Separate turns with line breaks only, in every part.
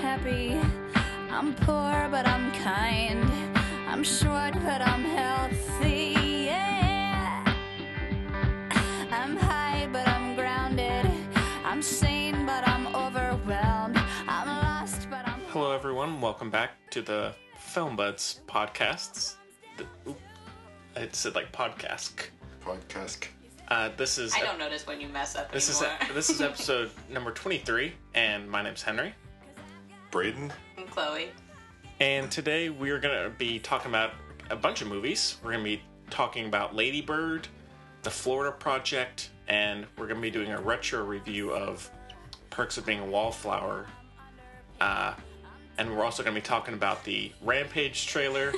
happy. I'm poor, but I'm kind. I'm short, but I'm healthy. Yeah. I'm high, but I'm grounded. I'm sane, but I'm overwhelmed. I'm lost, but I'm.
Hello, everyone. Welcome back to the Film Buds podcasts. The- oop, I said like podcast.
podcast.
Uh, this is
I don't notice when you mess up
this is
anymore.
this is episode number twenty three, and my name's Henry.
Braden,
And Chloe.
And today we are going to be talking about a bunch of movies. We're going to be talking about Lady Bird, The Florida Project, and we're going to be doing a retro review of Perks of Being a Wallflower. Uh, and we're also going to be talking about the Rampage trailer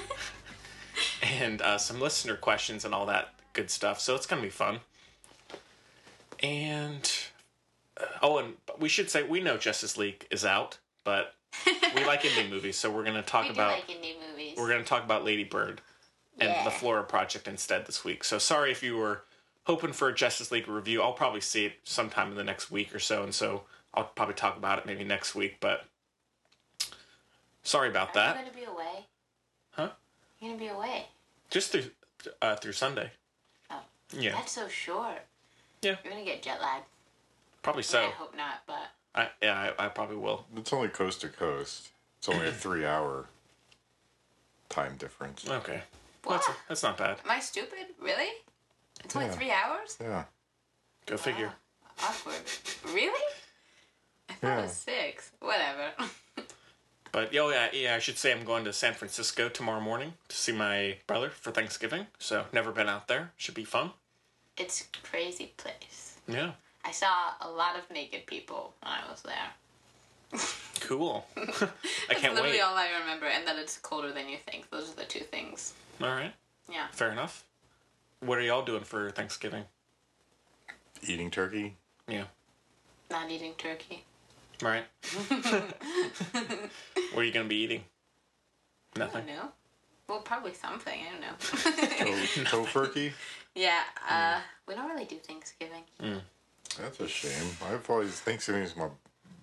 and uh, some listener questions and all that good stuff. So it's going to be fun. And uh, oh, and we should say we know Justice League is out, but we like indie movies, so we're going to talk
We do
about
like indie movies.
we're going to talk about Lady Bird and
Yeah.
the Flora Project instead this week. So sorry if you were hoping for a Justice League review. I'll probably see it sometime in the next week or so, and so I'll probably talk about it maybe next week. But sorry about
Are you
that.
going to be away?
Huh?
You're going to be away.
Just through uh, through Sunday.
Oh,
Yeah,
that's so short.
Yeah.
You're going to get jet lag.
probably
I
so.
hope not, but
I, yeah, I, I probably will.
it's only coast to coast. It's only a three hour time difference.
Okay, Well, that's
Wow.
that's not bad.
am I stupid? Really? It's only
Yeah.
three hours?
Yeah.
Go figure.
Awkward. really? I thought it
Yeah.
was six. Whatever.
But oh yeah, yeah, I should say I'm going to San Francisco tomorrow morning to see my brother for Thanksgiving. So never been out there. Should be fun.
it's a crazy place.
Yeah.
I saw a lot of naked people when I was there.
Cool. I
That's
can't
literally
wait. All
all I remember, and that it's colder than you think. Those are the two things.
right.
Yeah.
Fair enough. What are y'all doing for Thanksgiving?
Eating turkey?
Yeah.
Not eating turkey.
Right. what are you gonna be eating?
I don't
Nothing.
know. Well, probably something. I don't know.
Toe, toe turkey?
yeah, uh, we don't really do Thanksgiving.
That's a shame. I've always, Thanksgiving is my,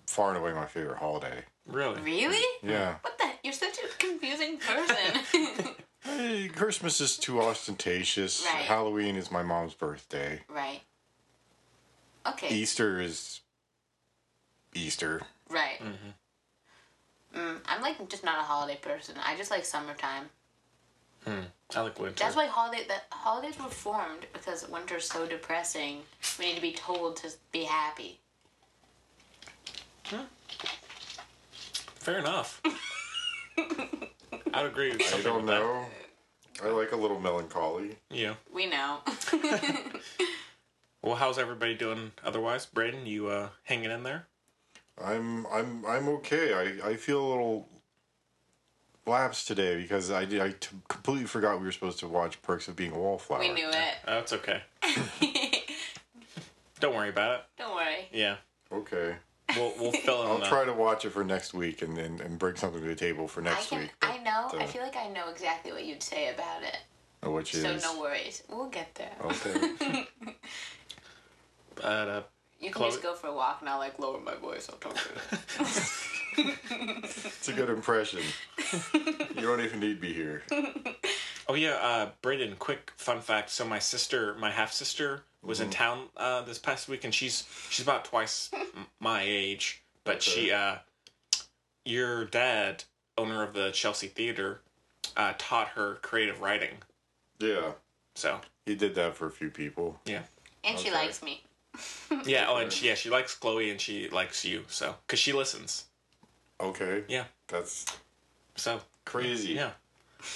far and away my favorite holiday.
Really?
Really?
Yeah.
What the? You're such a confusing person.
Hey, Christmas is too ostentatious.
Right.
Halloween is my mom's birthday.
right. Okay.
Easter is Easter.
Right. Mm, I'm like just not a holiday person. I just like summertime.
I like winter.
That's why holiday that holidays were formed because winter's so depressing. We need to be told to be happy.
Fair enough. I'd agree with
I
something
don't
with that.
know. I like a little melancholy.
Yeah.
We know.
Well, how's everybody doing otherwise? Braden, you uh hanging in there?
I'm I'm I'm okay. I, I feel a little lapsed today because I did- I t- completely forgot we were supposed to watch Perks of Being a Wallflower.
we knew
Uh,
Oh, it's okay.
it.
Don't worry about
don't worry.
it. Yeah.
Okay.
We'll we'll fill in
I'll
the
try to watch it for next week and, and, and bring something to the table for
I
next
can.
week.
I know. I
uh,
feel like I know exactly what you'd say about it.
Which
So
is
no worries. We'll get there.
okay.
but, uh,
You can
Chloe-
just go for a walk and I'll like lower my voice. I'll talk to you.
It's a good impression. you don't even need me here.
Oh yeah, uh, Braden. Quick fun fact. So my sister, my half sister, was in town uh, this past week, and she's she's about twice m- my age, but she, uh, your dad, owner of the Chelsea Theater, uh, taught her creative writing.
Yeah.
So
He did that for a few people.
yeah,
And she
Okay.
likes me.
yeah. Oh, and she, yeah, she likes Chloe, and she likes you. So because she listens.
Okay.
Yeah.
That's
So
crazy.
yeah,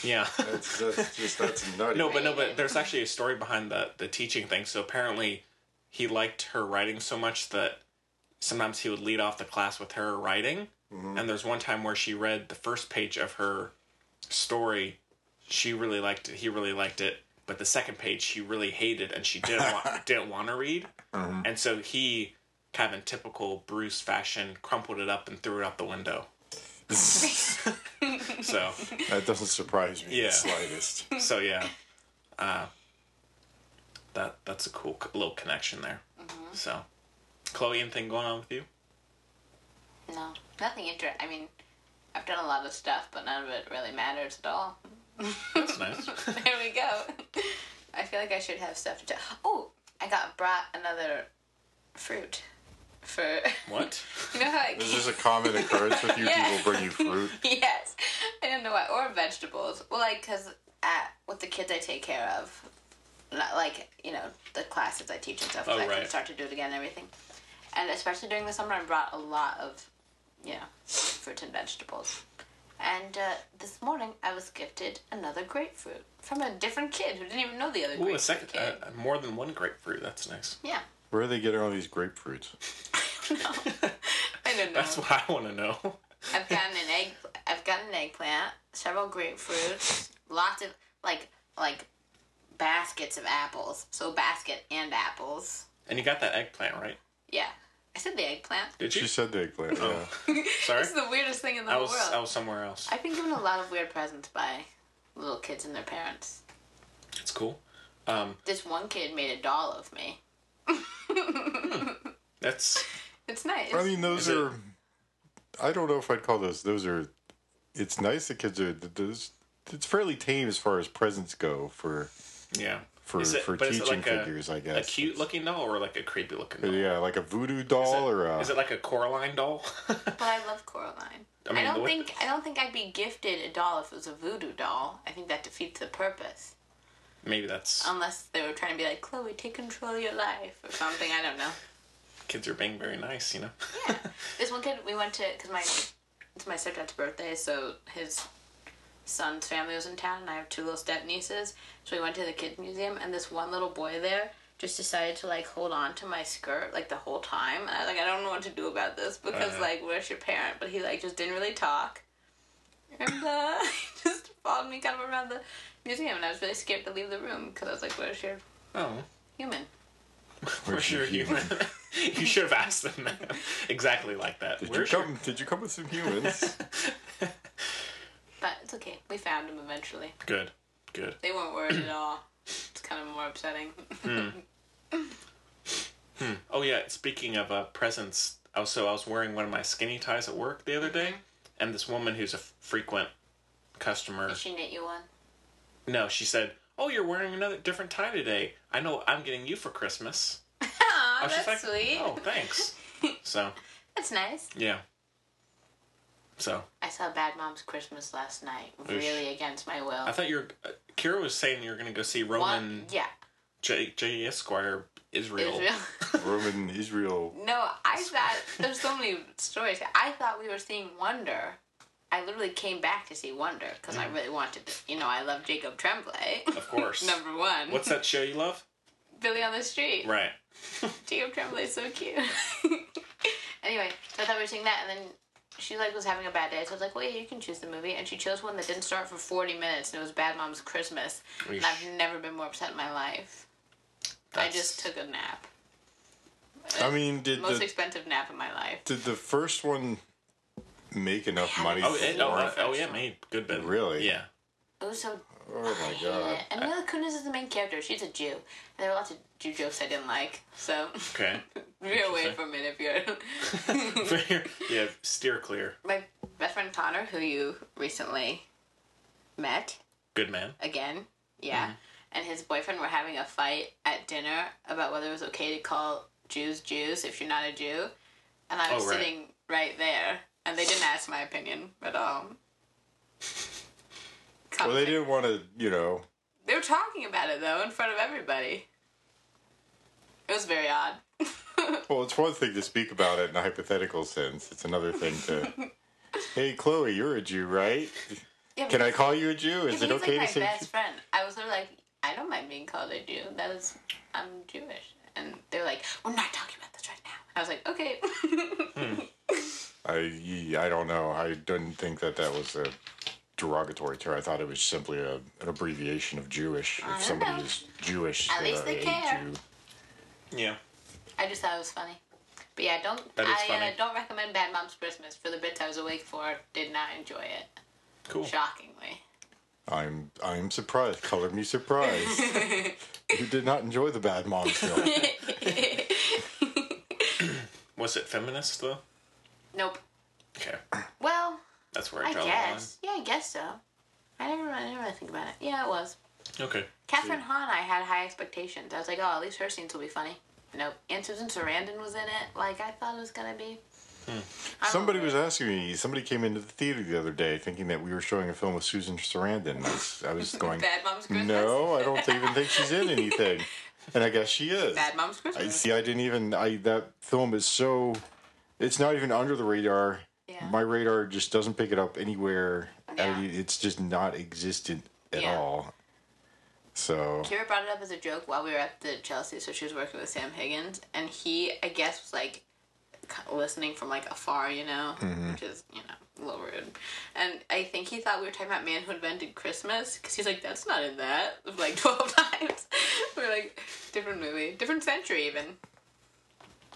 yeah.
That's, that's just that's nutty.
No, but no, but there's actually a story behind the the teaching thing. So apparently, he liked her writing so much that sometimes he would lead off the class with her writing. And there's one time where she read the first page of her story. She really liked it. He really liked it. But the second page she really hated, and she didn't want didn't want to read. And so he, kind of in typical Bruce fashion, crumpled it up and threw it out the window. So
That doesn't surprise me
Yeah.
in the slightest.
so yeah, uh, that that's a
Mm-hmm.
cool c- little connection there. So, Chloe, anything going on with you?
No, nothing interesting. I mean, I've done a lot of stuff, but none of it really matters at all.
That's nice.
there we go. I feel like I should have stuff to tell. Oh, I got brought another fruit for.
what?
you know how I
Is
keep-
this a common occurrence with you
Yeah.
people bring you fruit?
yes. I didn't know why. Or vegetables. Well, like, because with the kids I take care of, not like, you know, the classes I teach and stuff, 'cause
Oh,
I can
right.
start to do it again and everything. And especially during the summer, I brought a lot of, you know, fruits and vegetables. And uh, this morning, I was gifted another grapefruit from a different kid who didn't even know the other
Ooh,
grapefruit
a second,
kid.
uh, more than one grapefruit. That's nice.
yeah.
Where are they getting all these grapefruits?
I don't know.
That's what I want to know.
I've gotten an egg. I've gotten an eggplant, several grapefruits, lots of like like baskets of apples. So basket and apples.
And you got that eggplant, right?
Yeah, I said the eggplant.
Did
She
you?
said the eggplant.
Oh.
Yeah.
Sorry,
This is the weirdest thing in the
I
whole
was I
world.
was somewhere else.
I've been given a lot of weird presents by little kids and their parents.
It's cool. Um,
This one kid made a doll of me.
that's
It's nice.
I mean,
Is
those
it-
are. I don't know if I'd call those. Those are. It's nice that kids are. th- Those. It's fairly tame as far as presents go for
yeah.
for
Is it-
for
but is it
teaching
like a-
figures. I
A
guess. uh,
cute looking doll or like a creepy looking doll?
Yeah, uh, like a voodoo doll
Is it-
or a.
is it like a Coraline doll?
but I love Coraline.
I
I,
mean,
don't
what-
think I don't think I'd be gifted a doll if it was a voodoo doll. I think that defeats the purpose.
Maybe that's
Unless they were trying to be like, Chloe, take control of your life or something. I don't know.
kids are being very nice, you know.
This one kid, we went to, because my, it's my stepdad's birthday, so his son's family was in town, and I have two little step nieces. So we went to the kids' museum, and this one little boy there just decided to like hold on to my skirt like the whole time. And I was like, I don't know what to do about this because
Uh-huh.
like, where's your parent? But he like just didn't really talk. And uh, he just followed me kind of around the museum, and I was really scared to leave the room because I was like, where's your
Oh,
human?
we're
Where's your
sure human. you should have asked them that. exactly like that.
Did you
Where's your-
come? Did you come with some humans?
But it's okay. We found him eventually.
Good, good.
They weren't worried at all. It's kind of more upsetting.
Oh yeah, speaking of uh, presents, also I was wearing one of my skinny ties at work the other day, and this woman who's a f- frequent customer,
she knit you one.
no, she said, "Oh, you're wearing another different tie today. I know what I'm getting you for Christmas."
Aw,
I was
that's
just like,
sweet.
Oh, thanks. so
That's nice.
yeah, so
I saw Bad Mom's Christmas last night, really against my will.
I thought you were. Uh, Kira was saying you're going to go see Roman
One- yeah,
J. J. Esquire
it
Israel.
was real.
Roman Israel.
No, I thought there's so many stories. I thought we were seeing Wonder. I literally came back to see Wonder because I really wanted to. You know, I love Jacob Tremblay.
Of course.
Number one.
What's that show you love?
Billy on the Street.
Right.
Jacob Tremblay's so cute. anyway, so I thought we were seeing that, and then she like was having a bad day, so I was like, "Well, yeah, you can choose the movie," and she chose one that didn't start for forty minutes, and it was Bad Mom's Christmas, and I've never been more upset in my life.
That's-
I just took a nap,
I mean, did
most
the
expensive nap of my life.
did the first one make enough money?
Oh,
for
it, oh,
it?
uh, oh yeah, made good bit.
Really?
Yeah.
It was so
Oh my god.
and Mila Kunis is the main character. She's a Jew, and there were lots of Jew jokes I didn't like. So
Okay.
veer away
Interesting.
from it if you're
yeah. Steer clear.
my best friend Connor, who you recently met.
Good man.
again. Yeah.
Mm-hmm.
And his boyfriend were having a fight at dinner about whether it was okay to call Jews Jews if you're not a Jew. And I was
Oh, right.
sitting right there, and they didn't ask my opinion at all.
Well, they didn't want to, you know.
They were talking about it though in front of everybody. It was very odd.
Well, it's one thing to speak about it in a hypothetical sense. It's another thing to, hey, Chloe, you're a Jew, right?
Yeah,
Can I call you a Jew?
but
Is
he's
it okay
like
to
my
say?
best friend. I was sort of like, I don't mind being called a Jew. That is, I'm Jewish. And they're like, we're not talking about this right now. I was like, okay.
I ye- I don't know. I didn't think that that was a derogatory term. I thought it was simply a, an abbreviation of Jewish.
don't
If somebody
know.
is Jewish,
At
they
least
are
they
a
care.
Jew.
Yeah.
I just thought it was funny. But yeah, don't
That is
I
funny.
Uh, don't recommend Bad Moms Christmas for the bits I was awake for. Did not enjoy it.
Cool.
Shockingly.
I'm I'm surprised. Color me surprised. you did not enjoy the Bad Moms film.
Was it feminist though?
Nope.
that's where I,
I
draw
guess. Yeah, I guess so. I never, I didn't really think about it. Yeah, it was.
the line. Okay.
Catherine Hahn, I had high expectations. I was like, oh, at least her scenes will be funny. Nope. And Susan Sarandon was in it. Like, I thought it was going to be. I don't
Somebody
know.
was asking me. Somebody came into the theater the other day thinking that we were showing a film with Susan Sarandon. and I was, I was going,
Bad Mom's Christmas.
no, I don't even think she's in anything. And I guess she is.
Bad Mom's
I
Christmas.
see. I didn't even. I that film is so. It's not even under the radar.
Yeah.
My radar just doesn't pick it up anywhere.
Yeah.
I mean, it's just not existent at
Yeah.
all. So
Kira brought it up as a joke while we were at the Chelsea, so she was working with Sam Higgins, and he, I guess, was like k- listening from like afar, you know,
Mm-hmm.
which is you know a little rude. And I think he thought we were talking about Man Who Invented Christmas because he's like, that's not in that like twelve times. we're like different movie, different century even.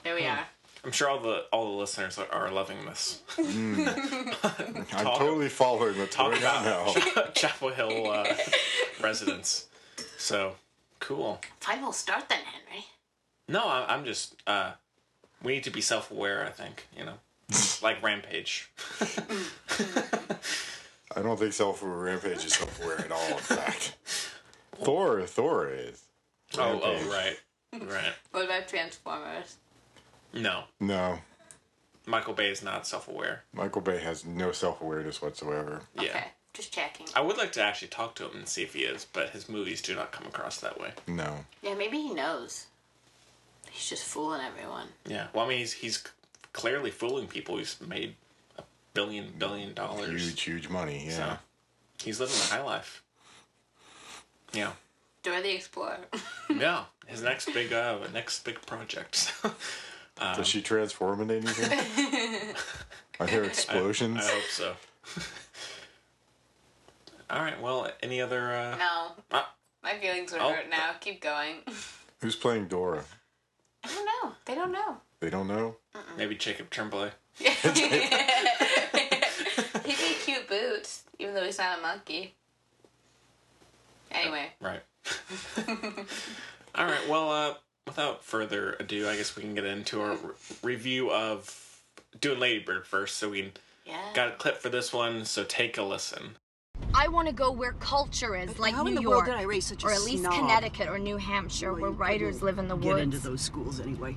There we
Hmm.
are.
I'm sure all the all the listeners are, are loving this.
I'm totally following the
Talk
talk about now.
about Chapel Hill uh, residents. So cool.
Fine, we'll start then, Henry.
No, I, I'm just. Uh, we need to be self-aware. I think you know, like Rampage.
I don't think Self Rampage is self-aware at all. In fact, Thor, Thor is.
Oh,
Rampage.
oh, right, right.
What about Transformers?
No,
No,
Michael Bay is not self-aware.
Michael Bay has no self-awareness whatsoever.
Yeah.
Okay, just checking.
I would like to actually talk to him and see if he is, but his movies do not come across that way.
No.
Yeah, maybe he knows. He's just fooling everyone.
Yeah. Well, I mean, he's he's clearly fooling people. He's made a billion billion dollars.
Huge, huge money. Yeah.
So he's living the high life. Yeah.
Dora the Explorer.
Yeah. His next big uh next big project. uh-huh.
Does she transform into anything? Are there explosions?
I hope so. All right. Well, any other? Uh,
No,
ah,
my feelings are
Oh.
hurt now. Keep going.
Who's playing Dora?
I don't know. They don't know.
They don't know.
maybe Jacob Tremblay.
He'd be cute boots, even though he's not a monkey. Anyway,
Right. All right. Well, uh, without further ado, I guess we can get into our re- review of doing Ladybird first. So we
yeah.
got a clip for this one. So take a listen.
I want to go where culture is, like
how
New
in the
York,
world did I raise such a
or at least
snob?
Connecticut or New Hampshire,
Well,
where
you
writers
couldn't
live in the
Get into
woods.
those schools anyway.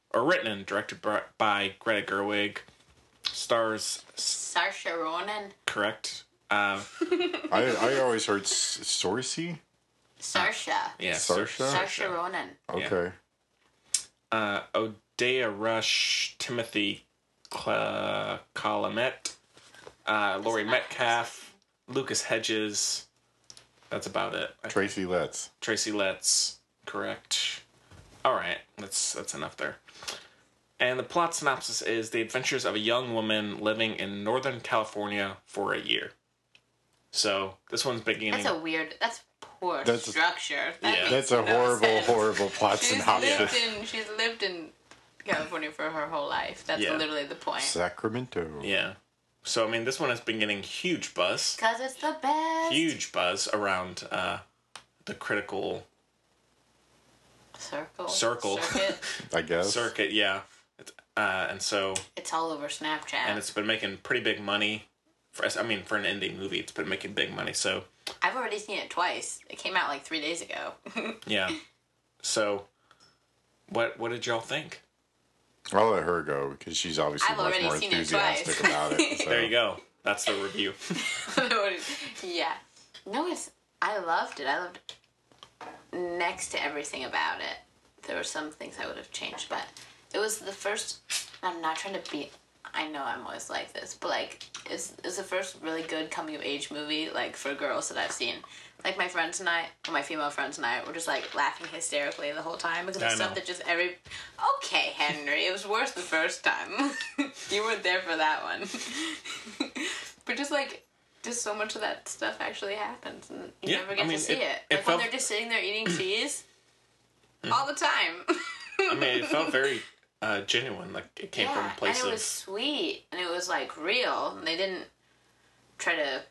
or written and directed by, by Greta Gerwig. Stars, s-
Saoirse Ronan.
correct? Uh,
I, I always heard S- Sorcy.
Saoirse.
Ah. yeah,
Saoirse?
Saoirse Ronan.
Okay.
Uh, Odea Rush, Timothy Cla- Colomet, uh, Laurie Metcalf, Lucas Hedges. That's about it. I-
Tracy Letts.
Tracy Letts, correct. All right, that's that's enough there. And the plot synopsis is the adventures of a young woman living in Northern California for a year. So this one's beginning.
That's a weird. That's poor
That's a-
structure. That
Yeah.
makes
That's a
no
horrible,
sense.
horrible plot
She's lived
synopsis.
in. She's lived in California for her whole life. That's
Yeah.
literally the point.
Sacramento.
yeah. So I mean, this one has been getting huge buzz,
Because it's the best.
huge buzz around uh, the critical
Circle.
Circle.
Circuit.
I guess.
circuit. Yeah, It's- uh, and so
it's all over Snapchat.
and it's been making pretty big money. For I mean, for an indie movie, it's been making big money. So
I've already seen it twice. It came out like three days ago.
Yeah. So, what what did y'all think?
I'll let her go because she's obviously
I've
much
already
more
seen it
enthusiastic
twice.
about it. So.
There you go. That's the review.
yeah. No, it's. I loved it. I loved next to everything about it. There were some things I would have changed, but it was the first. I'm not trying to be. I know I'm always like this, but like, it's it's the first really good coming of age movie like for girls that I've seen. Like my friends and I, or my female friends and I, were just like laughing hysterically the whole time because
I
of stuff
know.
that just every. Okay, Henry, it was worse the first time. you weren't there for that one, but just like just so much of that stuff actually happens, and you
Yeah,
never
I
get
mean,
to see
it-
it.
it felt-
Like
Mm.
when they're just sitting there eating cheese all the time.
I mean, it felt very uh, genuine. Like it came from a place
and
of
it was sweet, and it was like real. And they didn't try to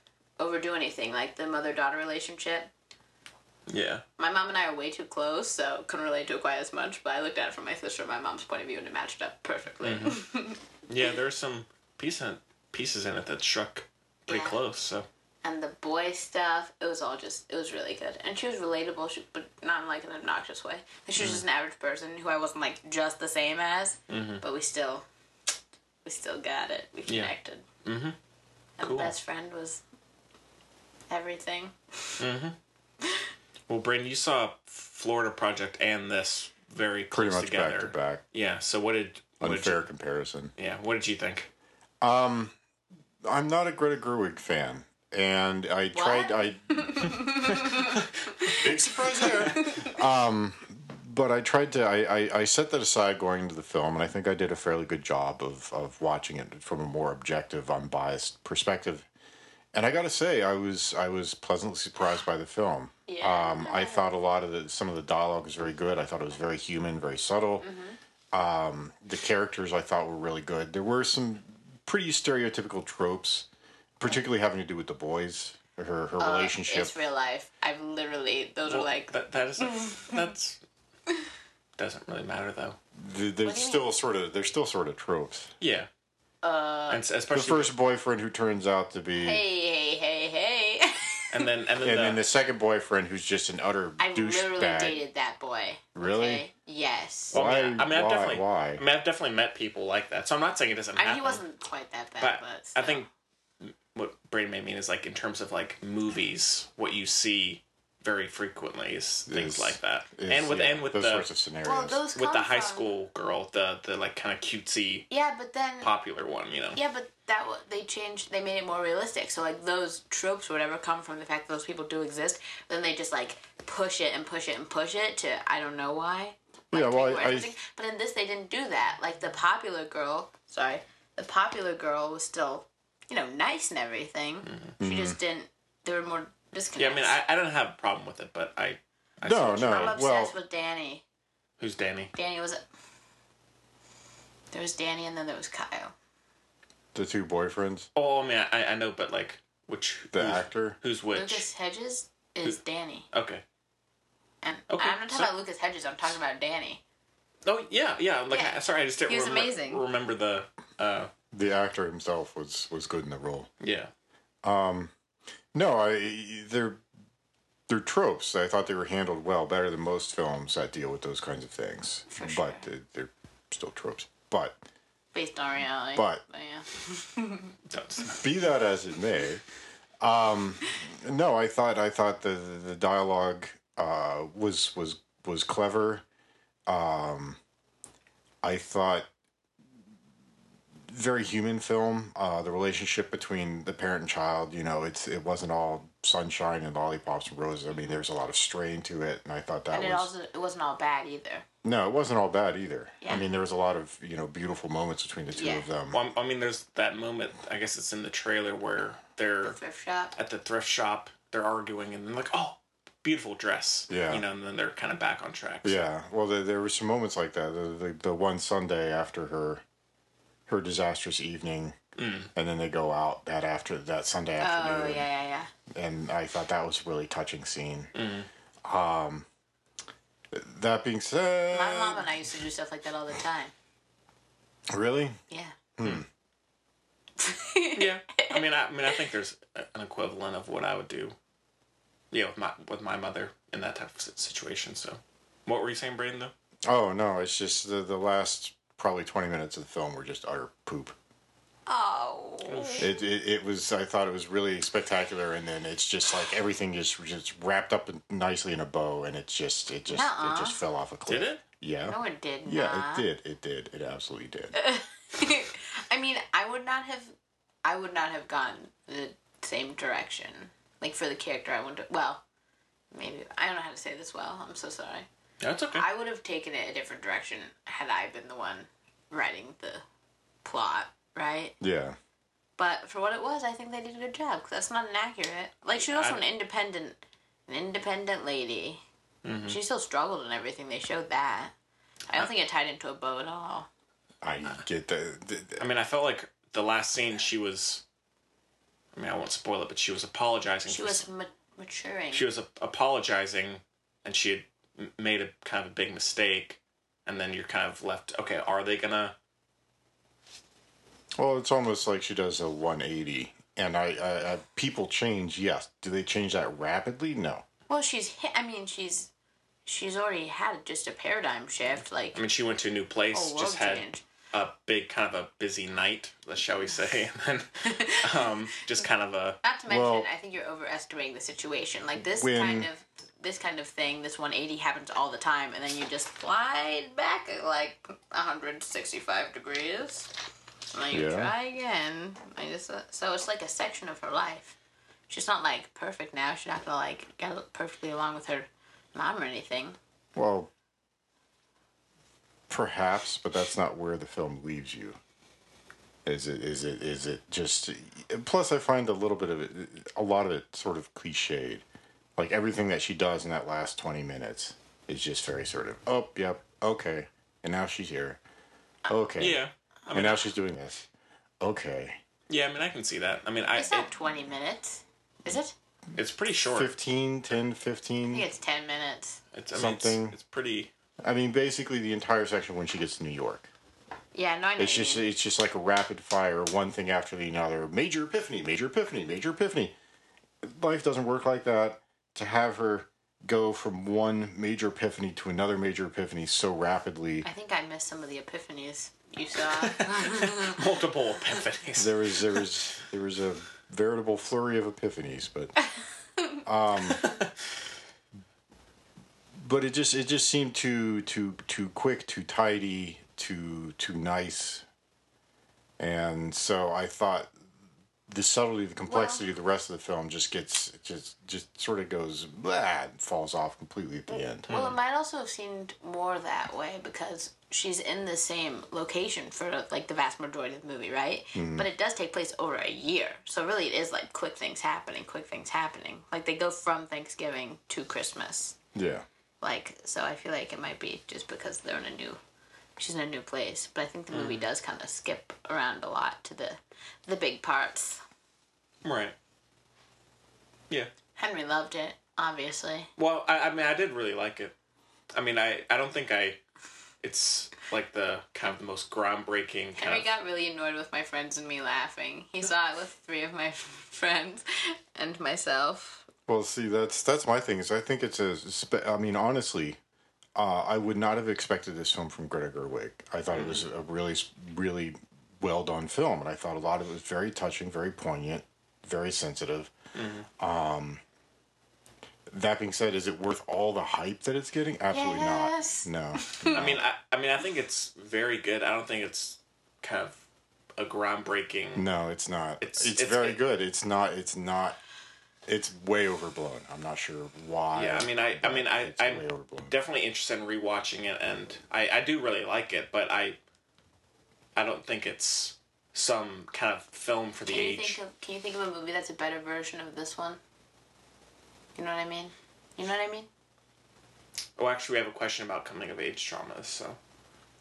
overdo anything, like the mother daughter relationship.
yeah,
My mom and I are way too close, so couldn't relate to it quite as much. But I looked at it from my sister and my mom's point of view, and it matched up perfectly.
Mm-hmm. yeah. There are some piece in, pieces in it that struck pretty
Yeah.
close. So
and the boy stuff, it was all just, it was really good. And she was relatable, she, but not in like an obnoxious way. Like,
Mm-hmm.
she was just an average person who I wasn't like just the same as, but we still, we still got it. We
Mm-hmm. Yeah.
connected.
Mhm.
And
Cool.
the best friend was everything.
well, Brandon, you saw Florida Project and this very close
Pretty much
together.
back to back.
Yeah. So what did what did
Unfair
you,
comparison.
yeah? What did you think?
Um, I'm not a Greta Gerwig fan, and I tried. I big surprise there. Um, but I tried to. I, I I set that aside going into the film, and I think I did a fairly good job of of watching it from a more objective, unbiased perspective. And I got to say, I was I was pleasantly surprised by the film.
Yeah.
Um, I thought a lot of the some of the dialogue was very good. I thought it was very human, very subtle.
Mm-hmm.
Um, the characters I thought were really good. There were some pretty stereotypical tropes, particularly having to do with the boys, her her relationship.
Uh, It's real life. I've literally, those
Well,
are like,
that. That is that's doesn't really matter though.
Th- There's still sort of there's still sort of tropes.
Yeah. Uh, and s-
The
especially
first boyfriend who turns out to be,
hey, hey, hey, hey.
and then and then,
and
the,
then the second boyfriend who's just an utter
I literally
douchebag.
dated that boy.
Really?
okay? Yes.
Well, Oh, I mean,
Why-
I mean, I've
why-
definitely,
why?
I mean, I've definitely met people like that. So I'm not saying it doesn't
I mean,
happen.
he wasn't quite that bad,
but
but,
I
still.
think what Brady may mean is like in terms of like movies, what you see very frequently is things
Is-
like that,
is-
and with
yeah,
and with
those
the
sorts of scenarios.
Well, those
with
come
the high
from-
school girl, the the like kind of cutesy
Yeah, but then
popular one, you know.
yeah, but that wa- they changed. They made it more realistic. So like those tropes or whatever come from the fact that those people do exist. Then they just like push it and push it and push it to I don't know why.
yeah, well, I,
or
I,
something. but in this they didn't do that. Like the popular girl, sorry, the popular girl was still you know nice and everything.
Mm-hmm.
She just didn't. There were more
Yeah, I
disconnects.
mean, I, I don't have a problem with it, but I
no,
I'm
no.
obsessed
Well,
with Danny.
who's Danny?
Danny was. There was Danny and then there was Kyle.
the two boyfriends,
Oh, I mean, I, I know, but like which
the
who's,
actor.
who's which?
Lucas Hedges is Danny.
Okay.
And
Okay,
I'm not talking
so-
about Lucas Hedges, I'm talking about Danny.
Oh yeah, yeah. Like
Yeah.
I sorry, I just didn't
He was
remember,
amazing.
remember the. Uh,
The actor himself was was good in the role.
yeah,
No, I they're they're tropes. I thought they were handled well, better than most films that deal with those kinds of things.
sure.
But they- they're still tropes. But
Based on reality.
But-
yeah.
That's-
be that as it may, um, no, I thought I thought the the, the dialogue uh, was was was clever. Um, I thought very human film. Uh, the relationship between the parent and child, you know, it's it wasn't all sunshine and lollipops and roses. I mean, there's a lot of strain to it, and I thought that
And it
was
also it wasn't all bad either.
no, it wasn't all bad either.
Yeah.
I mean, there was a lot of you know beautiful moments between the two
Yeah.
of them.
Well, I mean, there's that moment. I guess it's in the trailer where they're
Thrift shop.
at the thrift shop. They're arguing, and then like, oh, beautiful dress.
Yeah.
You know, and then they're kind of back on track. so-
Yeah, well, there, there were some moments like that. The, the the one Sunday after her her disastrous evening, and then they go out that after that Sunday
Oh, yeah,
afternoon,
yeah, yeah.
and I thought that was a really touching scene. Um, th- that being said,
My mom and I used to do stuff like that all the time.
really,
Yeah.
Yeah. I mean, I, I mean, I think there's a- an equivalent of what I would do. Yeah, with my with my mother in that type of si- situation. So, what were you saying, Braden? Though.
oh no, it's just the the last probably twenty minutes of the film were just utter poop.
Oh.
It, it it was I thought it was really spectacular, and then it's just like everything just just wrapped up nicely in a bow, and it just it just
Nuh-uh.
it just fell off a cliff.
Did it?
Yeah.
No, it did not.
Yeah, it did. It did. It absolutely did.
I mean, I would not have, I would not have gone the same direction. Like for the character, I wouldn't. Well, maybe I don't know how to say this well. I'm so sorry.
That's okay.
I would have taken it a different direction had I been the one writing the plot, right?
Yeah.
But for what it was, I think they did a good job. 'cause that's not inaccurate. Like she was also
I-
an independent, an independent lady.
Mm-hmm.
She still struggled and everything. They showed that. I don't think it tied into a bow at all.
I get the, the-
I mean, I felt like the last scene she was. I mean, I won't spoil it, but she was apologizing.
She
for
was ma- maturing.
she was a- apologizing and she had m- made a kind of a big mistake and then you're kind of left okay are they gonna
well, it's almost like she does a 180. And I, I, I people change, yes. Do they change that rapidly? No.
well, she's hit. I mean, she's she's already had just a paradigm shift. Like
i mean she went to a new place
a Oh, world
just had
change.
a big kind of a busy night shall we say and then um, just kind of a
Not to mention,
Well-
I think you're overestimating the situation. Like this
When-
kind of this kind of thing, this 180 happens all the time, and then you just slide back at like 165 degrees, and then you
Yeah.
try again. I just so it's like a section of her life. She's not like perfect now. She's not gonna like get perfectly along with her mom or anything.
Well, perhaps, but that's not where the film leaves you. Is it? Is it? Is it just? Plus, I find a little bit of it, a lot of it, sort of cliched. Like everything that she does in that last twenty minutes is just very sort of, oh, yep, okay, and now she's here, okay,
yeah
and now she's doing this, okay,
yeah i mean i can see that i mean i
It's not
it-
20 minutes, is it?
it's pretty short
15, 10,
I
15.
think it's 10 minutes.
it's, I mean,
something.
it's, it's pretty
I mean, basically the entire section when she gets to New York.
Yeah, no, I know.
It's
what you
just
mean.
it's just like a rapid fire, one thing after the another. Major epiphany, major epiphany, major epiphany. Life doesn't work like that. To have her go from one major epiphany to another major epiphany so rapidly,
I think I missed some of the epiphanies you saw.
multiple epiphanies
there was there was there was a veritable flurry of epiphanies, but um, but it just it just seemed too too too quick, too tidy, too too nice, and so I thought the subtlety, the complexity of the rest of the film just gets it just just sort of goes blah, and falls off completely at the end.
Well, it might also have seemed more that way because she's in the same location for like the vast majority of the movie, right? But it does take place over a year, so really it is like quick things happening, quick things happening. Like they go from Thanksgiving to Christmas,
Yeah.
like so. I feel like it might be just because they're in a new, she's in a new place. But I think the movie does kind of skip around a lot to the, the big parts.
right yeah
Henry loved it, obviously.
Well, I, I mean, I did really like it. I mean, I, I don't think I. It's like the kind of the most groundbreaking kind
Henry
of.
got really annoyed with my friends and me laughing. He saw it with three of my friends and myself.
Well, see, that's that's my thing. Is I think it's a. spe- I mean, honestly, uh, I would not have expected this film from Greta Gerwig. I thought it was
Mm.
a really, really well done film, and I thought a lot of it was very touching, very poignant, very sensitive.
Mm-hmm.
Um, that being said, is it worth all the hype that it's getting? Absolutely
Yes.
not. No.
I mean, I, I mean, I think it's very good. I don't think it's kind of a groundbreaking.
No, it's not.
It's-
It's,
it's-
very good. It's not. It's not. It's way overblown. I'm not sure why.
Yeah, I mean, I, I mean, I,
It's
I'm
way overblown.
definitely interested in rewatching it, and I, I do really like it, but I, I don't think it's some kind of film for the
Can you
age.
think of Can you think of a movie that's a better version of this one? You know what I mean? You know what I mean?
oh, actually, we have a question about coming of age traumas. So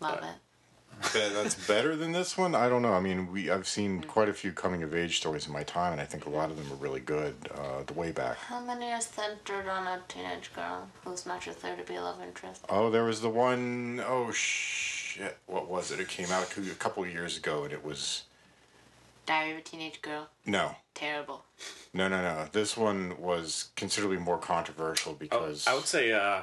Love
But-
it.
that that's better than this one. I don't know. I mean, we I've seen quite a few coming of age stories in my time, and I think a lot of them are really good. Uh, the way back.
How many are centered on a teenage girl who's not your third to be a love interest?
Oh, there was the one oh shit! What was it? It came out a cou- a couple of years ago, and it was
Diary of a Teenage Girl.
no,
Terrible.
no, no, no. This one was considerably more controversial
Oh,
because
I would say, uh,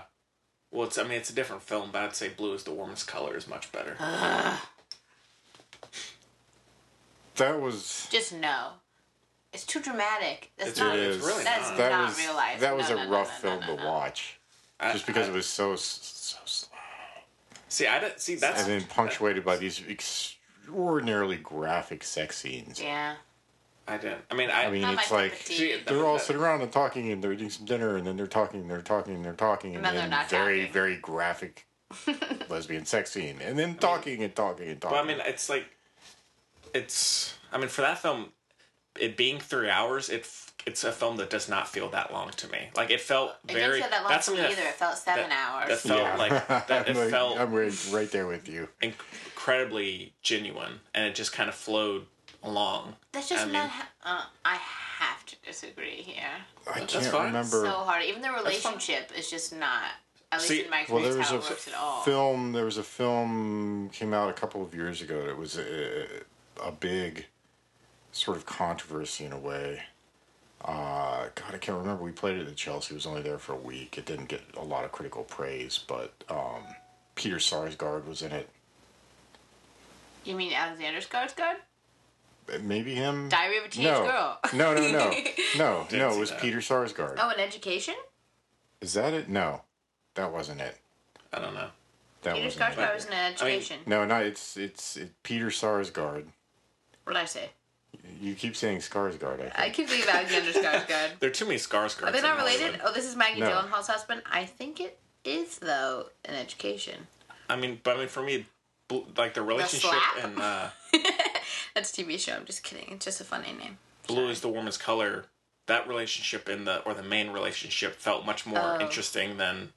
well, it's I mean, it's a different film, but I'd say Blue is the Warmest Color is much better.
Uh.
that was
Just no. It's too dramatic. That's
It's-
not.
it
it's
is
really
that's
not.
not,
that was
real life.
that was
No,
a
no, no,
rough
no, no,
film
no,
to
no.
watch,
I-
just because
I-
it was so s- so slow
See, I don't see that's
and then punctuated by these extraordinarily graphic sex scenes.
Yeah.
I didn't. I mean, I,
I mean,
Not my
it's
cup of
like
tea.
see, that-
they're all
that-
sitting around and talking and they're eating some dinner and then they're talking and they're talking and they're talking and,
And then they're
then
not
very
talking.
very graphic lesbian sex scene and then talking and talking and talking
Well, I mean, it's like it's. I mean, for that film, it being three hours, it f- it's a film that does not feel that long to me. Like it felt
It didn't
very.
feel that long
that's
to me
something that-
either. It felt seven
that-
hours.
That felt like that. It
I'm, like-
felt
I'm right, right there with you.
incredibly genuine, and it just kind of flowed along.
That's just
I mean-
not. Ha- uh, I have to disagree here.
I can't
fine.
remember.
So hard. Even the
fine.
relationship is just not. At least
See,
in my
well,
experience,
there was
how
a
it works at all.
film. There was a film came out a couple of years ago. That was a, a big sort of controversy in a way. Uh, God, I can't remember. We played it at Chelsea. It was only there for a week. It didn't get a lot of critical praise, but um, Peter Sarsgaard was in it.
You mean Alexander Skarsgård?
Maybe him.
Diary of a Teenage
no.
Girl.
no, no, no, no, no. It
see
was
that.
Peter Sarsgaard.
Oh, an education.
Is that it? No, that wasn't it.
I don't know.
That
Peter
wasn't it.
Skarsgård was an education.
No, no. It's it's it, Peter Sarsgaard.
what did I say?
You keep saying Skarsgård. I think.
I keep thinking of Alexander Skarsgård.
There are too many scars.
Are they not related? Oh, this is Maggie
No.
Gyllenhaal's husband. I think it is though an education.
I mean, but I mean, for me, bl- like the relationship
slap?
and uh,
That's a TV show. I'm just kidding. It's just a funny name.
blue is the warmest color. That relationship in the or the main relationship felt much more
Oh.
interesting than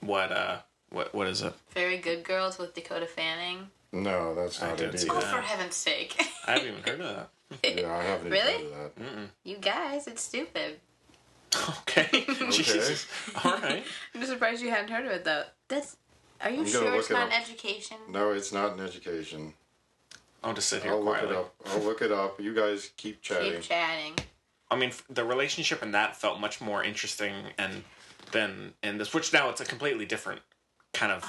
what uh what what is it?
Very Good Girls with Dakota Fanning.
No, that's not
didn't
it.
see
either.
Oh, for heaven's sake.
I haven't even heard of
Yeah, I haven't
Really?
even heard of that.
you guys, it's stupid.
that. Okay, Jesus. All right.
I'm surprised you hadn't heard of it though. That's. Are you
I'm gonna
sure it's
look it
not an
up.
education?
No, it's not an education.
I'll just sit here
I'll look
quietly.
it up. I'll look it up. You guys keep chatting.
Keep chatting.
I mean, f- the relationship in that felt much more interesting and than in this, which now it's a completely different kind of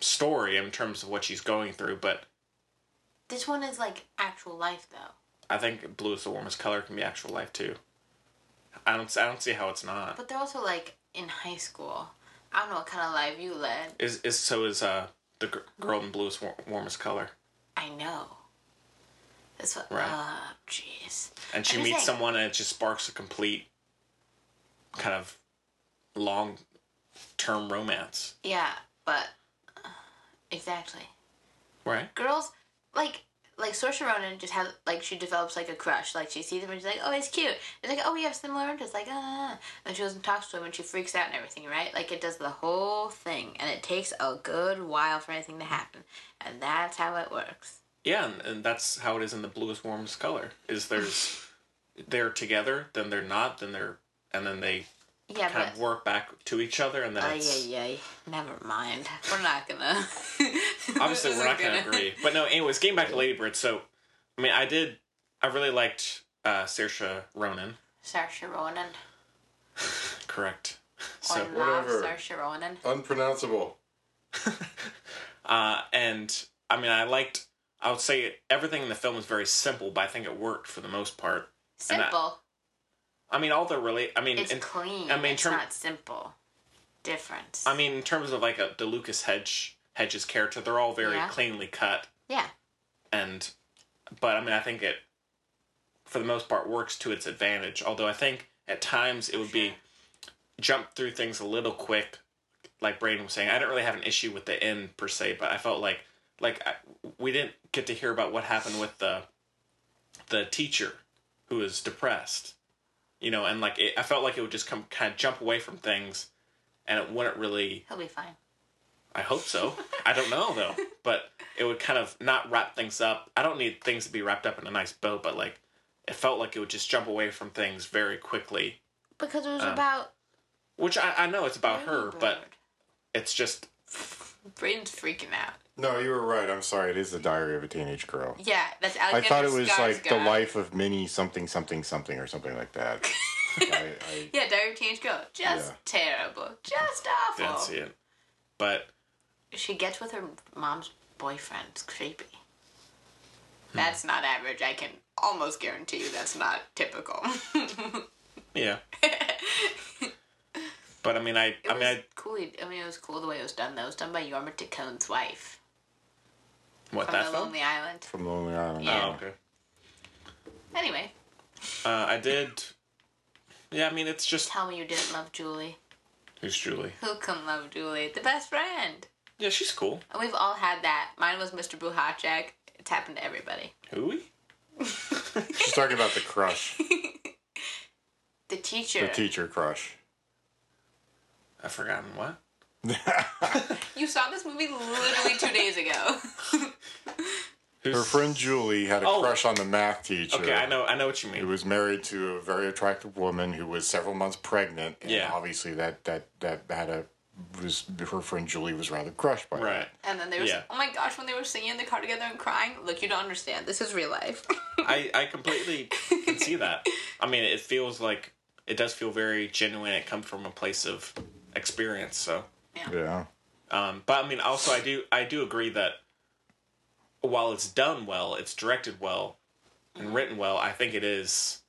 story in terms of what she's going through. But
This one is like actual life though.
I think blue is the warmest color can be actual life too. I don't. s- I don't see how it's not.
But they're also like in high school. I don't know what kind of life you led.
Is is so is uh the gr- girl in blue is war- warmest color,
I know. That's what.
Right.
Oh, jeez.
and she
I'm just
meets
saying-
someone and it just sparks a complete kind of long term romance,
Yeah, but uh, exactly.
right?
Girls like like Saoirse Ronan just has like she develops like a crush. Like she sees him and she's like, oh, he's cute. It's like, oh, we have similar interests. Like, ah, and she goes and talks to him and she freaks out and everything, right? Like it does the whole thing, and it takes a good while for anything to happen, and that's how it works.
Yeah, and, and that's how it is in the bluest warmest color. Is there's they're together, then they're not, then they're and then they
Yeah,
kind
but
of work back to each other, and then
Ay,
it's,
ay, ay. Never mind. We're not gonna.
obviously we're not going to agree. But no, anyways, getting back to Ladybird. So, I mean, I did, I really liked uh, Saoirse Ronan.
Saoirse Ronan.
Correct.
Or
So,
love
Whatever.
Saoirse Ronan.
Unpronounceable.
uh, and I mean, I liked. I would say everything in the film is very simple, but I think it worked for the most part. And I-
Simple.
I mean, all the really. I mean,
It's
in-
clean.
I mean, in
it's
term-
not simple. Difference.
I mean, in terms of like a, the Lucas Hedge Hedges character, they're all very
Yeah.
cleanly cut,
yeah.
and but I mean, I think it for the most part works to its advantage. Although I think at times it would be jump through things a little quick, like Braden was saying. I didn't really have an issue with the end per se, but I felt like like I, we didn't get to hear about what happened with the the teacher who is depressed, you know, and like it, I felt like it would just come kind of jump away from things, and it wouldn't really.
He'll be fine.
I hope so. I don't know though, but it would kind of not wrap things up. I don't need things to be wrapped up in a nice bow, but like it felt like it would just jump away from things very quickly. Uh,
Because it was about
Which I, I know it's about her, but
Ladybird.
it's just
Brayden's freaking out.
No, you were right. I'm sorry. It is the Diary of a Teenage Girl.
Yeah, that's
I
Alexander
thought it was like the
Skarsgård.
life of Minnie something something something or something like that. I, I,
Yeah, Diary of a Teenage Girl. Just
Yeah.
terrible. Just awful.
didn't see it. But
She gets with her mom's boyfriend. It's creepy.
Hmm.
That's not average. I can almost guarantee you that's not typical.
yeah. but I mean I I mean
was
I
cool. I mean, it was cool the way it was done. Though it was done by Yorma Cohn's wife
what
from
that
The
film?
Lonely Island.
from Lonely Island.
Yeah.
Oh, okay.
Anyway,
Uh, I did Yeah, I mean it's just
tell me you didn't love Julie.
Who's Julie?
Who can love Julie? The best friend.
Yeah, she's cool.
And we've all had that. Mine was Mr. Buhachek. It's happened to everybody.
Who we?
talking about the crush,
The teacher.
the teacher crush.
I've forgotten what.
you saw this movie literally two days ago.
Who's,
Her friend Julie had a
Oh.
crush on the math teacher.
Okay, I know. I know what you
Who
mean.
was married to a very attractive woman who was several months pregnant. And
Yeah.
Obviously, that that that had a was her friend Julie was rather crushed by.
Right.
That.
And then they were,
Yeah.
oh my gosh, when they were singing in the car together and crying, look, you don't understand. This is real life.
I I completely can see that. I mean, it feels like it does feel very genuine. It comes from a place of experience. So.
Yeah.
Um, but I mean, also I do I do agree that while it's done well, it's directed well, and written well. I think it is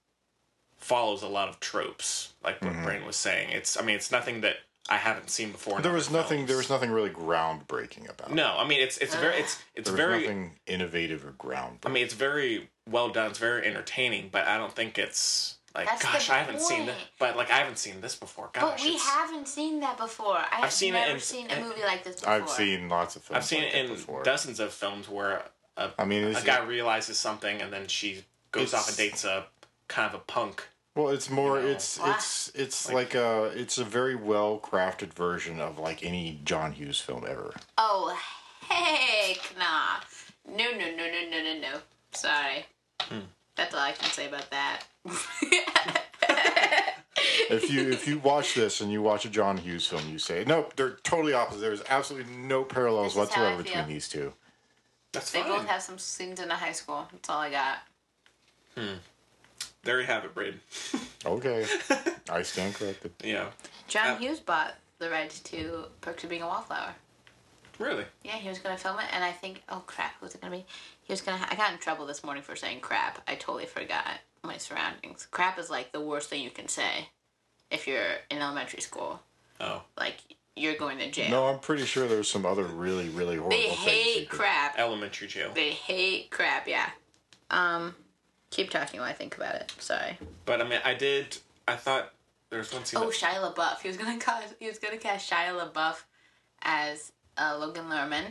follows a lot of tropes, like what
Mm-hmm.
Brain was saying. It's I mean, it's nothing that I haven't seen before. in
There
other
was nothing.
films.
There was nothing really groundbreaking about. it.
no. I mean, it's it's very it's it's
There was
very.
nothing innovative or groundbreaking.
I mean, it's very well done. It's very entertaining, but I don't think it's like
That's the
gosh, I haven't seen
point.
that. But like I haven't seen this before. Gosh,
But we
it's-
haven't seen that before. I have
seen it
never
in-
seen a
in-
movie like this before.
I've seen lots of films.
I've seen
like
it in
before.
dozens of films where a,
I mean,
a
it's,
guy realizes something and then she goes off and
It's-
dates a kind of a punk.
well, it's more.
you know,
it's it's it's like, a it's a very well crafted version of like any John Hughes film ever.
oh, heck nah. No, no, no, no, no, no, no. Sorry. That's all I can say about that.
If you if you watch this and you watch a John Hughes film, you say nope, they're totally opposite. There's absolutely no parallels
This is how I
whatsoever between
feel.
these two.
That's
they
fine.
both have some scenes in a high school. That's all I got.
There you have it, Braden.
Okay, I stand corrected.
Yeah.
John
Uh,
Hughes bought the rights to Perks of Being a Wallflower.
Really?
Yeah, he was gonna film it, and I think, oh crap, who's it gonna be? He was gonna. I got in trouble this morning for saying crap. I totally forgot my surroundings. Crap is like the worst thing you can say if you're in elementary school.
Oh.
Like you're going to jail.
No, I'm pretty sure there's some other really really horrible
they
things. you
hate
could-
crap.
Elementary jail.
They hate crap. Yeah. Um, keep talking while I think about it. Sorry.
But I mean, I did. I thought there was one scene.
Oh,
that-
Shia LaBeouf. He was gonna cast. He was gonna cast Shia LaBeouf as uh, Logan Lerman,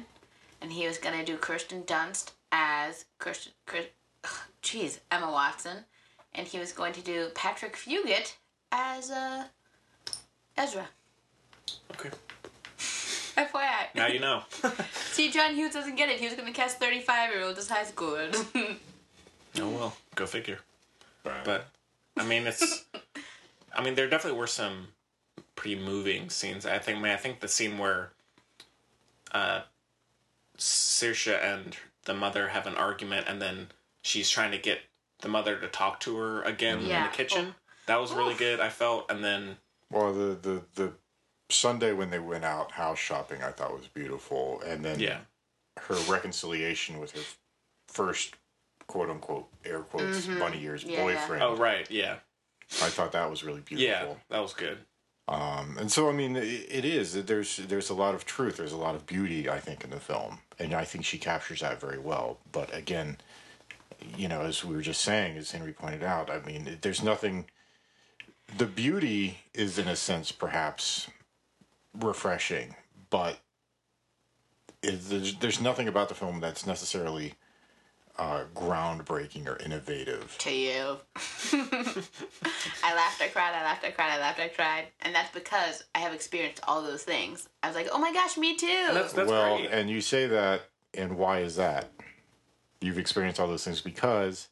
and he was gonna do Kirsten Dunst as Kirsten. Kirsten Jeez, Emma Watson, and he was going to do Patrick Fugit as uh, Ezra.
okay.
FYI.
Now you know.
See, John Hughes doesn't get it. He was gonna cast thirty-five-year-old as high schoolers.
oh well. Go figure. But I mean, it's. I mean, there definitely were some pretty moving scenes. I think. I mean, I think the scene where uh, Saoirse and the mother have an argument, and then she's trying to get the mother to talk to her again in
Yeah. Oh.
the kitchen. That was really good. I felt, and then
Well, the the the Sunday when they went out house shopping, I thought was beautiful, and then
yeah,
her reconciliation with her first quote unquote air quotes bunny ears
Mm-hmm. Yeah, yeah.
boyfriend.
oh right, yeah,
I thought that was really
yeah,
beautiful.
that was good.
Um, and so I mean, it, it is there's there's a lot of truth, there's a lot of beauty, I think, in the film, and I think she captures that very well. But again, you know, as we were just saying, as Henry pointed out, I mean, it- there's nothing. The beauty is, in a sense, perhaps refreshing, but it, there's, there's nothing about the film that's necessarily uh, groundbreaking or innovative.
to you. I laughed, I cried, I laughed, I cried, I laughed, I cried. And that's because I have experienced all those things. I was like, oh my gosh, me too.
And that's that's
well,
great.
and you say that, and why is that? You've experienced all those things because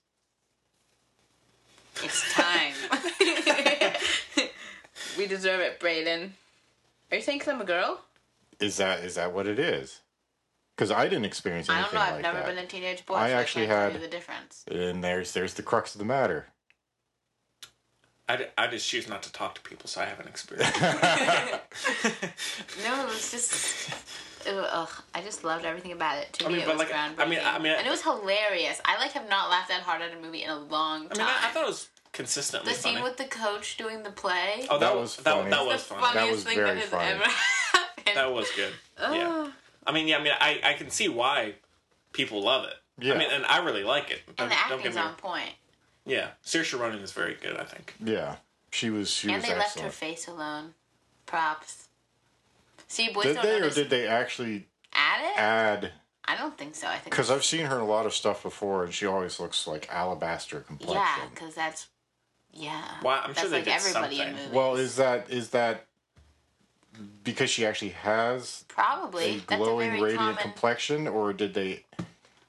it's time. we deserve it, Brayden. Are you saying 'cause I'm a girl?
is that is that what it is? Because I didn't experience
I
anything
don't know. I've
like
never
that.
been a teenage boy.
I
so
actually
I can't
had-
tell you the difference.
and there's there's the crux of the matter.
I, d- I just choose not to talk to people, so I haven't experienced.
No, it was just. it wa- ugh, I just loved everything about it. To
I
me,
mean,
it
but
was
like, I
groundbreaking.
mean, I mean, I-
and it was hilarious. I like have not laughed that hard at a movie in a long
I
time.
mean, I, I thought it was consistently
the
funny.
scene with the coach doing the play.
oh, that,
That
was
was
that,
funny.
that
the
was funny.
funniest
That was
thing
very
that has
funny.
ever happened.
That was good. Yeah. I mean, yeah. I mean, I, I can see why people love it.
Yeah.
I mean, and I really like it. Don't,
and the
don't get
acting's
me.
on point.
Yeah, Saoirse Ronan is very good. I think.
Yeah, she was she
And
was
they left her
excellent.
face alone. Props. See, boys
did
don't
they or
notice
did they actually
at it.
add
I don't think so. I think
Because I've seen her in a lot of stuff before, and she always looks like alabaster complexion.
yeah, because that's yeah.
Well, I'm
that's
sure they
like
did
everybody in
something.
movies.
Well, is that is that because she actually has
probably
a
that's a
glowing
very
radiant
common.
complexion, or did they,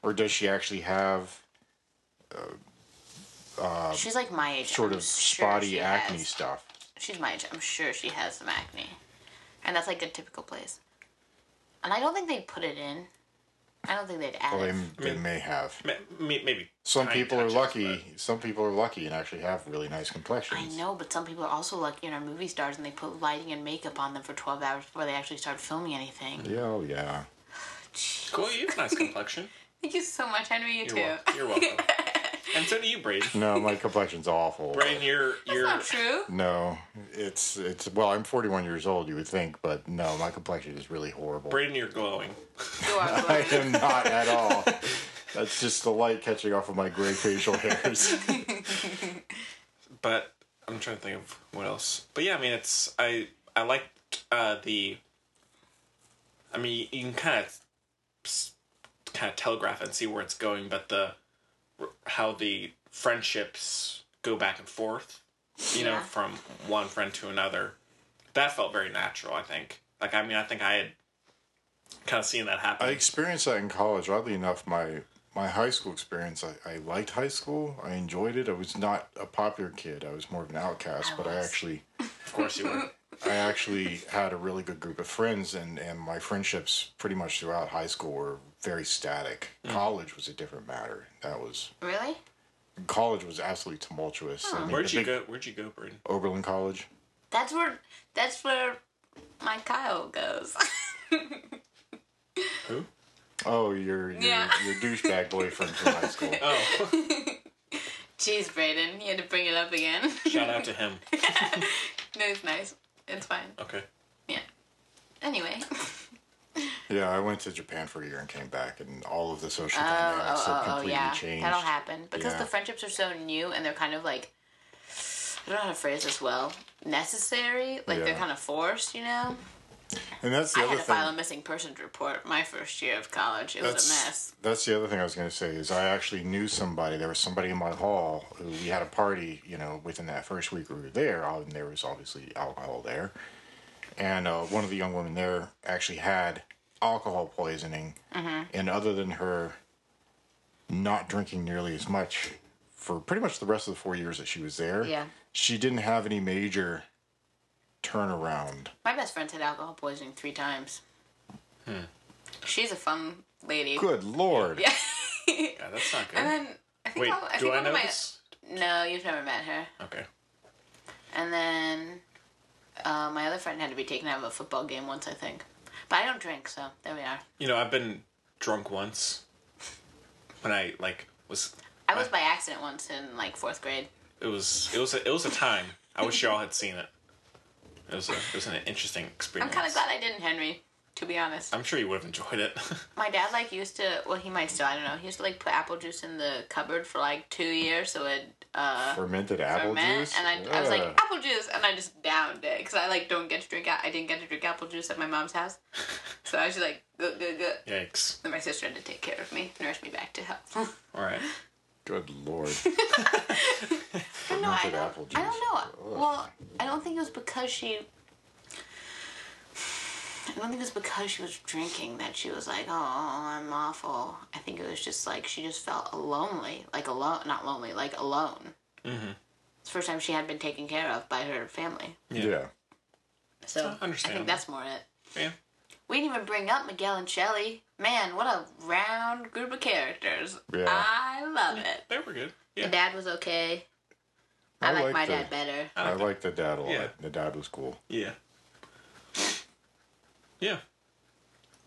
or does she actually have
she's like my age.
sort
I'm
of
sure
spotty
she
acne
has-
stuff?
She's my age. I'm sure she has some acne, and that's like a typical place. And I don't think they put it in. I don't think they'd add
Well, they,
it.
they may have.
Ma- may- Maybe
Some
tiny
people are
touches,
lucky. Some people are lucky and actually have really nice complexions.
I know, but some people are also lucky and are movie stars, and they put lighting and makeup on them for twelve hours before they actually start filming anything.
Yeah, oh, yeah.
but- Cool, you have nice complexion.
Thank you so much, Henry. You
You're,
too.
wel- you're welcome. and so do you, Braden.
No, my complexion's awful.
Braden, you're you're
Not true.
No, it's it's well. I'm 41 years old. You would think, but no, my complexion is really horrible.
Braden, you're glowing.
You are
I
glowing.
am not at all. That's just the light catching off of my gray facial hairs.
But I'm trying to think of what else. But yeah, I mean, it's I I liked uh, the. I mean, you can kind of kind of telegraph and see where it's going, but the how the friendships go back and forth, you know,
Yeah.
from one friend to another. That felt very natural. I think. Like I mean, I think I had kind of seen that happen.
I experienced that in college. Oddly enough, my my high school experience, I, I liked high school. I enjoyed it. I was not a popular kid. I was more of an outcast, but I actually
of course, you were.
I actually had a really good group of friends, and, and my friendships pretty much throughout high school were very static.
Hmm.
College was a different matter. That was
Really?
college was absolutely tumultuous. I mean,
Where'd
the
you
big-
go? Where'd you go, Braden?
Oberlin College.
That's where. That's where my Kyle goes.
Who?
Oh, your your,
Yeah.
your douchebag boyfriend from high school.
Oh,
Jeez, Brayden, you had to bring it up again.
shout out to him.
no, it's nice. It's fine.
Okay.
Yeah. Anyway. Oh,
Yeah, I went to Japan for a year and came back, and all of the social
Oh,
dynamics
oh,
have
oh, oh,
completely
yeah.
changed.
That'll happen because
Yeah.
the friendships are so new and they're kind of like I don't know how to phrase this well. Necessary, like they're
Yeah.
kind of forced, you know.
And that's the
I
other
had to
thing.
file a missing persons report my first year of college. It was
that's,
a mess.
that's the other thing I was going to say is I actually knew somebody. There was somebody in my hall who we had a party, you know, within that first week we were there. um, there was obviously alcohol there, and uh, one of the young women there actually had alcohol poisoning.
Mm-hmm.
And other than her not drinking nearly as much for pretty much the rest of the four years that she was there,
Yeah.
she didn't have any major turnaround.
My best friend's had alcohol poisoning three times. She's a fun lady.
Hmm. Good lord.
Yeah.
Yeah, that's not good.
and then I think
Wait,
all- I
do
think
I
one
know
of my
this?
no, you've never met her.
Okay.
And then uh, my other friend had to be taken out of a football game once, I think. But I don't drink, so there we are.
You know, I've been drunk once when I like was
I was by accident once in like fourth grade.
it was it was a, it was a time. I wish y'all had seen it. It was a, it was an interesting
I'm
experience.
kind of glad I didn't, Henry. To be
Uh.
honest,
I'm sure you would have enjoyed it.
my dad like used to. Well, he might still. I don't know. He used to like put apple juice in the cupboard for like two years, so it uh,
Fermented apple
ferment.
juice.
And I, I was like
Ugh.
apple juice, and I just downed it because I like don't get to drink. a- I didn't get to drink apple juice at my mom's house, so I was just like good, good, good.
Yikes!
Then my sister had to take care of me, nurse me back to health.
All right.
Good lord.
But no, I
Fermented
don't,
apple
I
juice.
don't know. Well, I don't think it was because she. I don't think it was because she was drinking that she was like, "Oh, I'm awful." I think it was just like she just felt lonely, like alone, not lonely, like alone. Mm-hmm. It's the first time she had been taken care of by her family,
Yeah.
so I
Understandable.
think that's more it.
Yeah.
We didn't even bring up Miguel and Shelley. Man, what a round group of characters.
Yeah.
I love it.
They were good. Yeah.
The dad was okay. I, like
like
my
the-
dad better.
I like the dad a lot.
Yeah.
The dad was cool.
Yeah. Yeah.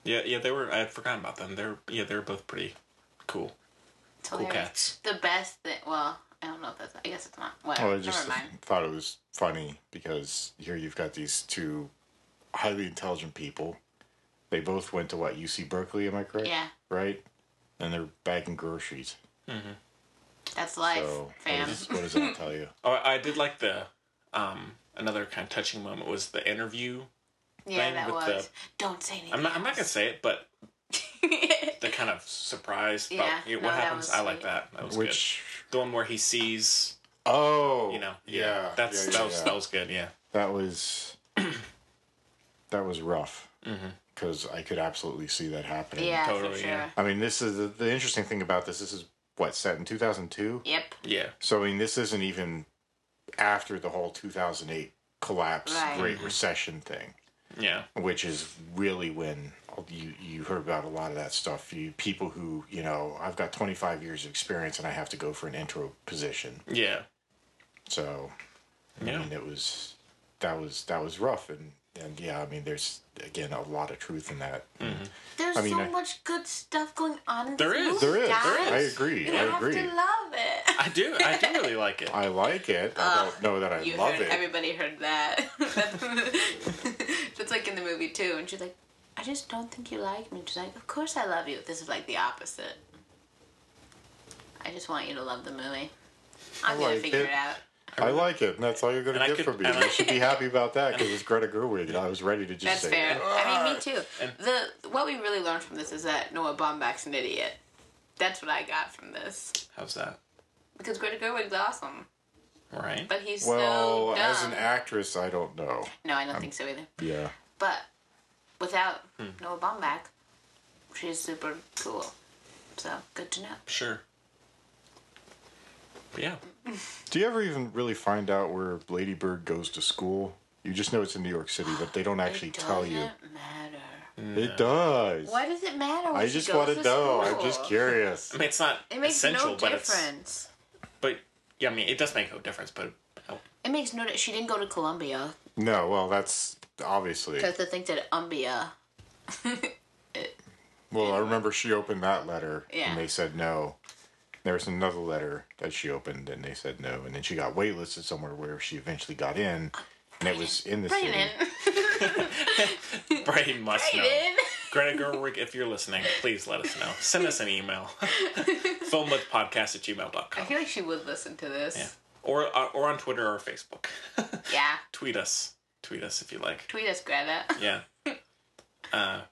Yeah. Yeah. They were. I had forgotten about them. They're yeah. They were both pretty cool.
It's
Cool
hilarious.
cats.
The best thing. Well, I don't know if that's. I guess it's not. Whatever.
Well, I Oh, just
Never mind.
thought it was funny because here you've got these two highly intelligent people. They both went to what UC Berkeley, am I correct?
Yeah,
Right, and they're bagging groceries.
that's life,
So what,
fam.
is, what does that tell you?
Oh, I I did like the um another kind of touching moment was the interview
Yeah,
thing
that
with
was.
the-
Don't say anything.
I'm not. I'm not gonna say it, but the kind of surprise. But
Yeah,
yeah, what
no, that
happens?
was
I like
sweet.
that. That was
Which
good. The one where he sees,
oh,
you know, yeah, that's
yeah,
that
yeah,
was
yeah.
that was good. Yeah,
that was that was rough
Mm-hmm.
because I could absolutely see that happening.
yeah, for
Totally,
sure.
yeah.
I mean, this is the, the interesting thing about this. This is what set in two thousand two.
Yep.
yeah.
So I mean, this isn't even after the whole two thousand eight collapse,
Right.
Great Recession thing,
Yeah,
which is really when you you heard about a lot of that stuff. You people who you know, I've got twenty five years of experience and I have to go for an intro position.
yeah,
So I
yeah.
mean, it was that was that was rough, and and yeah, I mean, there's again a lot of truth in that.
There's
I mean,
so
I-
much good stuff going on in
There
this
is.
movie,
There is,
guys.
there is. I agree.
You
I
have
agree.
to love it.
I do, I do really like it.
I like it. I don't know that I
You
love
heard,
it.
Everybody heard that. That's like in the movie too. And she's like, I just don't think you like me. She's like, Of course I love you. This is like the opposite. I just want you to love the movie. I'm
I
gonna
like
figure
it.
it out.
I like it, and that's all you're going
And
to
I
get
could-
from me.
and I-
You should be happy about that because it's Greta Gerwig, and I was ready to just
That's
say
fair.
it.
I mean, me too. The what we really learned from this is that Noah Baumbach's an idiot. That's what I got from this
How's that?
because Greta Gerwig's awesome,
Right?
but he's
Well,
so dumb.
as an actress, I don't know.
no, I don't think so either.
Yeah.
But without Noah Baumbach, she's super cool. So good to know.
Sure. But yeah.
Do you ever even really find out where Lady Bird goes to school? You just know it's in New York City, but they don't actually tell you.
Doesn't matter.
It does.
Why does it matter? When
I
she
just
goes
want to know. I'm just
school?
curious.
I mean, it's not
It makes
essential,
no
but it's.
difference.
But yeah, I mean, it does make no difference, but oh,
It makes no. She didn't go to Columbia.
No, well, that's obviously.
Because the thing said Umbia.
Well, I remember she opened that letter,
Yeah.
and they said no. There was another letter that she opened, and they said no. And then she got waitlisted somewhere where she eventually got in, and it was in the city.
Brayden.
Brayden must know.
Brayden.
Greta Gerwig, if you're listening, please let us know. Send us an email. Filmwithpodcast at
I
gmail.com.
feel like she would listen to
Yeah.
this.
Or, uh, or on Twitter or Facebook.
Yeah.
Tweet us. Tweet us if you like.
Tweet us, Greta.
Yeah. Uh,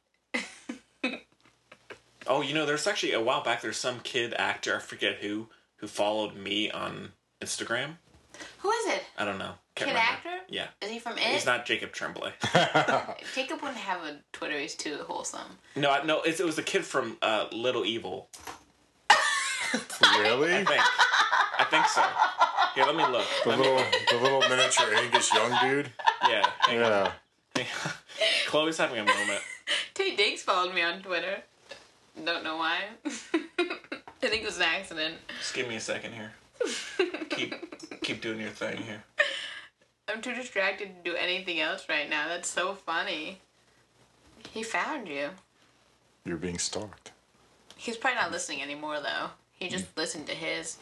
oh, you know, there's actually a while back, there's some kid actor, I forget who, who followed me on Instagram.
Who is it?
I don't know. Can't
Kid
remember.
actor? Eh?
Yeah.
Is he from
He's
It?
not Jacob Tremblay.
Jacob wouldn't have a Twitter. He's too wholesome.
No, I- no, it, it was the kid from uh, Little Evil. I
Really?
think. I think so. Here, let me look.
The little, the little miniature Angus Young dude.
Yeah. hang on,
Yeah.
hang on. Chloe's having a moment.
Tay Diggs followed me on Twitter. Don't know why. I think it was an accident.
Just give me a second here. Keep keep doing your thing here.
I'm too distracted to do anything else right now. That's so funny. He found you.
You're being stalked.
He's probably not listening anymore, though. He just listened to his.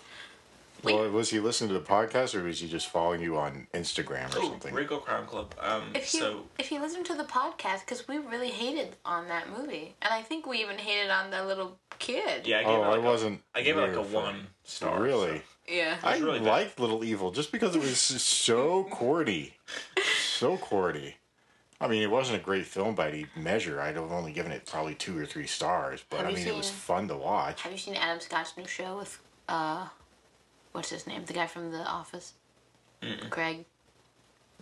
Wait.
Well, was he listening to the podcast, or was he just following you on Instagram or
Ooh,
something?
Regal Crime Club. Um,
If you
so
if you listen to the podcast, because we really hated on that movie, and I think we even hated on the little kid.
yeah, I gave
Oh,
it like
I wasn't.
A, I gave it like a
there for-
one star.
Really?
so-
Yeah.
I
really bad.
liked Little Evil just because it was so corny. So corny. I mean, it wasn't a great film by any measure. I'd have only given it probably two or three stars, but
Have
I
you
mean, it was
seen-
fun to watch.
Have you seen Adam Scott's new show with uh, what's his name? The guy from The Office, Craig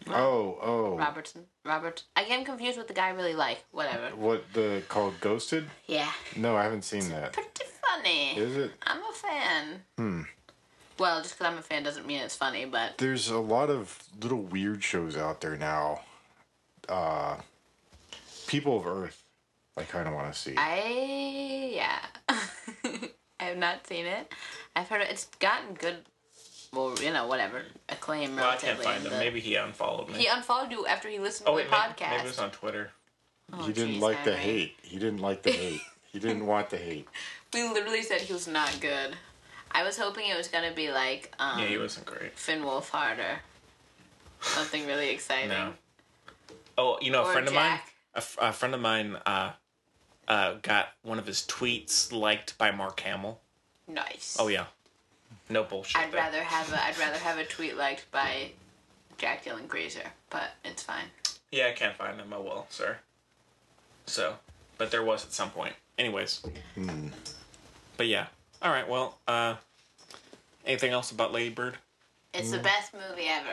Oh, oh.
Robertson. Robert. I get him confused with the guy I really like. Whatever.
What, the called Ghosted?
Yeah.
No, I haven't seen that.
Pretty funny.
Is it?
I'm a fan. Hmm. Well, just because I'm a fan doesn't mean it's funny, but
There's a lot of little weird shows out there now. Uh, People of Earth, I kind of want to see.
I yeah. I have not seen it. I've heard it. it's gotten good. Well, you know, whatever acclaim.
Well, I can't
relatively,
find him.
but-
Maybe he unfollowed me.
he unfollowed you after he listened
oh
to
wait,
the
maybe,
podcast.
maybe it was on Twitter.
Oh,
he didn't
jeez,
like the
Henry.
hate. He didn't like the hate. he didn't want the hate.
We literally said he was not good. I was hoping it was gonna be like um,
Yeah, he wasn't great.
Finn Wolfharder, something really exciting.
No. Oh, you know, a
Or
friend of mine.
Jack.
A, f- a friend of mine uh, uh, got one of his tweets liked by Mark Hamill.
Nice.
Oh yeah. No bullshit.
I'd
there.
rather have a I'd rather have a tweet liked by Jack Dylan Grazer, but it's fine.
Yeah, I can't find him. Oh well, sir. So, but there was at some point. Anyways. But yeah. All right. Well, uh, anything else about Lady Bird?
It's the
Mm.
best movie ever.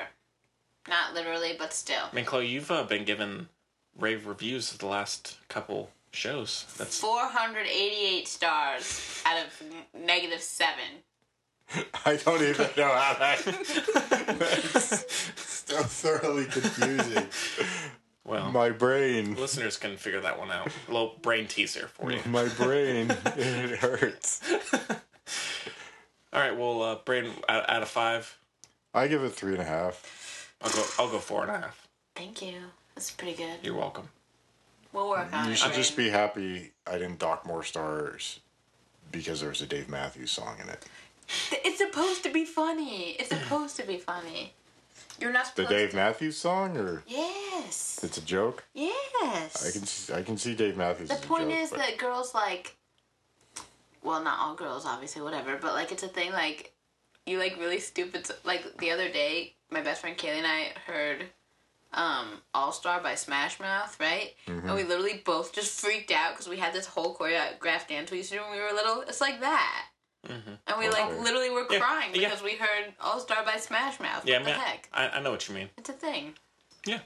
Not literally, but still.
I mean, Chloe, you've uh, been given rave reviews of the last couple shows. That's
488 stars out of n- negative seven.
I don't even know how that. so thoroughly confusing.
well,
My brain,
listeners can figure that one out. A little brain teaser for you.
my brain, it hurts.
All right. Well, uh, Braden, out, out of five,
I give it three and a half.
I'll go. I'll go four and a half.
Thank you. That's pretty good.
You're welcome.
We'll work on
You
it.
should just
Brayden.
be happy I didn't dock more stars because there was a Dave Matthews song in it.
It's supposed to be funny. It's supposed to be funny. You're not
The
supposed
Dave
to.
Matthews song, or
Yes.
it's a joke.
Yes.
I can see, I can see Dave Matthews.
The
as a
point
joke,
is
but-
that girls like, well, not all girls, obviously, whatever. But like, it's a thing. Like, you like really stupid. s- Like the other day, my best friend Kaylee and I heard um All Star by Smash Mouth, right? And we literally both just freaked out because we had this whole choreographed dance we used to do when we were little. It's like that. And we like
Okay.
literally were crying
yeah.
because we heard All Star by Smash Mouth.
Yeah,
what
I
the
mean,
heck?
I, I know what you mean.
It's a thing.
Yeah.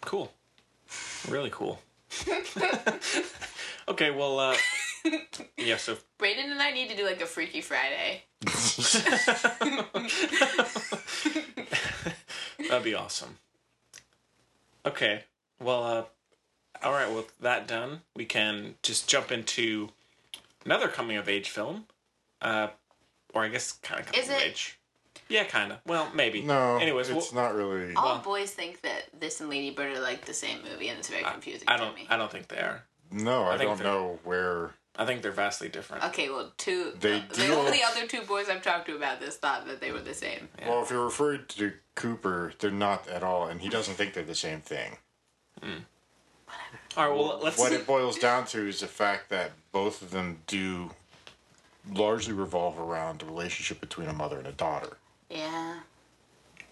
Cool. Really cool. okay, well, uh, yeah, so
Brayden and I need to do like a Freaky Friday.
that'd be awesome. Okay, well, uh, all right, with that done, we can just jump into another coming of age film. Uh, or I guess kind of coming
Is
of
it-
age. Yeah, kind of. Well, maybe.
no.
Anyways, we'll-
it's not really.
All boys think that this and Lady Bird are like the same movie, and it's very confusing
I don't.
to me.
I don't think they are.
No, I,
think
don't
they're-
know where.
I think they're vastly different.
okay, well, two. uh,
They
the,
do-
the only other two boys I've talked to about this thought that they were the same.
Well, if you're referring to Cooper, they're not at all, and he doesn't think they're the same thing.
All right. Well, let's.
What it boils down to is the fact that both of them do largely revolve around the relationship between a mother and a daughter.
Yeah.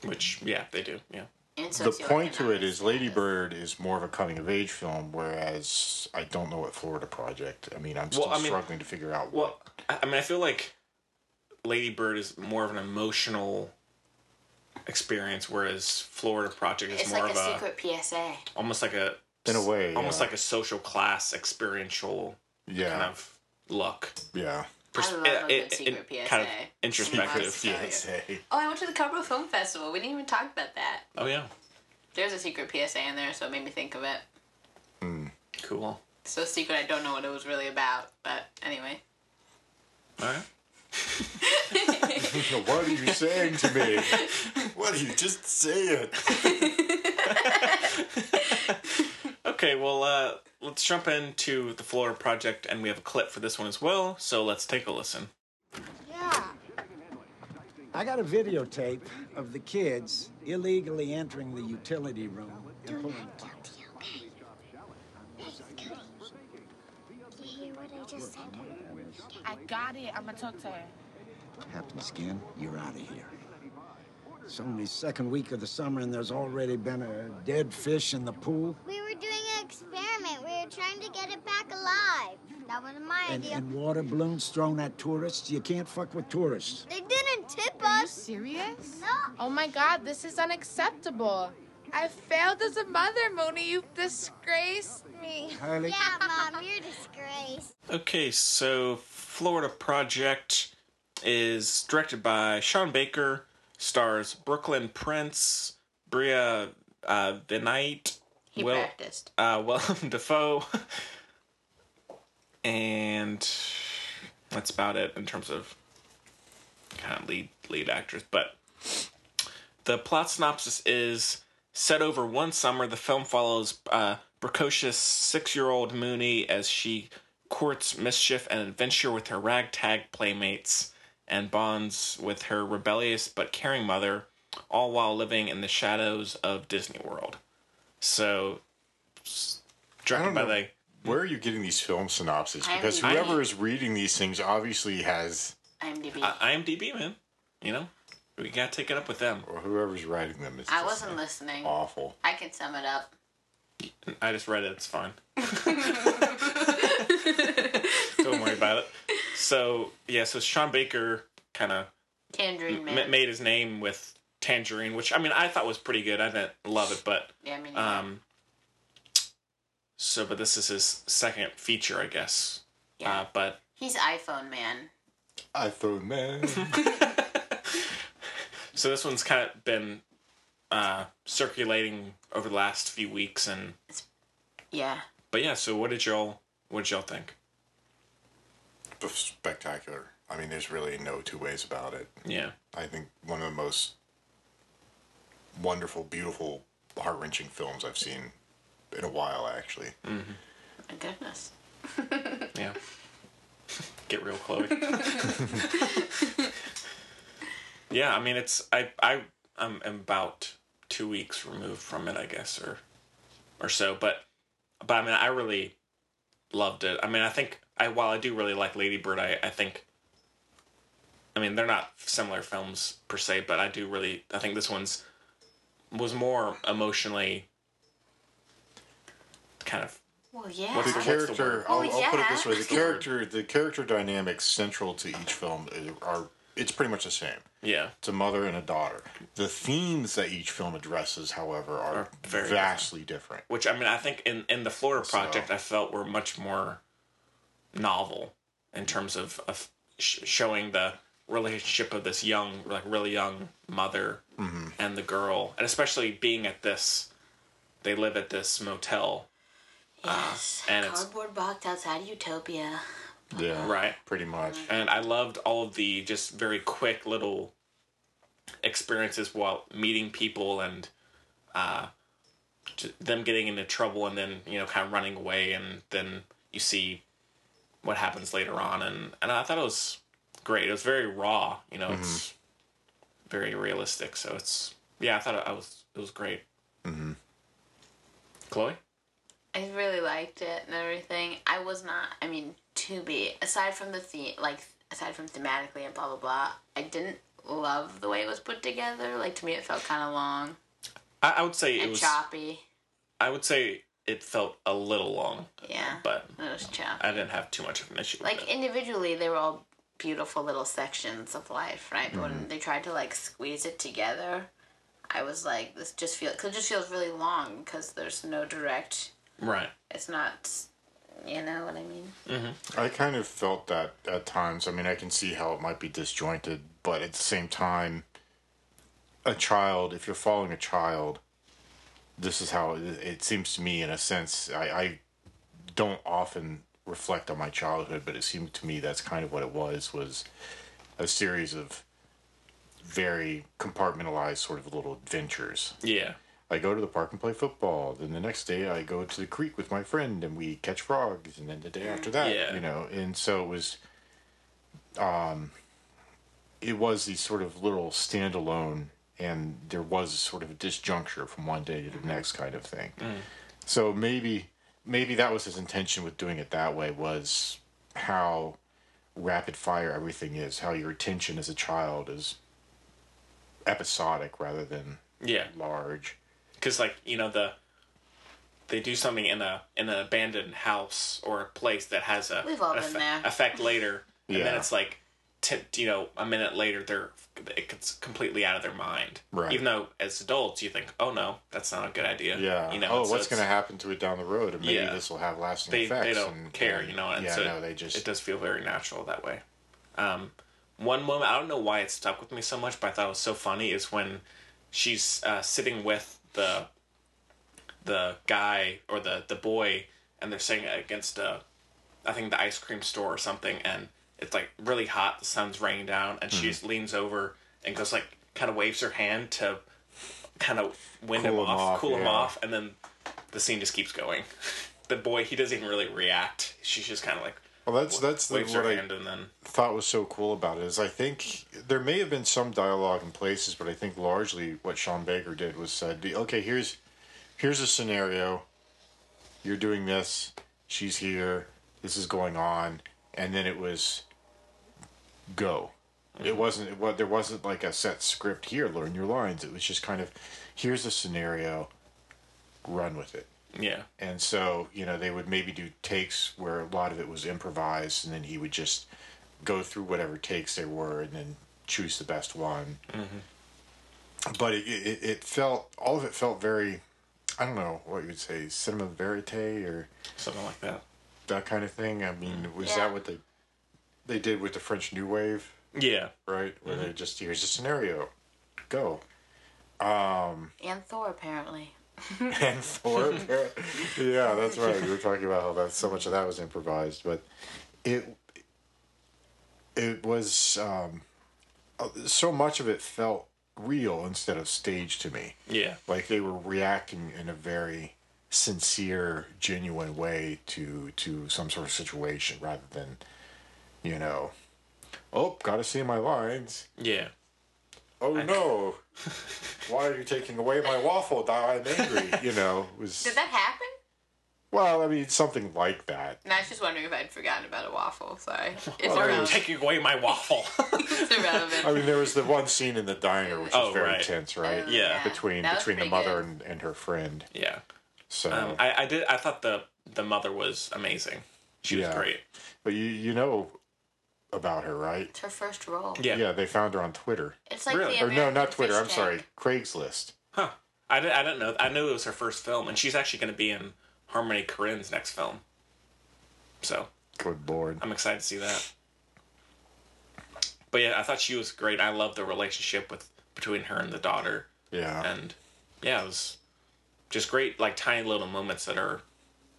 Which, yeah, they do. Yeah.
And
The point to it
socioeconomic.
is Lady Bird is more of a coming of age film, whereas I don't know what Florida Project. I mean, I'm still
I mean-
struggling to figure out
Well,
what.
I I mean, I feel like Lady Bird is more of an emotional experience, whereas Florida Project is
It's
more
like a
of a
secret PSA.
almost like a
In a way,
almost
yeah.
like a social class experiential
Yeah,
kind of look.
yeah.
Pers-
I love a good secret PSA.
Kind of
Secret
introspective.
PSA. Oh, I went to the Carborough Film Festival. We didn't even talk about that.
Oh yeah,
There's a secret PSA in there, so it made me think of it.
cool. All
So secret, I don't know what it was really about, but anyway.
right.
what are you saying to me? What are you just saying?
Okay, well, uh, let's jump into the Florida Project, and we have a clip for this one as well. So let's take a listen.
I got a videotape of the kids illegally entering the utility room. and pulling-
I got it. I'm gonna talk to her.
Happens again, you're out of here. It's only second week of the summer and there's already been a dead fish in the pool.
We were doing an experiment. We were trying to get it back alive. That wasn't my
And,
idea.
and water balloons thrown at tourists. You can't fuck with tourists.
They didn't tip
Are you
us.
serious?
No.
Oh my god, this is unacceptable. I failed as a mother, Mooney. You've disgraced me.
Harley,
Yeah, Mom, you're a disgrace.
Okay, so Florida Project is directed by Sean Baker, stars Brooklyn Prince, Bria uh, Vinite,
He
Will,
practiced.
uh, Willem Dafoe, and that's about it in terms of kind of lead lead actors. But the plot synopsis is set over one summer. The film follows uh, precocious six year old Mooney as she courts mischief and adventure with her ragtag playmates and bonds with her rebellious but caring mother, all while living in the shadows of Disney World. So, s- directed
don't
by
know.
the
Where are you getting these film synopses?
I
Because
mean-
whoever is reading these things obviously has,
IMDb.
uh, IMDb man, you know, we gotta take it up with them.
or whoever's writing them is.
I
just
wasn't listening.
uh,
Awful.
I can sum it up.
I just read it. It's fine. So yeah, so Sean Baker kind of
Tangerine Man.
m- made his name with Tangerine, which I mean I thought was pretty good. I didn't love it, but
Yeah, me neither.
um, so but this is his second feature, I guess. Uh, but
He's iPhone Man.
iPhone man.
so this one's kind of been uh, circulating over the last few weeks, and
Yeah.
but yeah. So what did y'all what did y'all think?
Spectacular. I mean, there's really no two ways about it.
Yeah.
I think one of the most wonderful, beautiful, heart wrenching films I've seen in a while, actually.
My Oh, goodness.
Yeah. Get real, Chloe. yeah, I mean it's I I I'm about two weeks removed from it, I guess, or or so. But but I mean I really loved it. I mean I think I while I do really like Lady Bird, I, I think I mean they're not similar films per se, but I do really I think this one's was more emotionally kind of
Well, yeah.
the character, I'll,
Well,
I'll put it this way:
yeah.
the character, the character dynamics central to each film i- are it's pretty much the same.
yeah.
It's a mother and a daughter. The themes that each film addresses, however, are,
Are very
vastly different.
which I mean, I think in in the Florida project, I felt were much more novel in terms of of sh- showing the relationship of this young, like really young mother and the girl, and especially being at this, they live at this motel,
Yes.
and it's-
Cardboard box outside Utopia.
Yeah,
right?
pretty much.
And I loved all of the just very quick little experiences while meeting people and uh, j- them getting into trouble and then, you know, kind of running away. And then you see what happens later on. And, and I thought it was great. It was very raw, you know, it's very realistic. So it's, yeah, I thought it, I was, it was great. Mm-hmm. Chloe?
I really liked it and everything. I was not. I mean, to be aside from the theme, like aside from thematically and blah blah blah, I didn't love the way it was put together. Like to me, it felt kind of long
I, I would say it
and
was,
choppy.
I would say it felt a little long,
Yeah,
but
it was choppy.
I didn't have too much of an issue with it.
Like individually, they were all beautiful little sections of life, right? But
Mm-hmm.
When they tried to like squeeze it together, I was like, this just feels. Cause it just feels really long because there's no direct.
Right.
It's not. You know what I mean?
I kind of felt that at times. I mean, I can see how it might be disjointed, but at the same time, a child, if you're following a child, this is how it, it seems to me, in a sense. I, I don't often reflect on my childhood, but it seemed to me that's kind of what it was, was a series of very compartmentalized sort of little adventures.
Yeah.
I go to the park and play football. Then the next day, I go to the creek with my friend and we catch frogs. And then the day after that,
Yeah.
you know. And so it was, um, it was these sort of little standalone, and there was sort of a disjuncture from one day to the next kind of thing. So maybe, maybe that was his intention with doing it that way was how rapid fire everything is, how your attention as a child is episodic rather than
Yeah.
large.
because like you know the they do something in a in an abandoned house or a place that has a
We've all
an
been
effe-
there.
effect later and then
Yeah.
it's like t- you know a minute later they're it's completely out of their mind
Right.
even though as adults you think oh no that's not a good idea
Yeah.
you know
oh,
and so
what's
it's-
going to happen to it down the road? And maybe
Yeah.
this will have lasting
they,
effects.
they don't
and-
care
and-
you know and
yeah,
so
no, they just.
it does feel very natural that way um one moment i don't know why it stuck with me so much but i thought it was so funny is when she's uh sitting with the the guy or the the boy and they're sitting against a i think the ice cream store or something and it's like really hot the sun's raining down and
Mm-hmm.
she just leans over and goes like kind of waves her hand to kind of wind
Cool
him,
him
off,
off,
cool him
yeah.
off and then the scene just keeps going the boy he doesn't even really react she's just kind of like
Well, that's that's the,
waves her
what I
hand and then
thought was so cool about it is I think there may have been some dialogue in places, but I think largely what Sean Baker did was said, okay, here's here's a scenario. You're doing this. She's here. This is going on, and then it was go. It wasn't. It, wa- there wasn't like a set script here. Learn your lines. It was just kind of here's a scenario. Run with it
yeah
and so you know they would maybe do takes where a lot of it was improvised and then he would just go through whatever takes there were and then choose the best one. But it, it, it felt, all of it felt very, I don't know what you would say, cinema verite or
something like that.
That kind of thing. I mean, was
Yeah.
that what they they did with the French New Wave?
Yeah.
Right? Where they just, here's a scenario, go.
And Thor, apparently.
and Thor. yeah, that's right. We were talking about how that so much of that was improvised, but it it was um, uh, so much of it felt real instead of staged to me.
Yeah.
Like they were reacting in a very sincere, genuine way to to some sort of situation rather than you know, oh, got to say my lines.
Yeah.
Oh no. Why are you taking away my waffle? Now I'm angry. You know, it was
Did that happen?
well, I mean, something like that.
And I was just wondering if I'd forgotten about a waffle. Sorry.
Oh,
Why
It's
are you
irrelevant.
taking away my waffle?
it's irrelevant.
I mean, there was the one scene in the diner which
Oh,
was very
right.
tense, right?
Oh, yeah.
Between
That was
between the
pretty
mother
good.
and, and her friend.
yeah.
So,
Um, I, I did. I thought the the mother was amazing. She was
Yeah.
great.
but you you know about her, right?
It's her first role.
Yeah.
Yeah, they found her on Twitter.
It's like
Really?
the
Or
American
no, not Twitter.
fish
I'm sorry,
tank.
Craigslist.
Huh. I, did, I didn't know. I knew it was her first film, and she's actually going to be in Harmony Korine's next film. So
Good lord.
I'm excited to see that. But yeah, I thought she was great. I love the relationship with between her and the daughter,
Yeah.
and yeah, it was just great. Like tiny little moments that are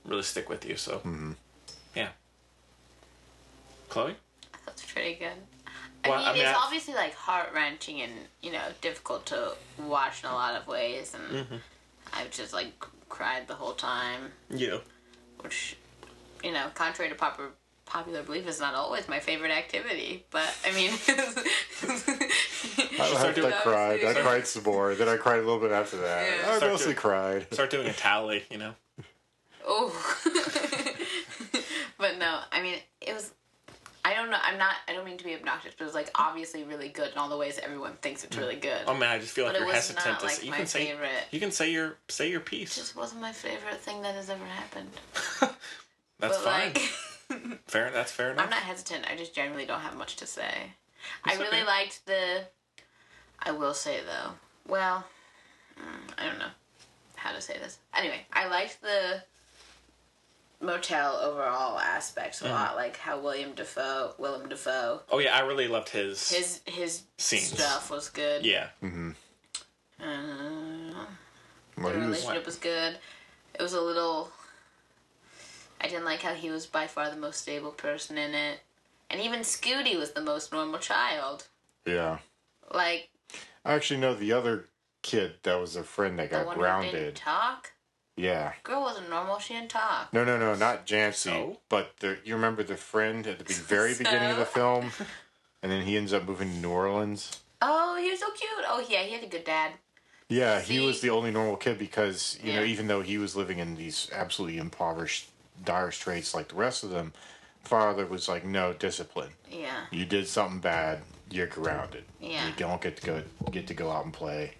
really stick with you. So
Mm-hmm.
yeah, Chloe.
That's pretty good.
Well,
I mean,
I mean,
it's
I-
obviously like heart wrenching and you know difficult to watch in a lot of ways, and
Mm-hmm.
I just like c- cried the whole time,
Yeah.
which you know, contrary to popular popular belief, is not always my favorite activity. But I mean,
I,
started doing-
I cried. I cried some more. Then I cried a little bit after that.
Yeah.
I
Start
mostly
to-
cried.
Start doing a tally. You know.
Oh. but no, I mean, it was. I don't know. I'm not. I don't mean to be obnoxious, but it was like obviously really good in all the ways everyone thinks it's really good.
Oh man, I just feel like
But it
you're
was
hesitant
not,
to
like,
say. You
my
can say
favorite.
you can say your say your piece.
It just wasn't my favorite thing that has ever happened.
that's
but
fine.
like,
fair. That's fair enough.
I'm not hesitant. I just generally don't have much to say. I
It's
really
okay.
liked the. I will say though. Well, mm, I don't know how to say this. Anyway, I liked the motel overall aspects a
Mm-hmm.
lot, like how William Defoe, Willem Defoe,
oh yeah, I really loved his.
his his
Scenes.
stuff was good.
yeah.
Uh,
Well,
the
he was-
relationship was good. It was a little. I didn't like how he was by far the most stable person in it, and even Scooty was the most normal child.
yeah.
Like
Actually, no, the other kid that was a friend that
the
got
one who didn't
grounded.
talk.
Yeah.
Girl wasn't normal. She didn't talk.
No, no, no, not Jancy.
So?
But the, you remember the friend at the be- very beginning of the
So?
film? And then he ends up moving to New Orleans.
Oh, he was so cute. Oh yeah, he had a good dad.
Yeah, he was
See?
the only normal kid because, you know,
Yeah.
even though he was living in these absolutely impoverished, dire straits like the rest of them, father was like, no, discipline.
Yeah.
You did something bad, you're grounded.
Yeah.
You don't get to go get to go out and play.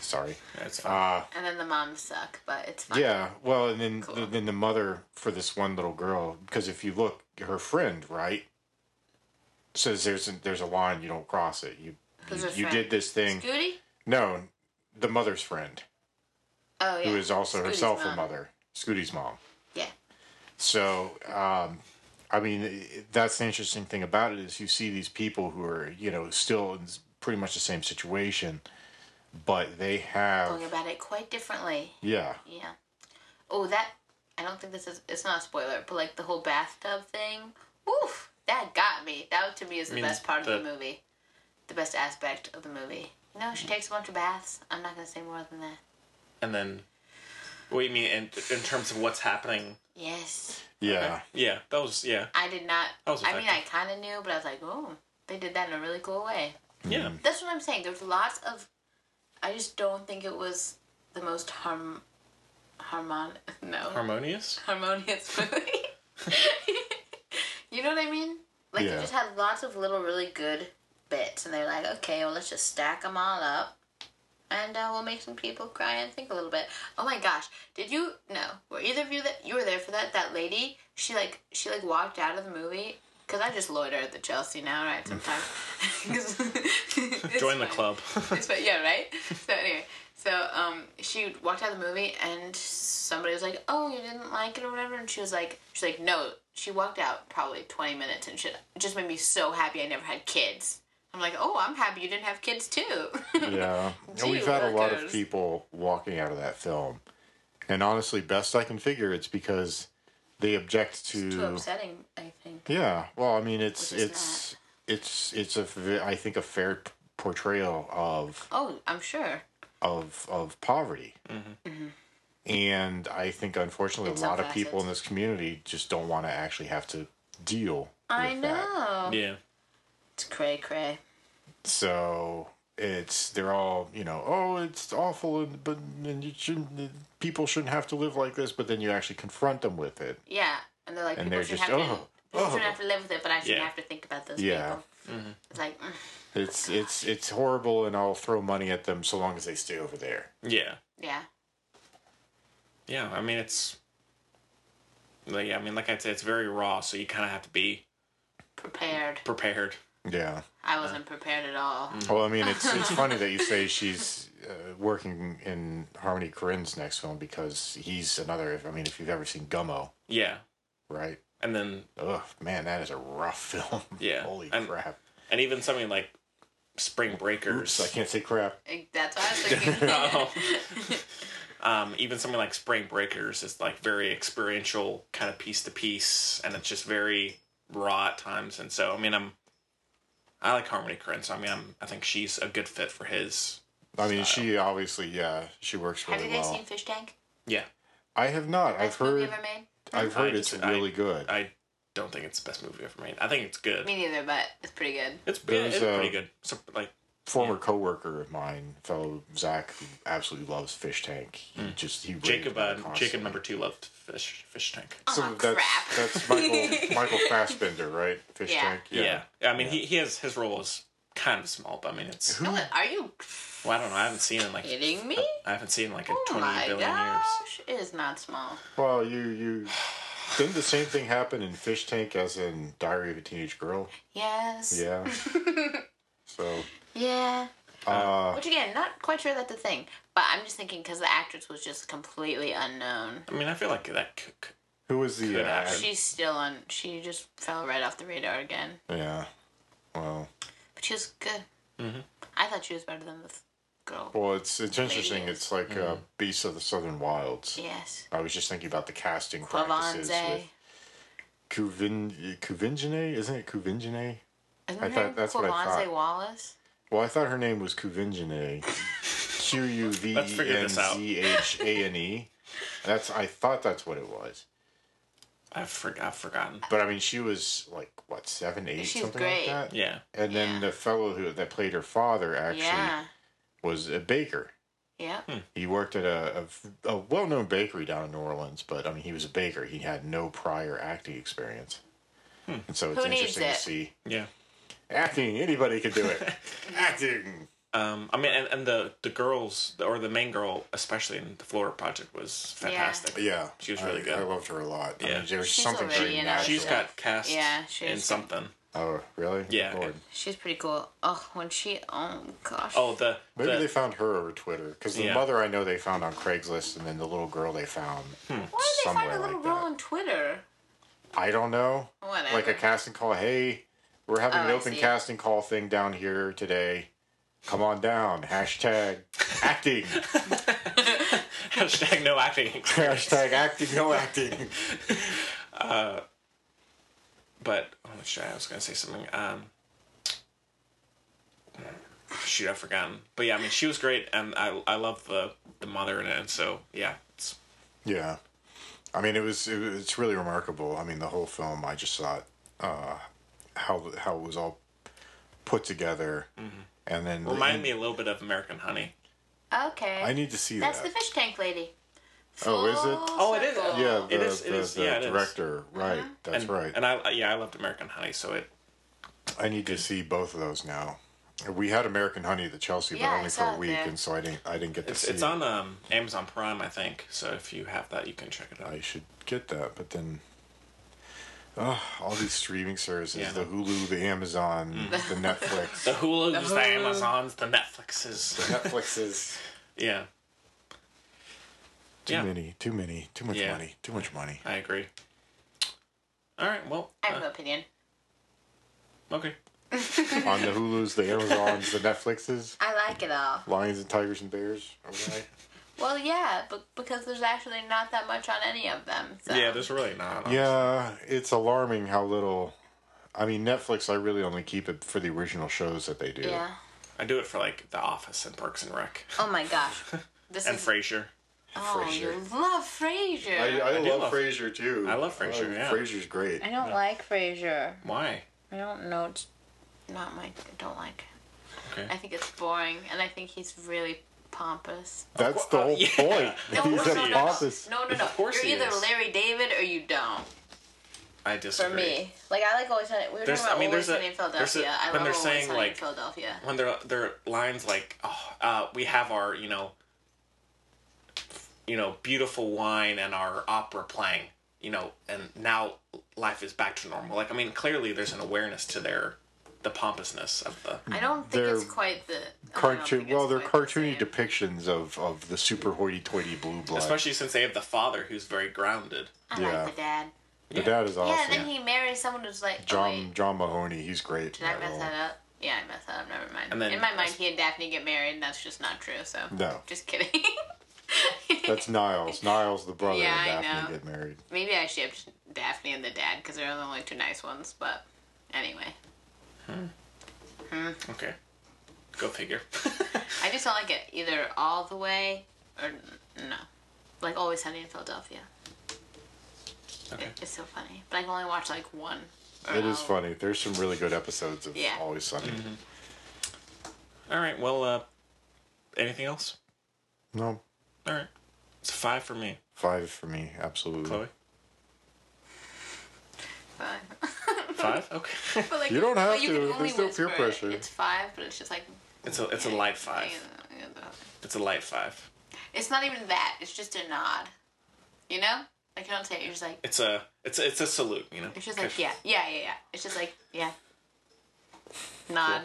Sorry. Uh,
That's fine.
And then the moms suck, but it's fine.
Yeah, well, and then
Cool.
then the mother for this one little girl, because if you look, her friend right says there's there's a line you don't cross it. You
Who's
you,
her
you
friend?
did this thing.
Scooty.
No, the mother's friend,
Oh yeah.
who is also
Scooty's
herself
mom.
a mother, Scooty's mom.
Yeah.
So, um, I mean, it- that's the interesting thing about it is you see these people who are you know still in s- pretty much the same situation, but they have
Going about it quite differently.
yeah
Yeah. Oh, that. I don't think this is. It's not a spoiler, but like the whole bathtub thing. Woof! That got me. That to me is the
mean,
best part of the,
the-
movie. The best aspect of the movie. You know, she takes a bunch of baths. I'm not gonna say more than that.
And then, what do you mean in in terms of what's happening?
Yes.
yeah
Yeah, that was yeah
I did not.
That was
I mean, I
effective.
kind of knew, but I was like, oh, they did that in a really cool way.
yeah.
Mm-hmm.
That's what I'm saying. There's lots of. I just don't think it was the most harm. Harmon. No.
Harmonious.
harmonious movie. you know what I mean? Like
Yeah.
they just had lots of little really good bits, and they're like, okay, well let's just stack them all up, and uh, we'll make some people cry and think a little bit. Oh my gosh, did you? No, were either of you that you were there for that? That lady, she like she like walked out of the movie Because I just loiter at the Chelsea now, right? Sometimes. 'Cause it's
Join the
fine.
club.
It's fine, yeah, right? So, anyway. So, um, she walked out of the movie and somebody was like, oh, you didn't like it or whatever. And she was like, she's like, no. She walked out probably 20 minutes and shit. It just made me so happy I never had kids. I'm like, oh, I'm happy you didn't have kids too.
Yeah.
Gee
and we've had a lot of
whiz.
people walking out of that film. And honestly, best I can figure, it's because they object to.
Too upsetting, I think.
Yeah. Well, I mean, it's
Which is
it's it's it's a v- I think a fair p- portrayal of
Oh, I'm sure.
of of poverty.
Mhm.
And I think unfortunately
In
a
some
lot of people
facets.
in this community just don't want to actually have to deal.
I know.
Yeah.
It's cray cray.
So it's they're all you know oh it's awful and but and you shouldn't people shouldn't have to live like this but then you actually confront them with it
Yeah, and they're like,
And
people
they're
should
just,
have to,
"Oh,
people
oh."
shouldn't have to live with it, but I shouldn't
Yeah.
have to think about those
yeah Mm-hmm.
people. It's like, mm,
it's it's it's horrible and I'll throw money at them so long as they stay over there
Yeah.
yeah,
Yeah. I mean, it's. Like, yeah, I mean, like I said, it's very raw, so you kind of have to be
prepared.
prepared.
yeah
I wasn't prepared at all.
Well, I mean, it's it's funny that you say she's uh, working in Harmony Korine's next film because he's another. I mean, if you've ever seen Gummo,
Yeah.
right?
And then,
Ugh, man, that is a rough film.
yeah.
Holy
and,
crap!
And even something like Spring Breakers.
Oops, I can't say crap.
Like, That's what I was thinking.
No. um, even something like Spring Breakers is like very experiential, kind of piece to piece, and it's just very raw at times. And so, I mean, I'm I like Harmony Korine, so I mean, I'm I think she's a good fit for his.
I mean, she obviously, yeah, she works
have
really
you guys
well.
seen Fish Tank?
Yeah,
I have not. I've
Best movie
heard.
ever made?
I've heard
I
it's
just- I-
really good.
I don't think it's the best movie ever made. I think it's good.
Me neither, but it's pretty good.
It's, yeah,
There's,
it's
uh,
pretty good. So, like,
Former coworker of mine, fellow Zach, who absolutely loves Fish Tank. He just he
Hmm. Jacob, uh,
raves about it
Jacob
constantly.
number two loved Fish Fish Tank.
So that's that's Michael Michael Fassbender, right? Fish
Yeah.
Tank.
Yeah, I mean, he he has his role is kind of small, but I mean, it's
No, Are you
well, I don't know. I haven't seen it in like
kidding me?
I haven't seen it in like in
Oh
twenty
my
billion years.
gosh, it is not small.
Well, you you didn't the same thing happen in Fish Tank as in Diary of a Teenage Girl?
Yes.
Yeah. so
Yeah.
uh,
Which again, not quite sure that's a thing, but I'm just thinking because the actress was just completely unknown.
I mean, I feel like that. c- c-
who was the
Could
uh,
happen.
She's still on. She just fell right off the radar again.
yeah? Well,
But she was good.
Mm-hmm.
Mhm.
I thought she was better than this girl.
well, it's it's interesting.
Lady
It's like
Hmm.
uh, Beasts of the Southern Wilds.
Yes.
I was just thinking about the casting practices
Quavonze.
with Kuvin Kuvingine, isn't it Kuvingine?
Isn't
I
her
thought-
name
that's what I
Quavonze
thought.
Wallace?
Well, I thought her name was Kuvingine. Q U V E
Let's figure
N
this out.
Z H A N E. That's I thought that's what it was.
I've, forg I've forgotten.
But I mean, she was like what seven, eight,
She's
something
great.
like that.
Yeah.
And then the fellow who that played her father actually hmm.
Yeah.
was a baker.
Yeah.
He worked at a, a, a well-known bakery down in New Orleans, but I mean, he was a baker. He had no prior acting experience, and so it's
Who needs
interesting
it?
to see
Yeah.
acting. Anybody could do it. acting.
Um, I mean, and, and the, the girls, or the main girl, especially in the Flora Project, was fantastic.
Yeah,
She was really
I,
good.
I loved her a lot. I
Yeah.
mean, there was
She's
something
already
very
in our
natural.
She's got cast
Yeah, she
in
was-
something.
Oh, really?
Yeah.
Lord.
She's pretty cool. Oh, when she. Oh, gosh.
Oh, the.
Maybe
the-
they found her over Twitter because the
Yeah.
mother I know they found on Craigslist, and then the little girl they found
Hmm.
Why did they
somewhere
find a little
like
girl
that.
on Twitter?
I don't know.
Whatever.
Like a casting call. Hey, we're having
Oh,
an
I
open
see.
casting call thing down here today. Come on down. Hashtag acting.
hashtag no acting.
Hashtag acting. No acting.
But, oh, shit, I was going to say something. Um, shoot, I've forgotten. But yeah, I mean, she was great, and I I love the, the mother in it, and so, yeah. It's,
Yeah. I mean, it was. It, was- it's really remarkable. I mean, the whole film. I just thought uh, how how it was all put together, and then
Mm-hmm. remind me a little bit of American Honey.
Okay.
I need to see
That's
that.
the fish tank lady.
Oh, is it?
Full
Oh, it is.
circle.
yeah, the,
It is- it
the,
is-
the
yeah, it is.
director.
Uh-huh.
Right. That's
and,
right.
And I, yeah, I loved American Honey, so it
I need to see both of those now. We had American Honey at the Chelsea,
Yeah, I
but only for
saw
a
it
week,
there.
and so I didn't. I didn't get to
It's,
see.
it's
it.
on um, Amazon Prime, I think. So if you have that, you can check it out.
I should get that, but then Ugh, all these streaming services
Yeah. Mm.
the Hulu, the Amazon, the Netflix.
The Hulu's, the,
Hulu.
Amazons, the Netflixes.
Netflixes.
yeah.
Too
Yeah.
many, too many, too much
Yeah.
money, too much money.
I agree. All right, well, uh,
I have an opinion.
okay.
On the Hulus, the Amazons, the Netflixes,
I like it all.
Lions and Tigers and Bears. Okay.
Well, yeah, but because there's actually not that much on any of them. So.
Yeah, there's really not.
Yeah, it's alarming how little. I mean, Netflix. I really only keep it for the original shows that they do.
Yeah.
I do it for like The Office and Parks and Rec
Oh my gosh. This
and
is.
Frasier.
oh,
Frasier.
you love Frasier.
I, I,
I do
love,
love-
Frasier too.
I love Frasier, yeah.
Frasier's great.
I don't like Frasier.
Why?
I don't know. It's not my. I don't like it.
Okay.
I think it's boring, and I think he's really pompous.
That's the whole point. He's an office.
No, no, no.
course
You're
he
either
is.
Larry David or you don't.
I
For
disagree.
me, like I like always sunny. We were
There's-
talking about
I mean,
always
there's a-
sunny in
there's a-
Philadelphia. I
when
love
they're
always
saying,
sunny in
like-
Philadelphia.
when their their lines like oh, uh, we have our you know you know beautiful wine and our opera playing you know and now life is back to normal like i mean clearly there's an awareness to their the pompousness of the
I don't think it's
They're
quite the.
Cartoon. Well, they're cartoony
depictions.
depictions of of the super hoity-toity blue blood.
especially since they have the father who's very grounded
I
Yeah.
like the dad.
the dad is
Yeah,
awesome.
and then he marries someone who's like. Oh,
John
wait,
John Mahoney. He's great.
did
in
I
that
mess
role.
that up? Yeah, I messed that up. Never mind.
And then-
in my mind, he and Daphne get married, and that's just not true. So.
No.
Just kidding.
That's Niles. Niles, the brother
Yeah, I
of Daphne,
know.
get married.
Maybe I shipped Daphne and the dad because they're the only two nice ones. But anyway,
okay go figure
I just don't like it either all the way or n- no. Like always sunny in Philadelphia.
Okay.
It- it's so funny, but I've only watched like one. or
It is
all-
funny. There's some really good episodes of
Yeah.
Always Sunny.
Mm-hmm. all right well uh anything else
No,
all right it's a five for me
five for me, absolutely.
chloe
Five.
five okay
But, like,
You don't
but
have
you can
to.
only
There's no
whisper
peer
it.
pressure.
It's five, but it's just like.
it's a it's a light five it's a light five
It's not even that. It's just a nod. You know, like you don't say it. You're just like.
it's a it's a, it's a salute you know
It's just like yeah, yeah, yeah, yeah. It's just like yeah. Nod.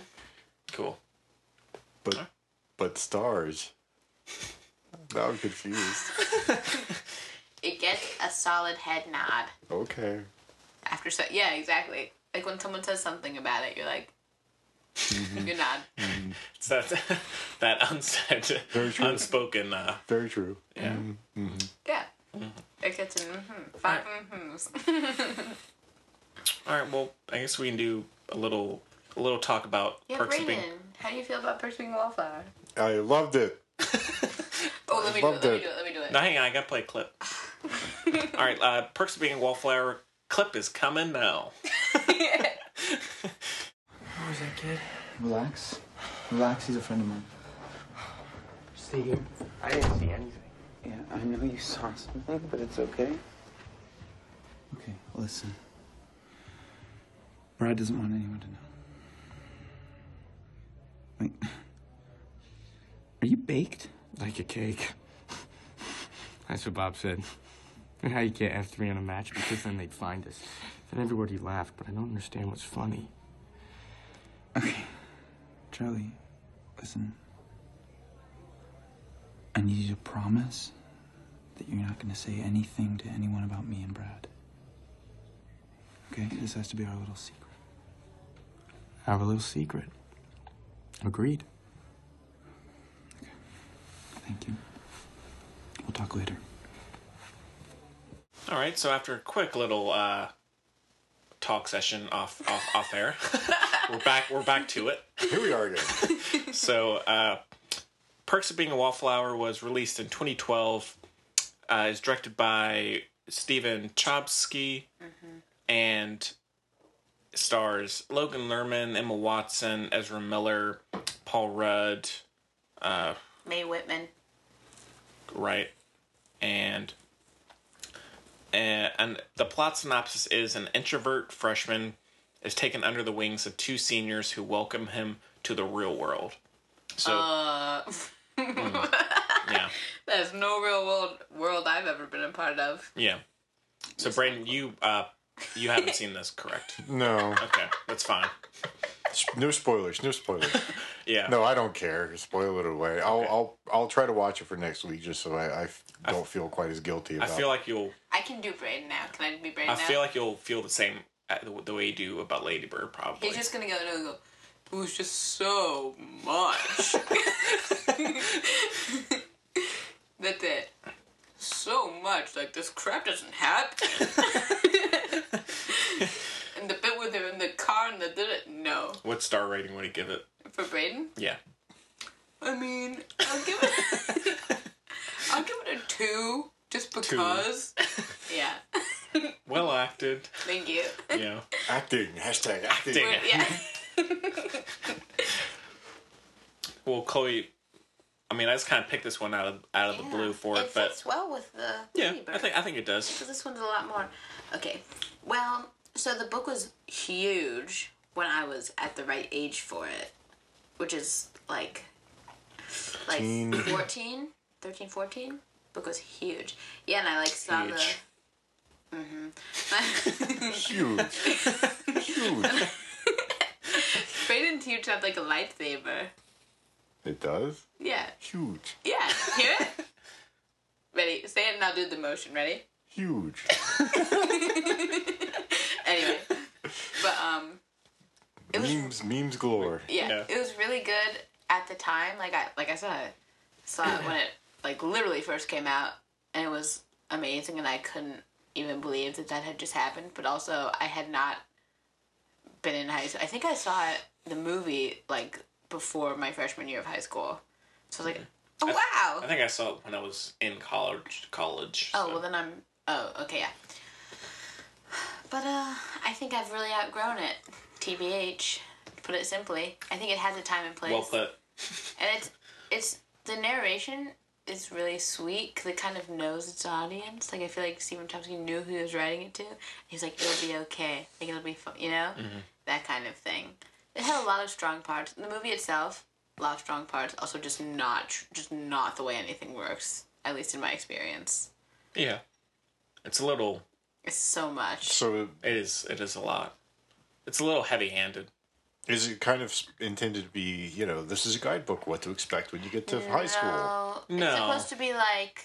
cool
But but stars. Now I'm confused.
It gets a solid head nod.
Okay.
after so yeah exactly like when someone says something about it you're like you nod
It's that that unsaid,
Very true.
unspoken. Uh,
Very true. Mm.
yeah.
yeah it gets in mm-hmm, five mhm's
All right. Well, I guess we can do a little a little talk about
yeah
perks of
Brayden
being.
how do you feel about Perks of Being a Wallflower
I loved it.
oh let me do it
Loved
let me
it.
do it let me do it
No, Oh, hang on. I gotta play a clip. All right. Uh, perks of being a wallflower. Clip is coming now.
Who was that kid? Relax. Relax, he's a friend of mine. Stay here. I didn't see anything. Yeah, I know you saw something, but it's okay. Okay, listen. Brad doesn't want anyone to know. Like, are you baked?
Like a cake. That's what Bob said. And how you can't have three on a match because then they'd find us. And everybody laughed, but I don't understand what's funny.
Charlie, listen. I need you to promise that you're not going to say anything to anyone about me and Brad. Okay? This has to be our little secret.
Our little secret. Agreed.
Thank you. We'll talk later.
All right. So after a quick little uh, talk session off off off air, we're back. We're back to it.
Here we are again.
so uh, perks of being a wallflower was released in 2012 uh, is directed by stephen chomsky and stars logan lerman emma watson ezra miller paul rudd uh,
Mae Whitman
right and and and the plot synopsis is an introvert freshman is taken under the wings of two seniors who welcome him to the real world so
uh
yeah
that's no real world world I've ever been a part of
Yeah. So, Brayden, you uh, You haven't seen this, correct?
No.
Okay, that's fine.
No spoilers. No spoilers.
Yeah.
No, I don't care. Spoil it away. I'll I'll I'll try to watch it for next week just so I, I f- don't feel quite as guilty
I
about.
feel like you'll.
I can do Braden now. Can I be Braden
I
now?
feel like you'll feel the same uh, the, the way you do about Lady Bird, probably.
He's just gonna go and go. It was just so much. That's it. So much. Like this crap doesn't happen. and the bit with him in the car and the did it. No,
What star rating would he give it?
for Braden.
Yeah.
I mean, I'll give it. I'll give it a two, just because. Yeah.
Well acted.
Thank you.
Yeah.
acting. Hashtag acting.
We're- yeah.
Well, Chloe, I mean, I just kind of picked this one out of out of the blue for it,
It
but
fits well with the
yeah,
Lady Bird.
I think I think it does.
So this one's a lot more. Okay. Well, so the book was huge when I was at the right age for it, which is like like
Teen.
14, 13, 14. Book was huge. Yeah, and I like saw
Huge.
the Mhm.
Huge. Huge.
Braden huge had like a lightsaber.
It does.
Yeah.
Huge.
Yeah. Hear it? Ready? Say it and I'll do the motion. Ready?
Huge.
Anyway. But um
memes. Memes galore.
Yeah, it was really good at the time. Like I like I said, I saw it when it like literally first came out, and it was amazing, and I couldn't even believe that that had just happened. But also, I had not been in high school. I think I saw it the movie like before my freshman year of high school. So I was like, oh wow.
I think I saw it when I was in college. College.
Oh well, then I'm. Oh okay, yeah. But uh, I think I've really outgrown it. Tbh, to put it simply. I think it has a time and place.
Well put.
and it's it's the narration is really sweet 'cause it kind of knows its audience. Like I feel like Stephen Thompson knew who he was writing it to. He's like, it'll be okay. Like it'll be fun. You know,
Mhm.
that kind of thing. It had a lot of strong parts. The movie itself, a lot of strong parts. Also, just not just not the way anything works. At least in my experience,
Yeah. It's a little.
it's so much.
So
it is. It is a lot. It's a little heavy-handed.
Is it kind of intended to be? You know, this is a guidebook. What to expect when you get to high school.
It's
No.
supposed to be like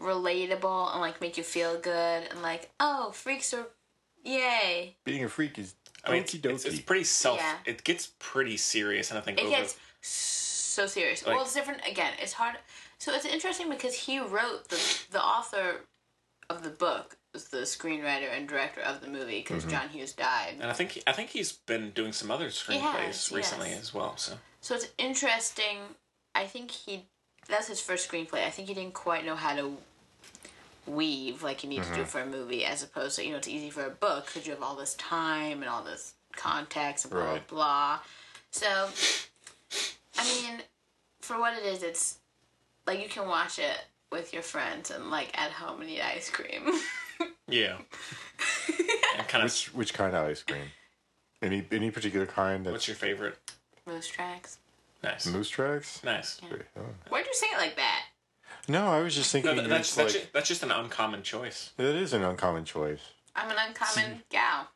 relatable and like make you feel good and like, oh, freaks are yay.
Being a freak is.
I mean, it's, it's, it's pretty self.
Yeah.
It gets pretty serious, and I think
It
over.
gets so serious.
Like-
well, it's different again. It's hard. So it's interesting because he wrote the the author of the book was the screenwriter and director of the movie because
Mhm.
John Hughes died.
and I think he- I think he's been doing some other screenplays
has,
recently
yes.
as well. So
So it's interesting. I think he that's his first screenplay. I think he didn't quite know how to weave like you need to do
Mhm.
for a movie, as opposed to you know it's easy for a book because you have all this time and all this context and blah
Right.
blah blah. So, I mean, for what it is, it's like you can watch it with your friends and like at home and eat ice cream.
yeah. kind
which which kind of ice cream? Any any particular kind? That's
What's your favorite?
Moose tracks.
Nice.
Moose tracks.
Nice.
Why'd you say it like that?
No, I was just thinking.
No, that- that's
it's
that's,
like,
ju- that's just an uncommon choice.
That is an uncommon choice.
I'm an uncommon gal.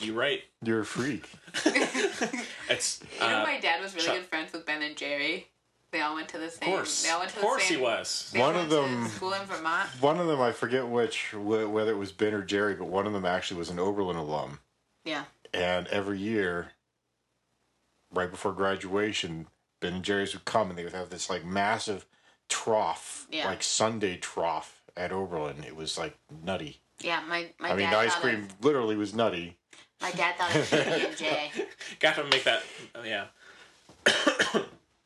You're right.
You're a freak.
it's
You know,
uh,
my dad was really
Chuck-
good friends with Ben and Jerry. They all went to the
Of
same.
course,
They all went to
of
the
course
same
he was.
they
One
went
of
to
them-
School in Vermont.
One of them, I forget which, wh- whether it was Ben or Jerry, but one of them actually was an Oberlin alum.
Yeah.
And every year, right before graduation, Ben and Jerry's would come and they would have this like massive trough,
Yeah.
like Sunday trough at Oberlin. It was like nutty.
Yeah, my my
I mean,
dad
ice
thought
cream literally was nutty.
It, my dad thought it was PB and J.
Got to make that. uh, yeah.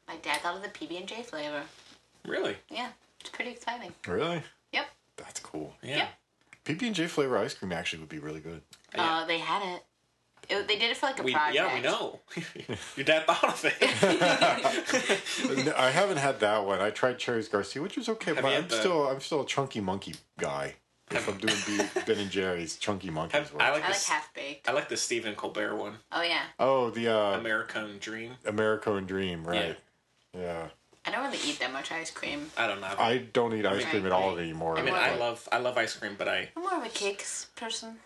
My dad thought of the PB and J flavor.
Really?
Yeah, it's pretty exciting.
Really?
Yep.
That's cool.
Yeah.
Yep.
PB and J flavor ice cream actually would be really good.
Uh, they had it. it. They did it for like a
We,
project.
yeah, we know. Your dad thought of it.
No, I haven't had that one. I tried Cherries Garcia, which was okay,
Have
but
you had
I'm
the-
still I'm still a chunky monkey guy. If I'm doing B, Ben and Jerry's chunky monkey as well.
I
I
like
like
this.
half baked.
I like the Stephen Colbert one.
Oh yeah,
oh, the uh,
American Dream.
American Dream, right? Yeah.
I don't really eat that much ice cream.
I don't know.
I don't eat ice
mean,
cream at all anymore.
I mean, I
but-
love I love ice cream, but I
I'm more of a cakes person.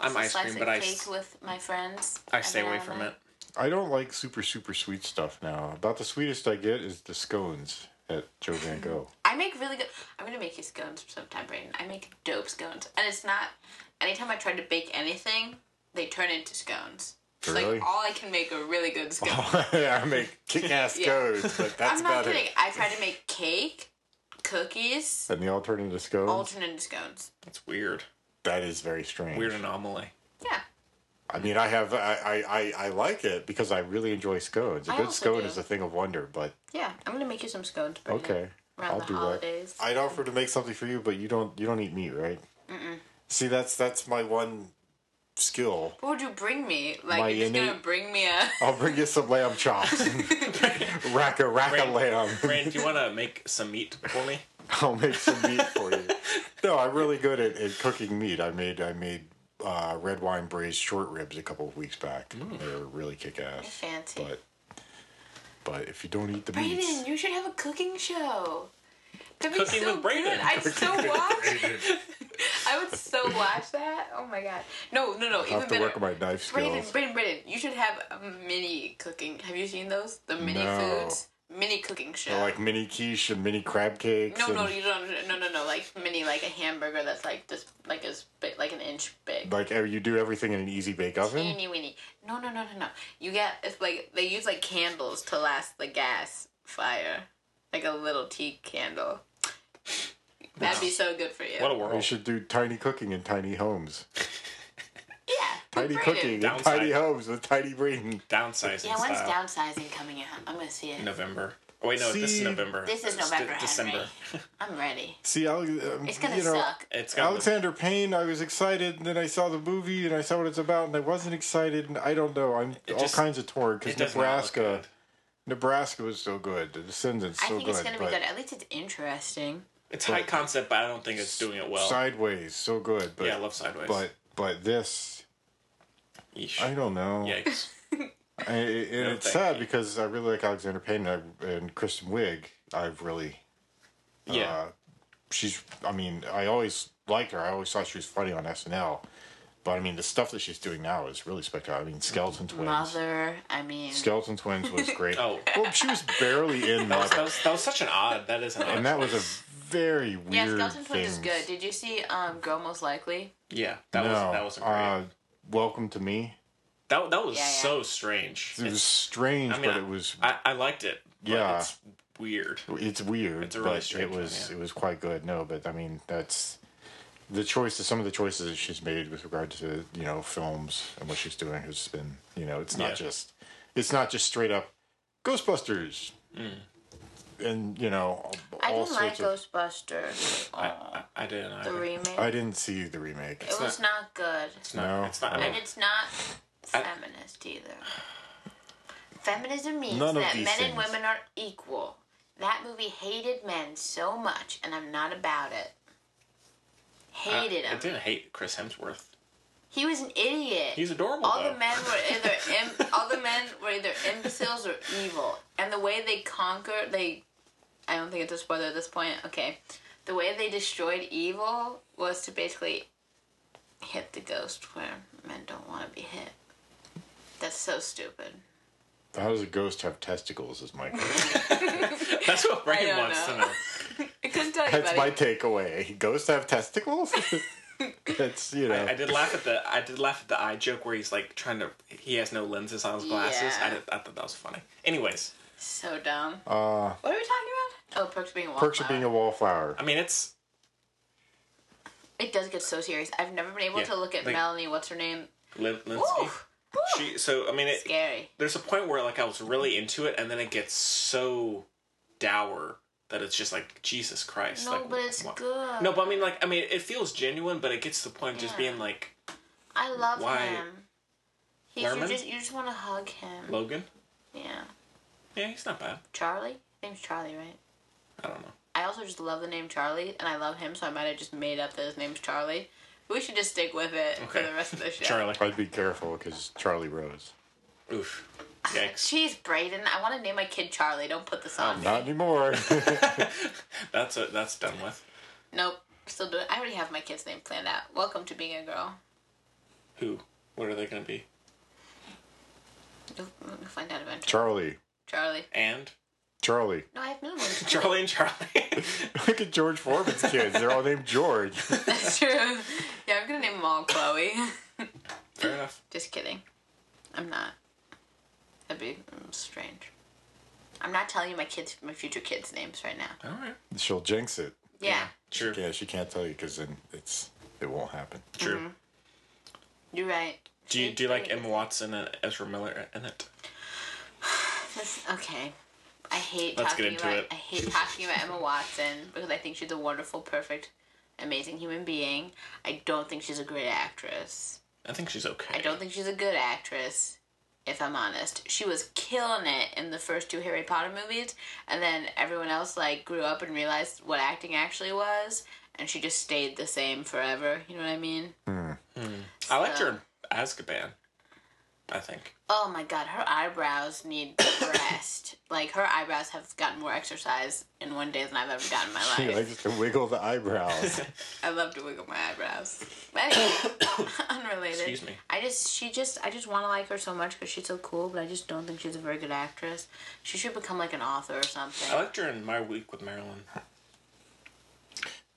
I'm ice
slice
cream,
of
but I,
cake
s-
with my friends.
I stay
and
away
then
from
I-
it.
I don't like super super sweet stuff now. About the sweetest I get is the scones at Joe Van Gogh.
I make really good. I'm gonna make you scones sometime, Brayden. I make dope scones, and it's not. Anytime I try to bake anything, they turn into scones. It's
Really?
Like all I can make are really good scones.
yeah, I make kick ass
Yeah.
scones, but that's
I'm not
about
kidding.
it.
I try to make cake, cookies,
And the alternative scones.
alternate scones.
That's weird.
That is very strange. Weird
anomaly.
Yeah.
I mean, I have I I, I, I like it because I really enjoy scones. A
I
good
also
scone
do.
is a thing of wonder, but
Yeah, I'm gonna make you some scones. Brayden,
okay,
Around
I'll
the
do
holidays.
that. I'd offer to make something for you, but you don't you don't eat meat, right?
Mm-mm.
See, that's that's my one skill.
What would you bring me? Like,
My
you're just gonna
innate- Oh.
bring me a.
I'll bring you some lamb chops, rack a rack of lamb.
Brand, do you want to make some meat for me?
I'll make some meat for you. No, I'm really good at, at cooking meat. I made I made uh, red wine braised short ribs a couple of weeks back. They were really kick ass.
Fancy.
But but if you don't eat the meats,
Brayden, you should have a cooking show. That'd be
Cooking
so
with Brayden.
good. I'd so
Cooking with
watch. I would so watch that. Oh my god. No, no, no.
I'll
even
have to
better.
work on my knife
Brayden,
skills.
Brayden, Brayden, you should have a mini cooking. Have you seen those? The mini
No.
foods, mini cooking show.
They're like mini quiche and mini crab cakes.
no,
and
no, you don't. No, no, no. Like mini, like a hamburger that's like this, like as big, like an inch big.
Like eh, you do everything in an easy bake oven.
Teeny weeny. No, no, no, no, no. You get it's like they use like candles to last the gas fire, like a little tea candle. That'd be so good for you.
We should do tiny cooking in tiny homes. yeah. Tiny
Brayden.
cooking in tiny homes with tiny brain.
Downsizing
Yeah, when's
style.
downsizing coming out? I'm gonna see it.
November. Oh, wait, no, this is
See?
November.
This is
It's
November, Henry.
December.
I'm ready.
See, I'll, um,
It's gonna
you know,
suck.
It's gonna
Alexander Payne. I was excited, and then I saw the movie, and I saw what it's about, and I wasn't excited, and I don't know. I'm all
just-
kinds of torn
it
because
does not look
Nebraska, Nebraska was so good. The Descendants
I
so
think
good,
it's gonna be
but
good. At least it's interesting.
It's high concept, but I don't think it's doing it well.
Sideways so good. But,
Yeah, I love Sideways.
But but this, I don't know.
Yikes.
I, it,
No,
it's
thank
sad because I really like Alexander Payne and, I, and Kristen Wiig. I've really,
Yeah.
uh, she's. I mean, I always liked her. I always thought she was funny on SNL, but I mean, the stuff that she's doing now is really spectacular. I mean, Skeleton Twins.
Mother, I mean,
Skeleton Twins was great.
Oh.
Well, she was barely in
That was, that,
Mother,
was, that was such an odd. That is an odd.
and that was a
choice.
very weird.
yeah, Skeleton Twins is
thing.
good. Did you see um, Girl Most Likely?
Yeah, that was that was a great.
Uh, Welcome to Me.
that that was
Yeah, yeah.
so strange.
It was strange,
I mean,
but
I-
it was
I, I liked it. But
Yeah.
it's weird.
It's weird.
It's a really
but
strange
It
one,
was
yeah.
it was quite good. No, but I mean that's the choices. Some of the choices that she's made with regard to you know films and what she's doing has been you know it's not
Yeah.
just it's not just straight up Ghostbusters
Mm.
and you know all
I didn't like
sorts of.
Ghostbusters. Oh,
I, I, I didn't.
The
Either.
remake.
I didn't see the remake.
it was not, good.
It's not.
No.
It's not. I mean,
And it's not
I-
feminist either. Feminism means
None of
that men
these things.
and women are equal. That movie hated men so much, and I'm not about it. Hated
I, I
him.
didn't hate Chris Hemsworth.
He was an idiot.
He's adorable,
All
though.
the men were either Im- all the men were either imbeciles or evil, and the way they conquered, they I don't think it's a spoiler at this point. Okay, the way they destroyed evil was to basically hit the ghost where men don't want to be hit. That's so stupid.
How does a ghost have testicles? Is my question.
That's what
I
Brayden
don't
wants to
know.
know.
I couldn't tell you
That's
about
my
it.
takeaway. Ghosts have testicles. That's you know.
I, I did laugh at the I did laugh at the eye joke where he's like trying to he has no lenses on his glasses. I,
Yeah.
did, I thought that was funny. Anyways,
So dumb.
uh,
What are we talking about? Oh, perks of being a
perks of
wallflower.
being a wallflower.
I mean it's
It does get so serious. I've never been able
Yeah,
to look at
like-
Melanie. What's her name?
Lin- Linsky. She so I mean it,
Scary.
there's a point where like I was really into it and then it gets so dour that it's just like Jesus Christ.
No,
like,
but it's
what-
good.
No, but I mean like I mean it feels genuine, but it gets to the point of just
Yeah.
being like
I love
Why-
him. He's, you
Lerman?
just you just want to hug him.
Logan.
Yeah,
Yeah, he's not bad.
Charlie. His name's Charlie, right?
I don't know.
I also just love the name Charlie, and I love him, so I might have just made up that his name's Charlie. We should just stick with it for the rest of the show.
I'd be careful because Charlie Rose.
Oof.
Jeez, Brayden, I want to name my kid Charlie. Don't put this on. me.
Not anymore.
That's a, that's done with.
Nope. Still do it. I already have my kid's name planned out. Welcome to being a girl.
Who? What are they going to be?
We'll we'll find out eventually.
Charlie.
Charlie.
And?
Charlie.
No, I have no one.
Charlie and Charlie.
Look at George Foreman's kids. They're all named George.
That's true. Yeah, I'm gonna name them all Chloe.
Fair enough.
Just kidding. I'm not. That'd be mm, strange. I'm not telling you my kids, my future kids' names right now.
All right.
She'll jinx it.
Yeah.
True.
Yeah, she can't tell you because then it's it won't happen.
True.
Mm-hmm. You're right.
Do you do you like Emma Watson and Ezra Miller in it?
That's- okay. I hate
Let's
talking
get into
about.
it.
I hate talking about Emma Watson because I think she's a wonderful, perfect, amazing human being. I don't think she's a great actress.
I think she's okay.
I don't think she's a good actress, if I'm honest. She was killing it in the first two Harry Potter movies, and then everyone else like grew up and realized what acting actually was, and she just stayed the same forever. You know what I mean?
Hmm. I liked
So-
her in Azkaban. I think.
Oh my god, her eyebrows need rest. like her eyebrows have gotten more exercise in one day than I've ever gotten in my
She
life.
likes to wiggle the eyebrows.
I love to wiggle my eyebrows. But anyway, unrelated.
Excuse me.
I just, she just, I just want to like her so much because she's so cool, but I just don't think she's a very good actress. She should become like an author or something.
Oh.
I liked her in My Week with Marilyn.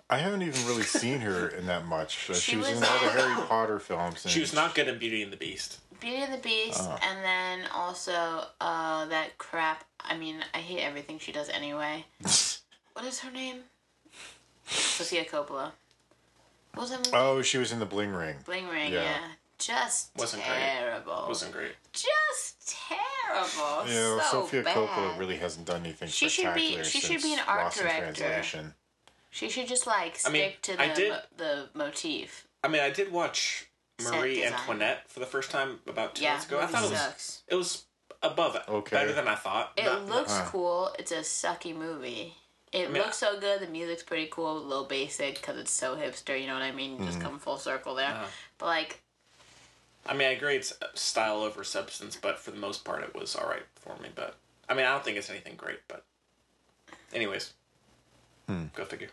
I haven't even really seen her in that much. Uh, she,
She
was,
was
in all the
in-
Harry Potter films. And
She was not good in Beauty and the Beast.
Beauty and the Beast,
Oh.
and then also uh, that crap. I mean, I hate everything she does anyway. what is her name? Sophia Coppola. What was that movie?
Oh, she was in the Bling Ring.
Bling Ring,
Yeah.
yeah. Just
Wasn't great.
terrible.
Wasn't great.
Just terrible.
yeah, well,
so
Sophia
bad.
Coppola really hasn't done anything
She should be-
spectacular
she should
since
be an art
Lost in
director.
Translation.
She should just like
I
stick
mean,
to the
I did-
mo- the motif.
I mean, I did watch
Set
Marie
design.
Antoinette for the first time about two
Yeah,
months ago. I
movie
thought it was
sucks.
it was above it,
Okay.
better than I thought.
It
Not-
looks
not-
cool. It's a sucky movie. It
I mean,
looks so good. The music's pretty cool, a little basic because it's so hipster. You know what I mean? You Just
Mhm.
come full circle there.
Uh-huh.
But like,
I mean, I agree it's uh, style over substance, but for the most part, it was all right for me. But I mean, I don't think it's anything great. But anyways, go figure.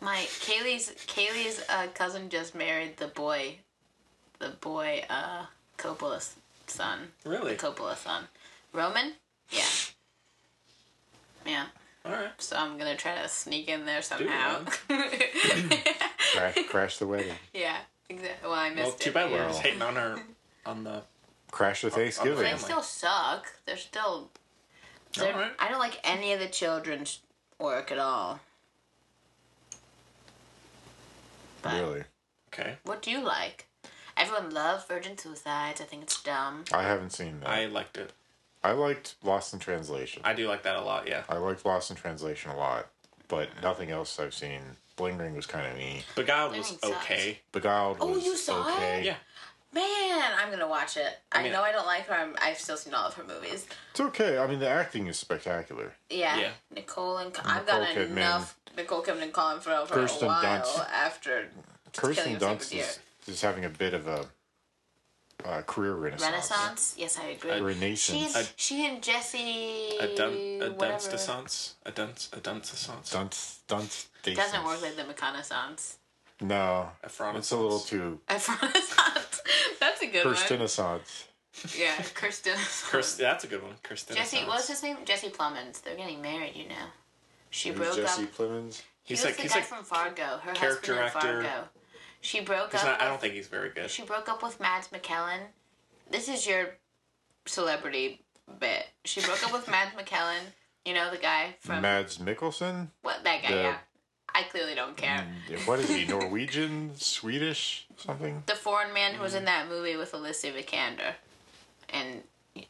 my Kaylee's Kaylee's uh, cousin just married the boy, the boy uh, Coppola's son.
Really?
the Coppola son, Roman. Yeah, yeah.
All right.
So I'm gonna try to sneak in there somehow.
Cra- crash the wedding.
yeah, exactly. Well, I missed
Well,
it.
too bad we're
yeah.
just hating on her on the.
Crash the Thanksgiving.
They still suck. They're still. They're, I don't like any of the children's work at all.
Really.
Okay.
What do you like? Everyone loves Virgin Suicides. I think it's dumb.
I haven't seen that.
I liked it.
I liked Lost in Translation.
I do like that a lot. Yeah.
I liked Lost in Translation a lot, but nothing else I've seen. Bling Ring was kind of neat.
Beguiled was okay.
Beguiled
Oh,
was
you saw it?
okay.
Yeah. Man, I'm gonna watch it. I,
I mean-
know I don't like her. I'm, I've still seen all of her movies.
It's okay. I mean, the acting is spectacular.
Yeah, Nicole and I've
Nicole
got
Kidman.
enough Nicole Kidman and Colin Farrell for
Kirsten
a while
Dunst.
after
Kirsten
Killing of a
Dunst
Sacred
is,
Deer.
is having a bit of a uh, career renaissance.
Renaissance. Yes, I agree.
A renaissance.
She and, she and Jesse.
A dun a dunce
whatever.
dissonance. A dunce a dunce dissonance.
Dunce dunce.
Doesn't work like the reconnaissance.
No,
Afronaissance.
it's a little too
Afronaissance. That's a good one.
Kirstenissance.
Yeah, Kirsten.
Kirst, that's a good one. Kirsten.
Jesse, what's his name? Jesse Plummins. They're getting married, you know. She broke
Jesse
up.
Plemons.
He was the guy from Fargo. Her
character
husband in
actor.
Fargo. She broke
He's
up.
not, I
with-
don't think he's very good.
She broke up with Mads McKellen. This is your celebrity bit. She broke up with Mads McKellen. You know the guy from
Mads Mikkelsen.
what that guy?
The-
yeah, I clearly don't care.
Mm.
What is he? Norwegian, Swedish, something.
The foreign man who was
Mm.
in that movie with Alicia Vikander and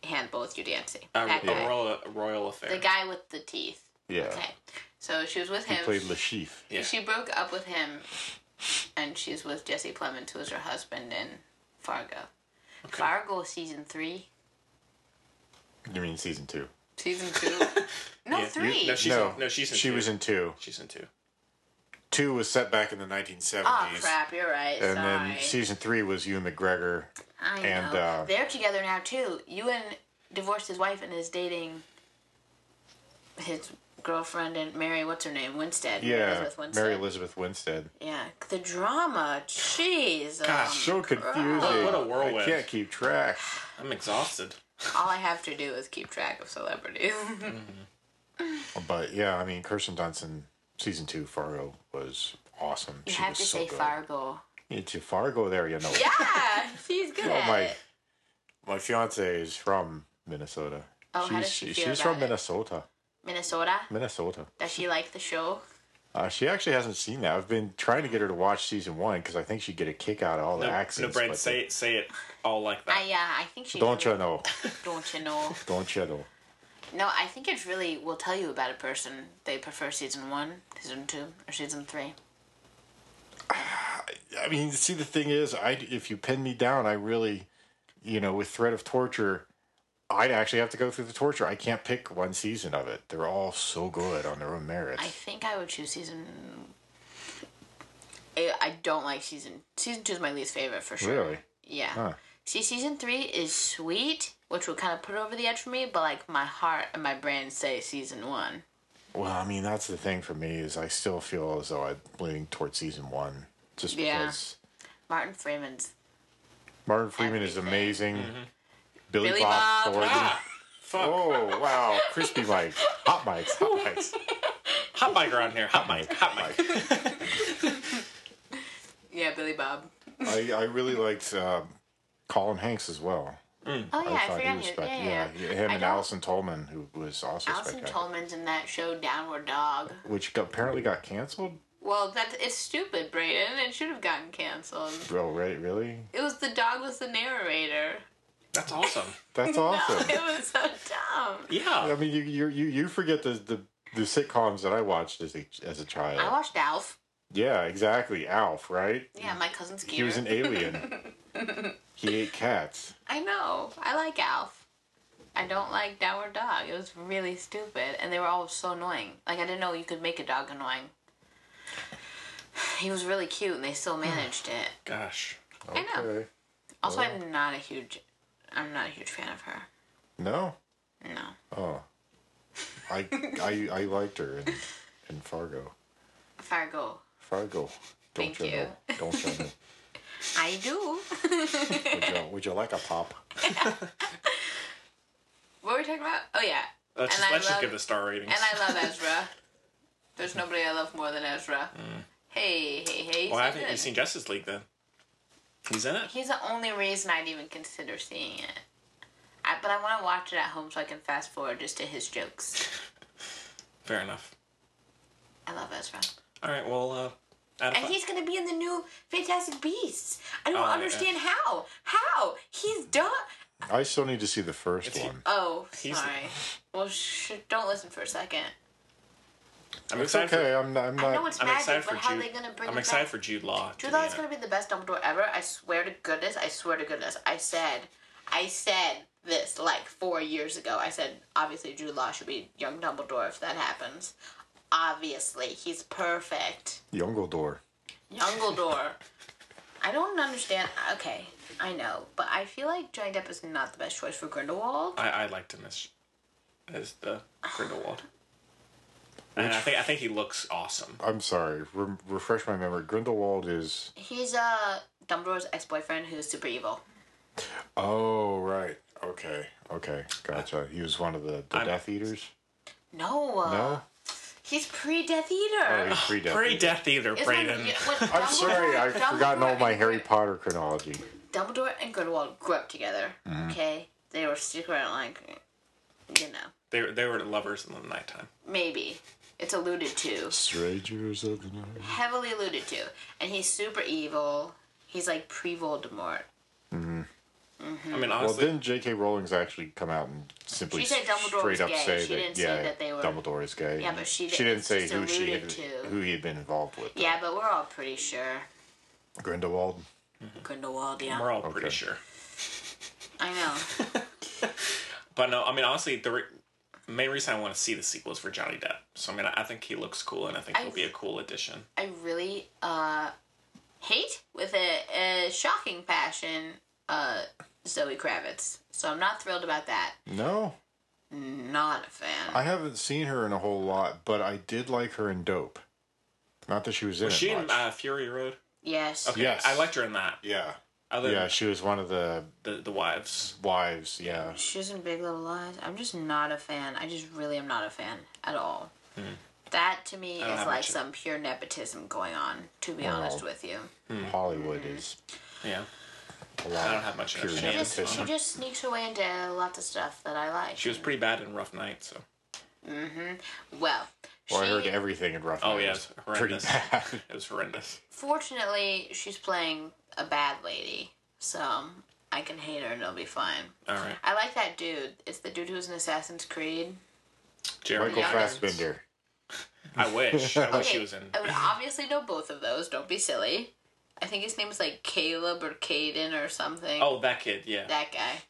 Handball with Hugh Dancy.
Uh,
that
a
guy.
royal, a royal affair.
The guy with the teeth.
Yeah.
Okay. So she was with
He
him.
played Lashif.
She broke up with him, and she's with Jesse Plemons, who was her husband in Fargo. Fargo season three,
You mean season two?
season two, no
Yeah.
three.
You- no, she's in, no,
she's in
she
two.
was in two.
She's in two.
Two was set back in the 1970s.
Oh crap! You're right.
And
Sorry.
then season three was you McGregor.
I know.
and, uh,
They're together now too. Ewan divorced his wife and is dating his girlfriend and Mary, what's her name? Winstead.
Yeah,
Elizabeth Winstead.
Mary Elizabeth Winstead.
Yeah, the drama. Jeez.
Gosh,
um,
so confusing.
Christ.
What a whirlwind.
I can't keep track.
I'm exhausted.
All I have to do is keep track of celebrities.
But yeah, I mean, Kirsten Dunst season two Fargo was awesome.
you
she
have
was
to
so
say
good.
Fargo.
It's a Fargo there, you know.
Yeah, she's good
Oh,
at
my,
it.
my fiance is from Minnesota.
Oh, how
she's,
does she feel
She's
about
from Minnesota.
Minnesota.
Minnesota.
Does she like the show?
Uh, she actually hasn't seen that. I've been trying to get her to watch season one because I think she'd get a kick out of all
No,
the
no
accents.
Brad,
but
say it, say it all like that.
I, yeah, I think she.
Uh, don't you know?
Don't you know?
Don't you know?
No, I think it really will tell you about a person. They prefer season one, season two, or season three.
I mean, see, the thing is, I if you pin me down, I really, you know, with threat of torture, I'd actually have to go through the torture. I can't pick one season of it. They're all so good on their own merit.
I think I would choose season. I I don't like season season two is my least favorite for sure.
Really?
Yeah.
Huh.
See, season three is sweet, which will kind of put it over the edge for me. But like my heart and my brain say season one.
Well, I mean, that's the thing for me is I still feel as though I'm leaning towards season one, just
yeah.
because
Martin Freeman's
Martin Freeman is amazing. Billy,
Mm-hmm. Billy
Bob,
Bob.
Thornton. Oh wow, crispy mics, hot mics, hot mics,
hot mic around here, hot mic, hot mic.
yeah Billy Bob.
I, I really liked um, Colin Hanks as well.
Oh, yeah, I forgot he-
spec-
yeah, yeah.
him
I
and
don't-
Allison Tolman, who was also
Allison
spectacular,
Tolman's in that show Downward Dog.
which got, apparently got canceled.
Well, that it's stupid, Brayden. It should have gotten canceled.
Bro, Oh, right? Really?
It was the dog was the narrator.
That's awesome.
That's awesome.
it was so dumb.
I mean, you you you, you forget the, the the sitcoms that I watched as a as a child.
I watched Alf.
yeah, exactly. Alf, right?
Yeah, my cousin Skeeter.
He was an alien. he ate cats.
I know. I like Alf. I don't like Downward Dog. It was really stupid, and they were all so annoying. Like I didn't know you could make a dog annoying. He was really cute, and they still managed it.
Gosh.
I know. Also,
Well.
I'm not a huge, I'm not a huge fan of her.
No.
No.
Oh. I I I liked her in, in Fargo.
Fargo.
Fargo. Don't
Thank
you,
you.
know? Don't you know?
I do.
Would you, would you like a pop?
what were we talking about? Oh yeah.
Let's
And
just,
I
let's just
love-
give the star ratings.
And I love Ezra. There's nobody I love more than Ezra. Hey, hey, hey.
Well,
he's
haven't you
good.
seen Justice League then? He's in it.
He's the only reason I'd even consider seeing it. I, but I want to watch it at home so I can fast forward just to his jokes.
Fair enough.
I love Ezra.
All right. Well, uh, out of
And
fi-
he's gonna be in the new Fantastic Beasts. I don't
Oh, yeah.
understand how. How he's done.
I still need to see the first one.
Oh,
He's-
sorry. Well, sh- don't listen for a second.
I'm
it's
excited.
okay. I'm not. I'm
I
not.
know it's
I'm
magic,
excited
but
for
how are
Jude.
they gonna bring
I'm
it
excited
back?
for Jude Law.
Jude
to
Law
be
is
in
gonna be the best Dumbledore ever. I swear to goodness. I swear to goodness. I said, I said this like four years ago. I said obviously Jude Law should be young Dumbledore if that happens. Obviously, he's perfect.
Youngeldor.
Youngledore. I don't understand. Okay, I know, but I feel like Johnny Depp is not the best choice for Grindelwald.
it. I I liked him as as the Grindelwald. And I think I think he looks awesome.
I'm sorry. Re- refresh my memory. Grindelwald is.
He's uh Dumbledore's ex-boyfriend who's super evil.
Oh right. Okay. Okay. Gotcha. He was one of the, the Death Eaters.
No, uh,
No.
he's pre-Death Eater.
Oh, he's pre-Death.
Pre-Death Eater,
It's when- Brayden. yeah, when
I'm sorry.
Dumbledore-
I've forgotten
Dumbledore
all my Harry Potter chronology.
Dumbledore and Grindelwald grew up together.
Mhm.
Okay, they were secret, like you know,
They were- they were lovers in the nighttime.
maybe it's alluded to,
Strangers of the night.
heavily alluded to, and he's super evil. He's like pre-Voldemort.
Mm-hmm.
Mm-hmm.
well, didn't J.K. Rowling's actually come out and simply
She said Dumbledore
straight
was
up
gay.
say
She
that
didn't say
yeah,
that they were-
Dumbledore is gay.
Yeah, but she
she
did-
didn't say
just
who she had,
alluded to.
who he had been involved with.
yeah, but we're all pretty sure.
Grindelwald.
Grindelwald, yeah.
We're all pretty sure.
I know.
But no, I mean honestly, the re- main reason I want to see the sequel is for Johnny Depp. So I mean, I think he looks cool, and I think
I-
he'll be a cool addition.
I really uh, hate with a, a shocking passion uh, Zoe Kravitz. So I'm not thrilled about that.
No.
not a fan.
I haven't seen her in a whole lot, but I did like her in Dope. Not that she was in
Was
it
she
much.
in uh, Fury Road?
Yes.
Okay,
Yes.
I liked her in that.
Yeah.
Other
yeah, she was one of the
the, the wives.
Wives, yeah.
She's in Big Little Lies. I'm just not a fan. I just really am not a fan at all. That to me
Hmm. I don't
is
have
like
much- Oh.
some pure nepotism going on. To be
Wow.
honest with you,
Hollywood is.
Yeah.
A lot
Hmm. I don't have much
of pure
of
she just, she
nepotism.
just sneaks away into lots of stuff that I like.
She was pretty bad in Rough Night, so.
Mm-hmm. Well,
Well, I heard everything in Rough
Oh,
Night
yeah,
was
it's horrendous.
Pretty bad.
It was horrendous.
fortunately, she's playing a bad lady, so I can hate her and it'll be fine.
Uh.
All right.
I like that dude. It's the dude who's in Assassin's Creed.
Jeremy
Michael
Irons.
Fassbender.
I wish. I
Oh,
wish he
Okay,
was in.
I would obviously know both of those. Don't be silly. I think his name is like Caleb or Caden or something.
Oh, that kid, yeah.
that guy.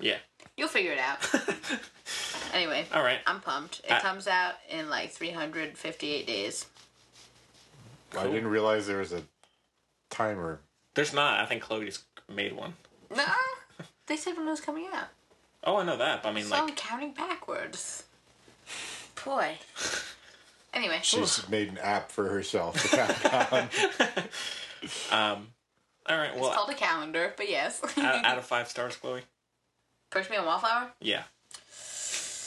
Yeah.
You'll figure it out. anyway.
All right. Uh,
I'm pumped. It
I-
comes out in like 358 days.
I didn't realize there was a timer.
There's not. I think Chloe's made one.
No, they said when it was coming out.
Oh, I know that. but I mean,
so I'm
like,
counting backwards. Boy. Anyway.
She's
Oof.
made an app for herself. to count down.
um, all right.
it's
Well,
called a calendar, but yes.
out, out of five stars, Chloe.
Perch me a wallflower?
Yeah.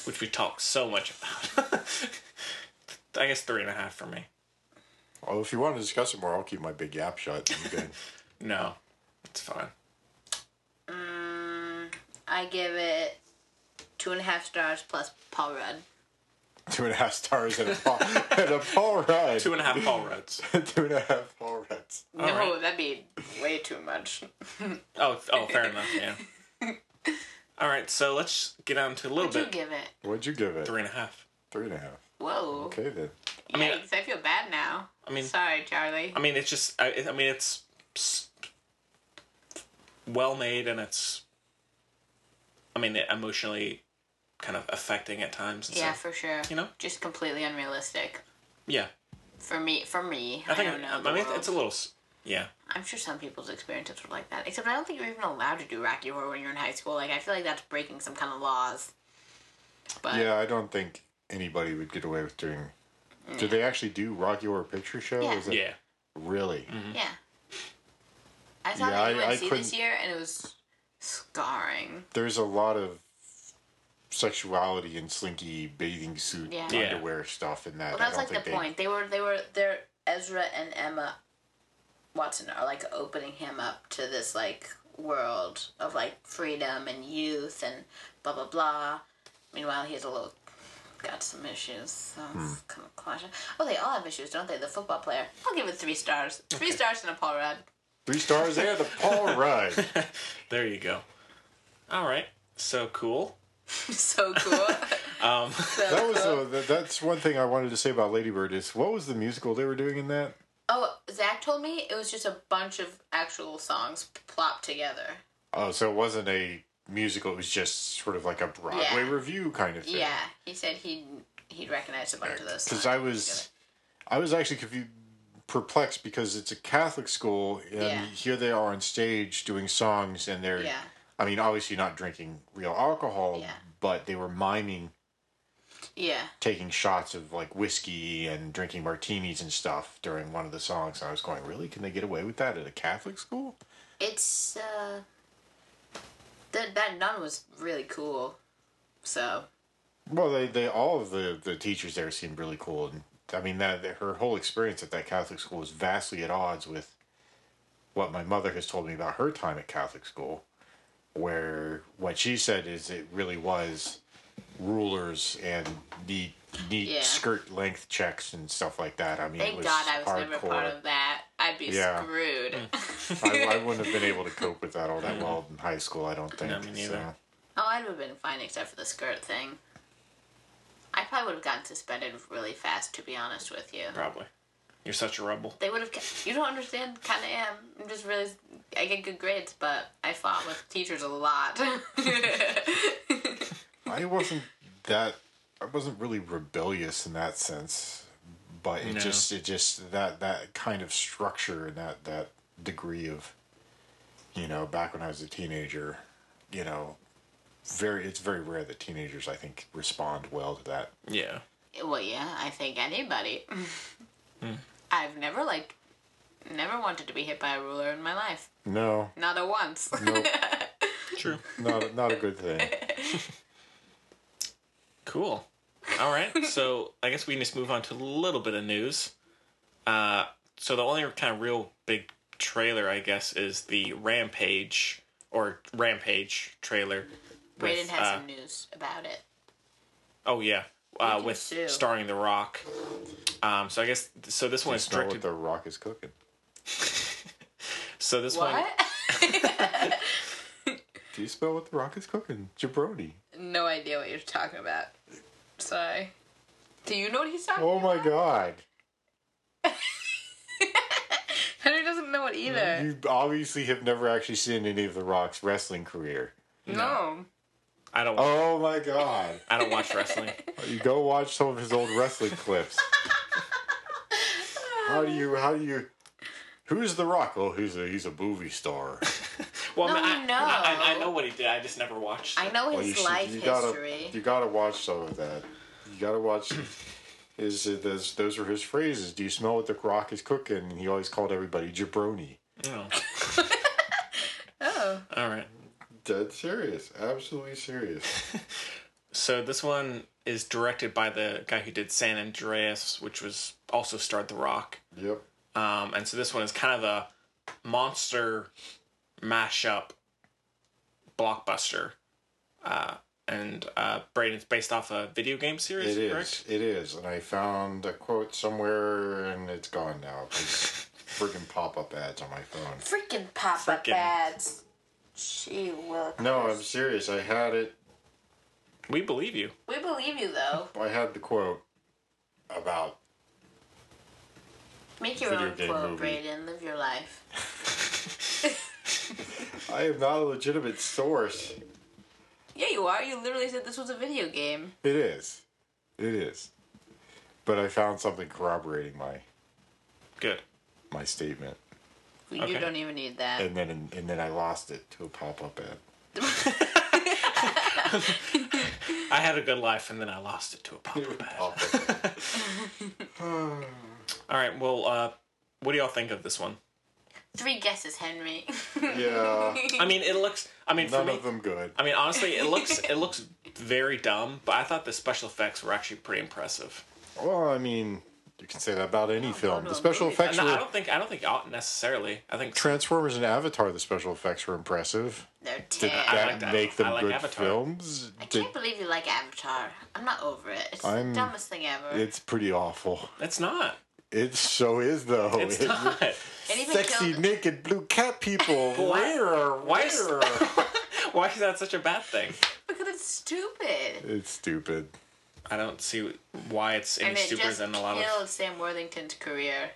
Which we talk so much about. I guess three and a half for me.
well, if you want to discuss it more, I'll keep my big yap shut. I'm good.
no, it's fine.
Mm, I give it two and a half stars plus Paul Rudd.
Two and a half stars and a Paul, and a Paul Rudd.
Two and a half Paul Rudds.
Two and a half Paul Rudds.
No, that'd be way too much.
Oh, oh, fair enough. Yeah. All right, so let's get on to a little
What'd you
bit.
give it?
What'd you give it?
Three and a half.
Three and a half.
Whoa.
Okay then.
I mean,
Yikes, I feel bad now.
I mean-
sorry, Charlie.
I mean, it's just. I, it- I mean, it's s- well made, and it's. I mean, emotionally, kind of affecting at times. And
yeah,
stuff.
for sure.
You know?
just completely unrealistic
Yeah.
for me. For me, I,
I think. I,
don't know.
mean, it's a
little.
little. s- Yeah.
I'm sure some people's experiences were like that. Except I don't think you're even allowed to do Rocky Horror when you're in high school. Like I feel like that's breaking some kind of laws. But
yeah, I don't think anybody would get away with doing. Did they actually do Rocky Horror Picture Show?
Yeah. Mm-hmm.
Is it-
Yeah.
Really?
yeah, I saw
Yeah,
that
I- I
at UNC this
couldn't-
year, and it was scarring.
There's a lot of sexuality and slinky bathing suit
Yeah. Yeah.
underwear stuff in that.
Well,
I
that's
don't
like the
think they-
point. They were they were they're Ezra and Emma Watson are like opening him up to this like world of like freedom and youth and blah blah blah. Meanwhile, he's a little got some issues, so
Hmm.
it's kind of clash. Oh, they all have issues, don't they? The football player. I'll give it three stars. Three stars and a Paul Rudd.
Three stars there, the Paul Rudd.
There you go. All right. So cool.
so cool.
Um,
That was a, that- that's one thing I wanted to say about Ladybird is what was the musical they were doing in that?
oh, Zach told me it was just a bunch of actual songs plopped together.
Oh, so it wasn't a musical. It was just sort of like a Broadway
Yeah.
review kind of thing.
Yeah, he said he he recognized a bunch of those.
because
songs.
I was, I was actually confused, perplexed because it's a Catholic school, and
Yeah.
here they are on stage doing songs, and they're,
Yeah.
I mean, obviously not drinking real alcohol,
Yeah.
but they were miming
Yeah.
taking shots of like whiskey and drinking martinis and stuff during one of the songs. And I was going, really? Can they get away with that at a Catholic school?
It's uh that that nun was really cool. So
Well, they, they all of the the teachers there seemed really cool, and I mean that that her whole experience at that Catholic school was vastly at odds with what my mother has told me about her time at Catholic school, where what she said is it really was rulers and neat neat
Yeah.
skirt length checks and stuff like that. I mean, it
thank
was
God I was
hardcore.
never part of that. I'd be
Yeah.
screwed.
I, I wouldn't have been able to cope with that all that well in high school. I don't think.
No, me neither.
so.
oh, I'd have been fine except for the skirt thing. I probably would have gotten suspended really fast, to be honest with you.
probably. You're such a rebel.
They would have. ca- You don't understand. Kind of am. I'm just really. I get good grades, but I fought with teachers a lot.
I wasn't that I wasn't really rebellious in that sense, but it
No.
just it just that that kind of structure and that that degree of you know back when I was a teenager, you know very it's very rare that teenagers I think respond well to that.
Yeah.
Well, yeah, I think anybody.
Hmm.
I've never like, never wanted to be hit by a ruler in my life.
No.
Not a once.
Nope.
True.
Not not a good thing.
Cool. All right. so I guess we just move on to a little bit of news. Uh, so the only kind of real big trailer, I guess, is the Rampage or Rampage trailer. with,
Brayden has
uh,
some news about it.
Oh yeah, uh,
can
with
sue.
starring The Rock. Um, so I guess so. This one is
Just know
directed.
what the rock is cooking.
So this one.
What?
Do you spell what the rock is cooking? Jabroni.
No idea what you're talking about. Sorry. Do you know what he's talking?
Oh my god.
Henry doesn't know it either.
You obviously have never actually seen any of the rock's wrestling career.
no.
I don't.
Oh my god.
I don't watch wrestling.
You go watch some of his old wrestling clips. how do you? How do you? Who's the Rock? Oh, he's a he's a movie star.
Well,
No,
I,
no.
I, I, I know what he did. I just never watched.
I know
Well,
his
should-
life history.
Gotta, you gotta watch some of that. You gotta watch. Is it those those are his phrases? Do you smell what the Rock is cooking? And he always called everybody jabroni.
No.
oh.
All right.
Dead serious. Absolutely serious.
So this one is directed by the guy who did San Andreas, which was also starred The Rock.
Yep.
Um, and so this one is kind of a monster mashup blockbuster. Uh, and uh, Braden's based off a video game
It
series,
is.
correct?
It is. And I found a quote somewhere, and it's gone now. 'cause Friggin' pop up ads on my phone.
Freaking pop up
Freaking.
ads. She will.
No, I'm serious. I had it.
We believe you.
We believe you though.
I had the quote about
Make your
Video
own
game
quote,
movie.
Brayden. Live your life.
I am not a legitimate source.
Yeah, you are. You literally said this was a video game.
It is. It is. But I found something corroborating my
good
my statement.
You
Okay.
don't even need that.
And then and then I lost it to a pop up ad.
I had a good life and then I lost it to a pop-up ad.
Oh.
All right, well, uh, what do y'all think of this one?
Three guesses, Henry.
Yeah.
I mean, it looks. I mean, for
None
me,
of them good.
I mean, honestly, it looks it looks very dumb, but I thought the special effects were actually pretty impressive.
Well, I mean, you can say that about any film. The special effects
No, I
were
don't think I don't think y'all necessarily. I think
Transformers and Avatar. The special effects were impressive.
They're
Did
terrible.
I
that
like that.
make them
I like
good
Avatar.
films?
I
Did,
can't believe you like Avatar. I'm not over it. It's
I'm-
the dumbest thing ever.
it's pretty awful.
it's not.
It so is though.
It's not.
It even
Sexy
killed-
naked blue cat people.
Why-
Rare,
why is-
rare.
Why is that such a bad thing?
because it's stupid.
It's stupid.
I don't see why it's any
And it
stupider
just
than
killed
a lot of.
Sam Worthington's career.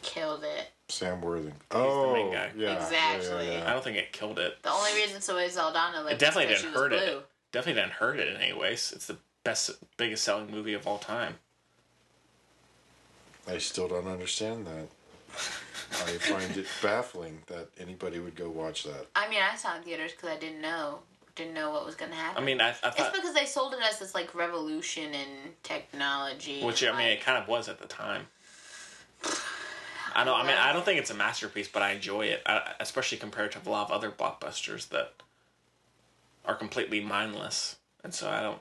Killed it.
Sam Worthing.
the
Oh,
main guy.
yeah, yeah,
Exactly.
Yeah,
I don't think it killed it.
The only reason Zoe Saldana lived
It definitely
is because
didn't
she was
hurt
blue.
it. Definitely didn't hurt it in any ways. It's the best, biggest selling movie of all time.
yeah. I still don't understand that. I find it baffling that anybody would go watch that.
I mean, I saw it in theaters because I didn't know, didn't know what was gonna happen.
I mean, I, I
it's
thought,
because they sold it as this like revolution in technology.
which
and,
I mean, it
like-
kind of was at the time. I know. I mean, I don't think it's a masterpiece, but I enjoy it, I, especially compared to a lot of other blockbusters that are completely mindless. And so I don't.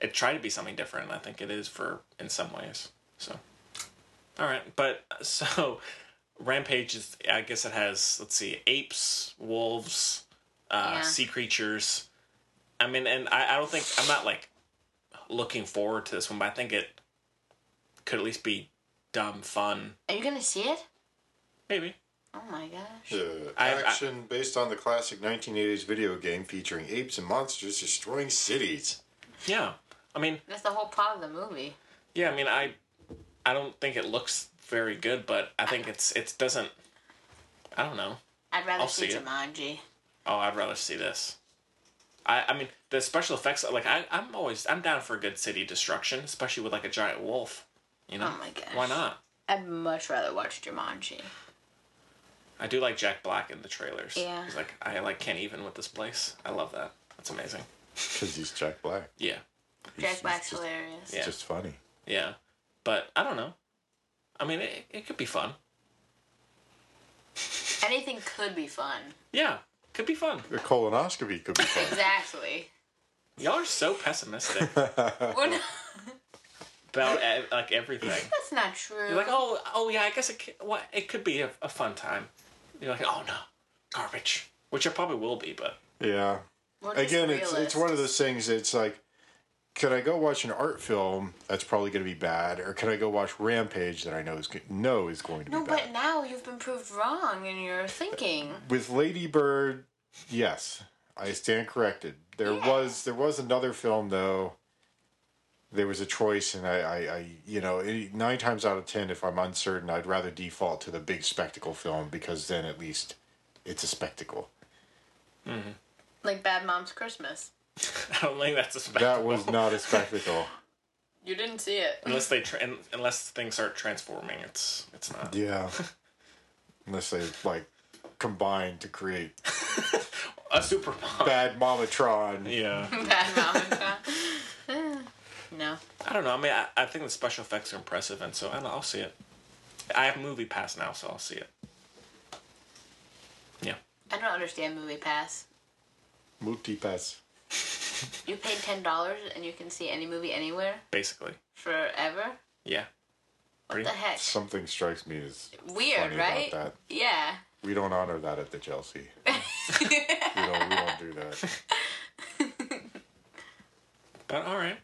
It tried to be something different, and I think it is for in some ways. So, all right, but so Rampage is. I guess it has. Let's see, apes, wolves, uh,
Yeah.
sea creatures. I mean, and I, I don't think I'm not like looking forward to this one, but I think it could at least be dumb fun.
Are you gonna see it?
Maybe.
Oh my gosh!
Uh,
I- I-
action based on the classic 1980s video game featuring apes and monsters destroying cities.
Yeah. I mean,
That's the whole plot of the movie.
yeah. I mean, I, I don't think it looks very good, but I think it's it doesn't. I don't know.
I'd rather
I'll
see,
see it.
Jumanji.
Oh, I'd rather see this. I, I mean, the special effects, like, I, I'm always, I'm down for a good city destruction, especially with, like, a giant wolf. You know?
Oh my gosh.
Why not?
I'd much rather watch Jumanji.
I do like Jack Black in the trailers.
Yeah.
He's like, I like can't even with this place. I love that. That's amazing.
Because he's Jack Black.
Yeah.
Jack Black's hilarious.
It's just funny.
Yeah. But I don't know. I mean, it, it could be fun.
Anything could be fun.
Yeah. Could be fun.
The colonoscopy could be fun.
Exactly.
Y'all are so pessimistic
We're not,
about e- like everything.
that's not true.
You're like, oh, oh yeah, I guess it could, what, it could be a, a fun time. You're like, oh no, garbage, which it probably will be, but
Yeah.
We're just
Again, it's it's
realists.
one of those things. It's like, could I go watch an art film that's probably going to be bad, or could I go watch Rampage that I know is go- know is going to
no,
be bad?
but now you've been proved wrong in your thinking.
With Lady Bird, yes, I stand corrected. There was there was another film though. There was a choice, and I, I, I you know, it, nine times out of ten, if I'm uncertain, I'd rather default to the big spectacle film because then at least it's a spectacle.
Like Bad Mom's Christmas.
I don't think that's a spectacle.
That was not a spectacle.
You didn't see it.
unless they tra- un- unless things start transforming, it's it's not.
Yeah. Unless they like combine to create
a super
bad Mamatron.
Yeah.
Bad Mom and John. no.
I don't know. I mean, I, I think the special effects are impressive, and so I don't, I'll see it. I have Movie Pass now, so I'll see it.
I don't understand Movie Pass.
Multipass.
You paid ten dollars and you can see any movie anywhere
Basically,
forever.
yeah.
What the heck?
Something strikes me as
Weird,
funny
right?
About that.
Yeah.
We don't honor that at the Chelsea. we don't. We don't do that.
But all right,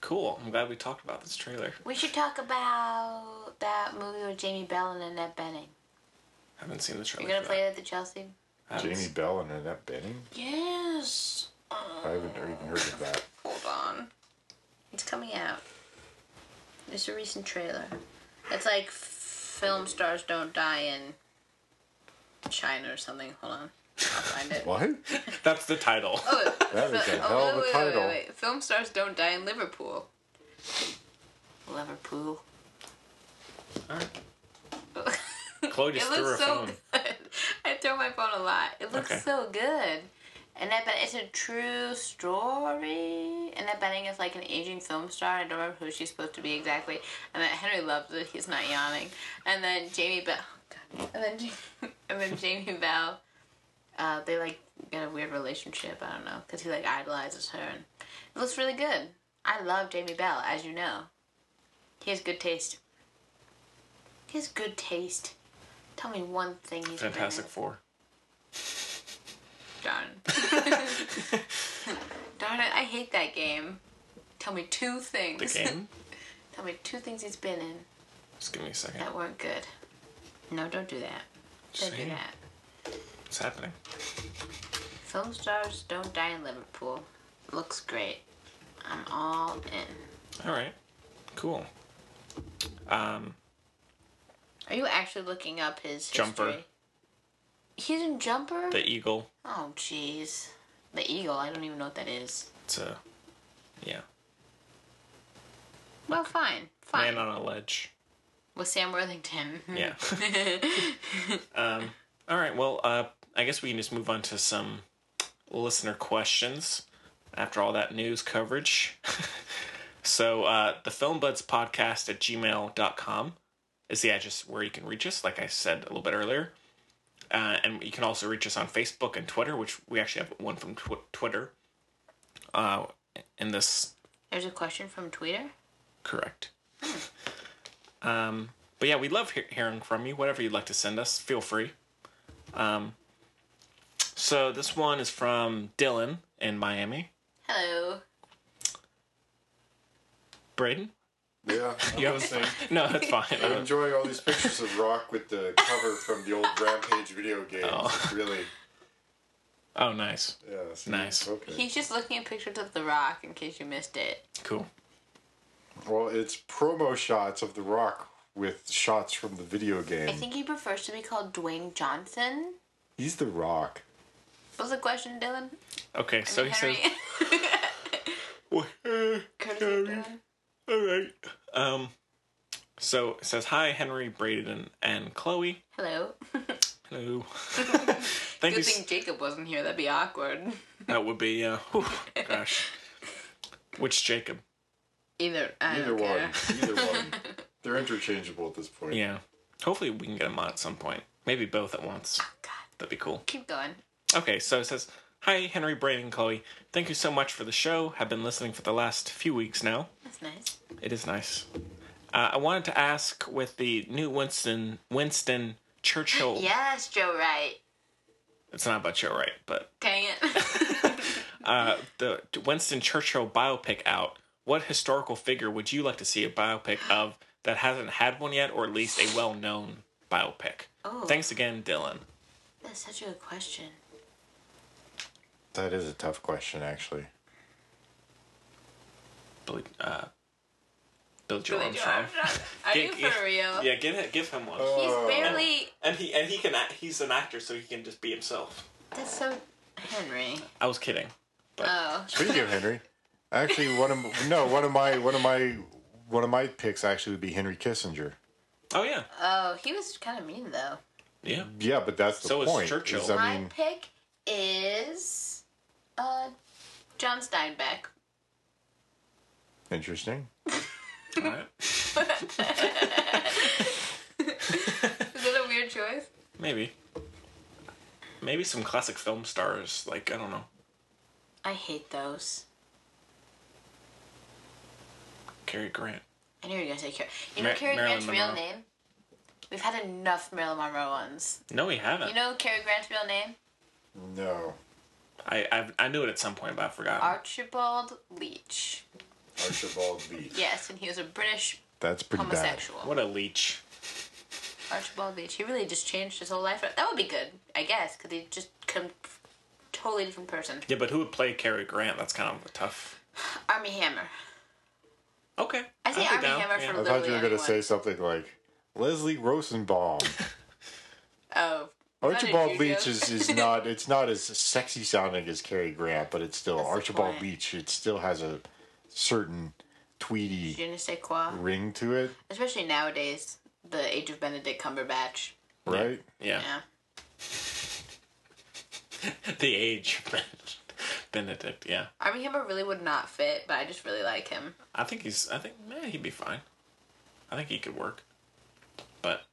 cool. I'm glad we talked about this trailer.
We should talk about that movie with Jamie Bell and Annette Benning.
I haven't seen the
You're
trailer.
gonna
for
play it at the Chelsea?
that. I haven't
Jamie
seen-
Bell and Annette Benning.
Yes.
I haven't even heard of that.
Hold on. It's coming out. It's a recent trailer. It's like film stars don't die in China or something. Hold on. I'll find it.
What?
That's the title.
Oh,
That is a
oh,
hell of a
wait, wait,
title.
Wait, wait, wait. Film stars don't die in Liverpool. Liverpool.
Chloe just
it
threw her
looks so
phone.
good. I throw my phone a lot. It looks
Okay.
so good. And I bet it's a true story. And I betting is like an aging film star. I don't remember who she's supposed to be exactly. And then Henry loves it. He's not yawning. And then Jamie Bell. God. And then Ja- and then Jamie Bell. Uh, they like got a weird relationship. I don't know because he like idolizes her. And it looks really good. I love Jamie Bell, as you know. He has good taste. He has good taste. Tell me one thing he's been in.
Fantastic Four.
Darn. Darn it, I hate that game. Tell me two things.
The game.
Tell me two things he's been in
Just give me a second.
that weren't good. No, don't do that. Don't
Same.
do that.
What's happening?
Film stars don't die in Liverpool. Looks great. I'm all in.
All right. Cool. Um,
Are you actually looking up his
Jumper.
history? He's in Jumper?
the Eagle.
oh, jeez. The Eagle, I don't even know what that is.
It's a yeah.
Well, fine. Fine.
Man on a ledge.
With Sam Worthington.
Yeah. Um, all right. Well, uh, I guess we can just move on to some listener questions after all that news coverage. so uh, the filmbuds podcast at gmail.com is the address where you can reach us, like I said a little bit earlier. Uh, and you can also reach us on Facebook and Twitter, which we actually have one from tw- Twitter uh, in this
There's a question from Twitter.
Correct. Um, but yeah, we love hear hearing from you. Whatever you'd like to send us, feel free. Um, so this one is from Dylan in Miami.
Hello.
Braden,
Yeah.
you have a thing? No, that's fine.
I'm enjoying all these pictures of Rock with the cover from the old Rampage video games. It's really.
Oh, nice.
Yeah. see,
Nice.
Okay.
He's just looking at pictures of The Rock in case you missed it.
Cool.
Well, it's promo shots of The Rock with shots from the video game.
I think he prefers to be called Dwayne Johnson.
He's The Rock.
What's the question, Dylan?
Okay, so he says.
Henry.
Curtis All right. Um, so it says hi, Henry, Braden, and Chloe.
Hello.
Hello.
Good
Thank you.
thing Jacob wasn't here. That'd be awkward.
That would be, uh, whew, gosh. Which Jacob?
Either. I
Either
don't
one.
care.
Either one. They're interchangeable at this point.
Yeah. Hopefully we can get them on at some point. Maybe both at once. That'd be cool.
Keep going.
Okay, so it says, Hi, Henry, Brandon, and Chloe. Thank you so much for the show. Have been listening for the last few weeks now.
That's nice.
It is nice. Uh, I wanted to ask with the new Winston Winston Churchill.
Yes, Joe Wright.
It's not about Joe Wright, but
Dang it.
uh, the Winston Churchill biopic out. What historical figure would you like to see a biopic of that hasn't had one yet, or at least a well-known biopic?
Oh.
Thanks again, Dylan.
That's such a good question.
That is a tough question, actually.
Billy, uh, Bill Joe
Billy Joe
Armstrong.
Armstrong. Are
Get-
you
get-
for real?
Yeah, Oh. give it, give him one.
He's barely.
And he and he can act, he's an actor, so he can just be himself.
That's so Henry.
I was kidding.
Oh.
Speaking of Henry, actually, one of no one of my one of my one of my picks actually would be Henry Kissinger.
Oh yeah.
Oh, he was kind of mean though.
Yeah.
Yeah, but that's the
So is
point.
Churchill.
is, I mean,
My pick is uh John Steinbeck.
interesting.
Is that a weird choice?
Maybe. Maybe some classic film stars, like I don't know.
I hate those.
Cary Grant.
I knew you were gonna say Carrie. You know
Ma-
Cary
Marilyn
Grant's real
Monroe.
name? We've had enough Marilyn Monroe ones.
No, we haven't.
You know Cary Grant's real name?
no.
I I've, I knew it at some point, but I forgot.
Archibald Leach.
Archibald Leach.
Yes, and he was a British
That's pretty
homosexual.
What a leech.
Archibald Leach. He really just changed his whole life. That would be good, I guess, because he just come totally different person.
Yeah, but who would play Cary Grant? That's kind of a tough.
Army Hammer.
Okay.
I say
I'd be
Army
down,
Hammer
yeah.
for
I
literally
thought you were going to
anyone.
say something like Leslie Rosenbaum.
Oh.
Archibald
How did you
Leach
go?
is, is not it's not as sexy sounding as Cary Grant, but it's still
That's the
Archibald
point.
Leach. It still has a certain tweedy
Je ne sais quoi.
ring to it,
Especially nowadays, the age of Benedict Cumberbatch.
right?
Yeah.
Yeah.
the age of Benedict. Benedict. Yeah.
Army Hammer really would not fit, but I just really like him.
I think he's. I think man, he'd be fine. I think he could work. But.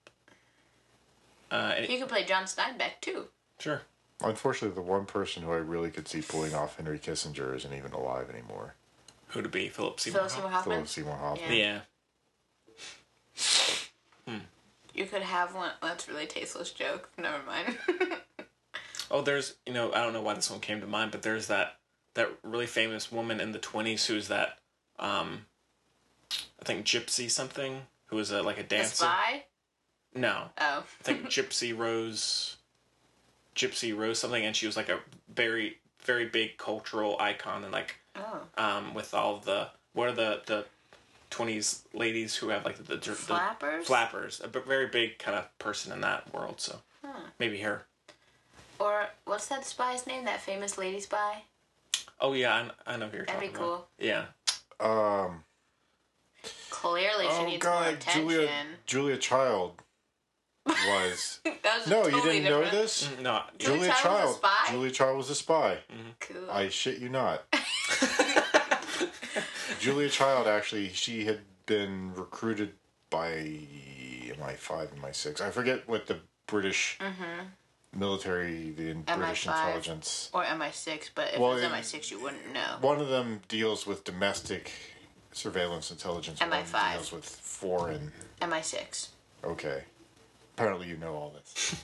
Uh,
You could play John Steinbeck too.
sure.
Unfortunately, the one person who I really could see pulling off Henry Kissinger isn't even alive anymore.
Who'd it be? Philip Seymour.
Philip Seymour Hoffman.
Philip Seymour Hoffman.
Yeah.
You could have one. Oh, That's a really tasteless joke. Never mind.
Oh, there's you know I don't know why this one came to mind, but there's that that really famous woman in the twenties who's that um I think Gypsy something who was a, like a
The
dancer.
spy.
No,
Oh.
I think Gypsy Rose, Gypsy Rose something, and she was like a very very big cultural icon and like
Oh.
um with all the what are the the twenties ladies who have like the, the the-
Flappers?
flappers a b- very big kind of person in that world so
Huh.
maybe her
Or what's that spy's name? That famous lady spy.
oh yeah I, I know who you're
That'd be
talking about yeah
Um,
Clearly, she
oh
needs more
God,
attention.
Julia Julia Child was.
That was
no,
totally
you didn't
different.
know this.
No,
Julia Child was a spy? Mm-hmm.
Julia Child was a spy.
Cool.
I shit you not. Julia Child actually, she had been recruited by am I five and my six? I forget what the British
Mm-hmm.
military, the in-
MI5
British intelligence.
or MI6, but if
Well,
it
it-
was MI6, you wouldn't know.
One of them deals with domestic surveillance intelligence. one of them
MI5.
deals with foreign.
MI6.
Okay, apparently you know all this.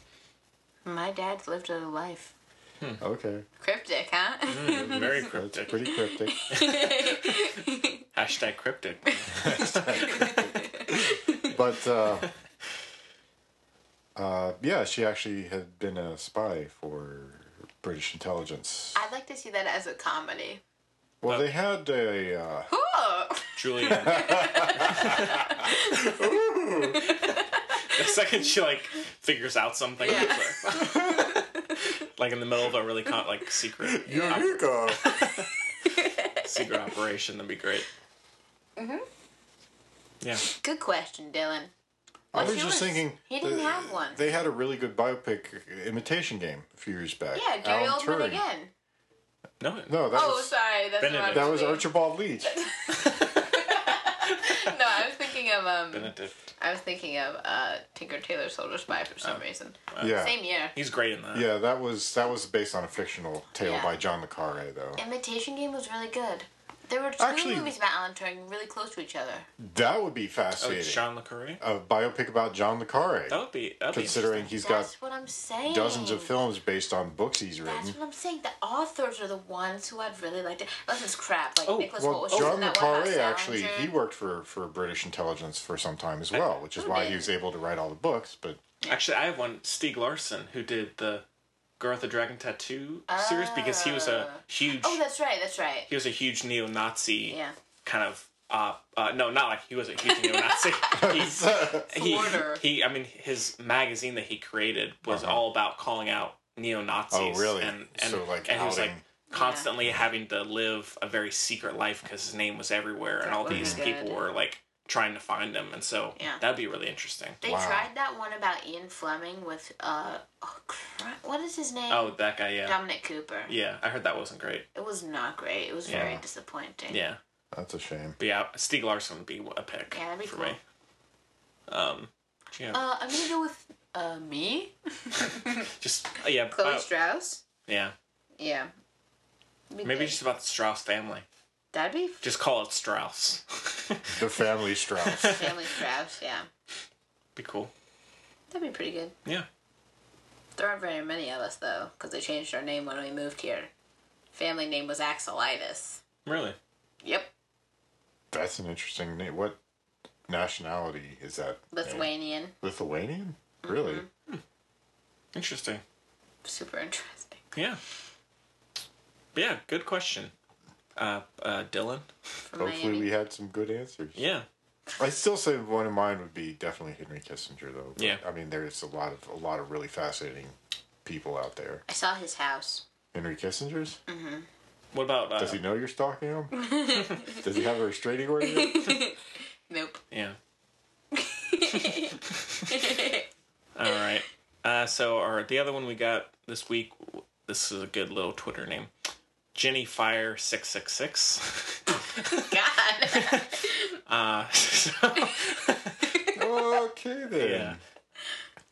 My dad's lived a life.
Okay,
Cryptic, huh?
Mm.
very cryptic
pretty cryptic.
Hashtag cryptic.
but uh, uh, yeah, she actually had been a spy for British intelligence.
I'd like to see that as a comedy.
Well, they had a uh,
Oh!
Julian. the second she like figures out something, it's like, like in the middle of a really con- like secret
Eureka!
secret operation, that'd be great.
hmm
Yeah.
Good question, Dylan.
I
Well,
was
he
just
was-
thinking
he didn't
that
have one.
They had a really good biopic imitation game a few years back.
Yeah, Gary
Alan
Oldman
Turing.
again.
No,
no, that
oh,
was
sorry, that's not
that was Archibald Leach.
no, I was thinking of um.
Benedict.
I was thinking of uh, Tinker Tailor Soldier Spy for
Oh.
some reason.
yeah.
Same year.
He's great in that.
Yeah, that was that was based on a fictional tale
Yeah.
by John le Carre, though.
Imitation Game was really good. There were two
Actually-
movies about Alan Turing really close to each other.
That would be fascinating.
John le Carre.
A biopic about John le Carre.
Oh, That would be that'd be
considering he's got
That's what I'm saying.
dozens of films based on books he's written.
That's what I'm saying. The authors are the ones who I'd really like to. Unless it's crap, like Nicholas
Oh, well,
Holt was
John le
in Oh, that one
Carre
about
actually
Salinger.
he worked for for British intelligence for some time as well, which is why he was able to write all the books. But
Actually, I have one. Stieg Larsson, who did the Girl with the Dragon Tattoo series, because he was a huge
Oh, that's right. That's right.
he was a huge neo-Nazi
Yeah.
kind of. Uh, uh, no, not like he was a huge neo-Nazi. He's, he, he, I mean, his magazine that he created was all about calling out neo-Nazis.
Uh-huh. Oh, really?
And, and,
So, like,
and he was like
outing-
constantly having to live a very secret life because his name was everywhere, and all
would be
these
good.
people were like trying to find him, and so
Yeah.
that'd be really interesting.
They tried that one about Ian Fleming with uh, oh, crap. what is his name?
Oh, that guy, yeah.
Dominic Cooper.
Yeah, I heard that wasn't great.
It was not great. It was
Yeah.
very disappointing.
Yeah.
That's a shame.
But yeah, Stieg Larsson would be a pick
Yeah, that'd be
for
cool.
me. Um, yeah,
Uh, I'm gonna go with uh me,
just uh, yeah,
Chloe
bio-
Strauss.
yeah.
Yeah. Be
Maybe
good.
just about the Strauss family.
that'd be
Just call it Strauss.
the family Strauss.
family Strauss. Yeah,
be cool.
that'd be pretty good.
Yeah.
There aren't very many of us though, because they changed our name when we moved here. Family name was Axelitis.
Really?
Yep,
That's an interesting name. What nationality is that? name?
Lithuanian. Mm-hmm.
Lithuanian? Really?
Interesting.
Super interesting.
Yeah. But yeah, good question. Uh, uh, Dylan.
Hopefully, we had some good answers.
Yeah.
I still say one of mine would be definitely Henry Kissinger, though. but,
Yeah.
I mean, there's a lot of a lot of really fascinating people out there.
I saw his house.
Henry Kissinger's.
Mm-hmm.
What about? Uh,
Does he know you're stalking him? Does he have a restraining order? yet?
Nope.
Yeah. All right. Uh, so our the other one we got this week. This is a good little Twitter name. Jenny Fire six six six. God. uh,
okay then.
Yeah.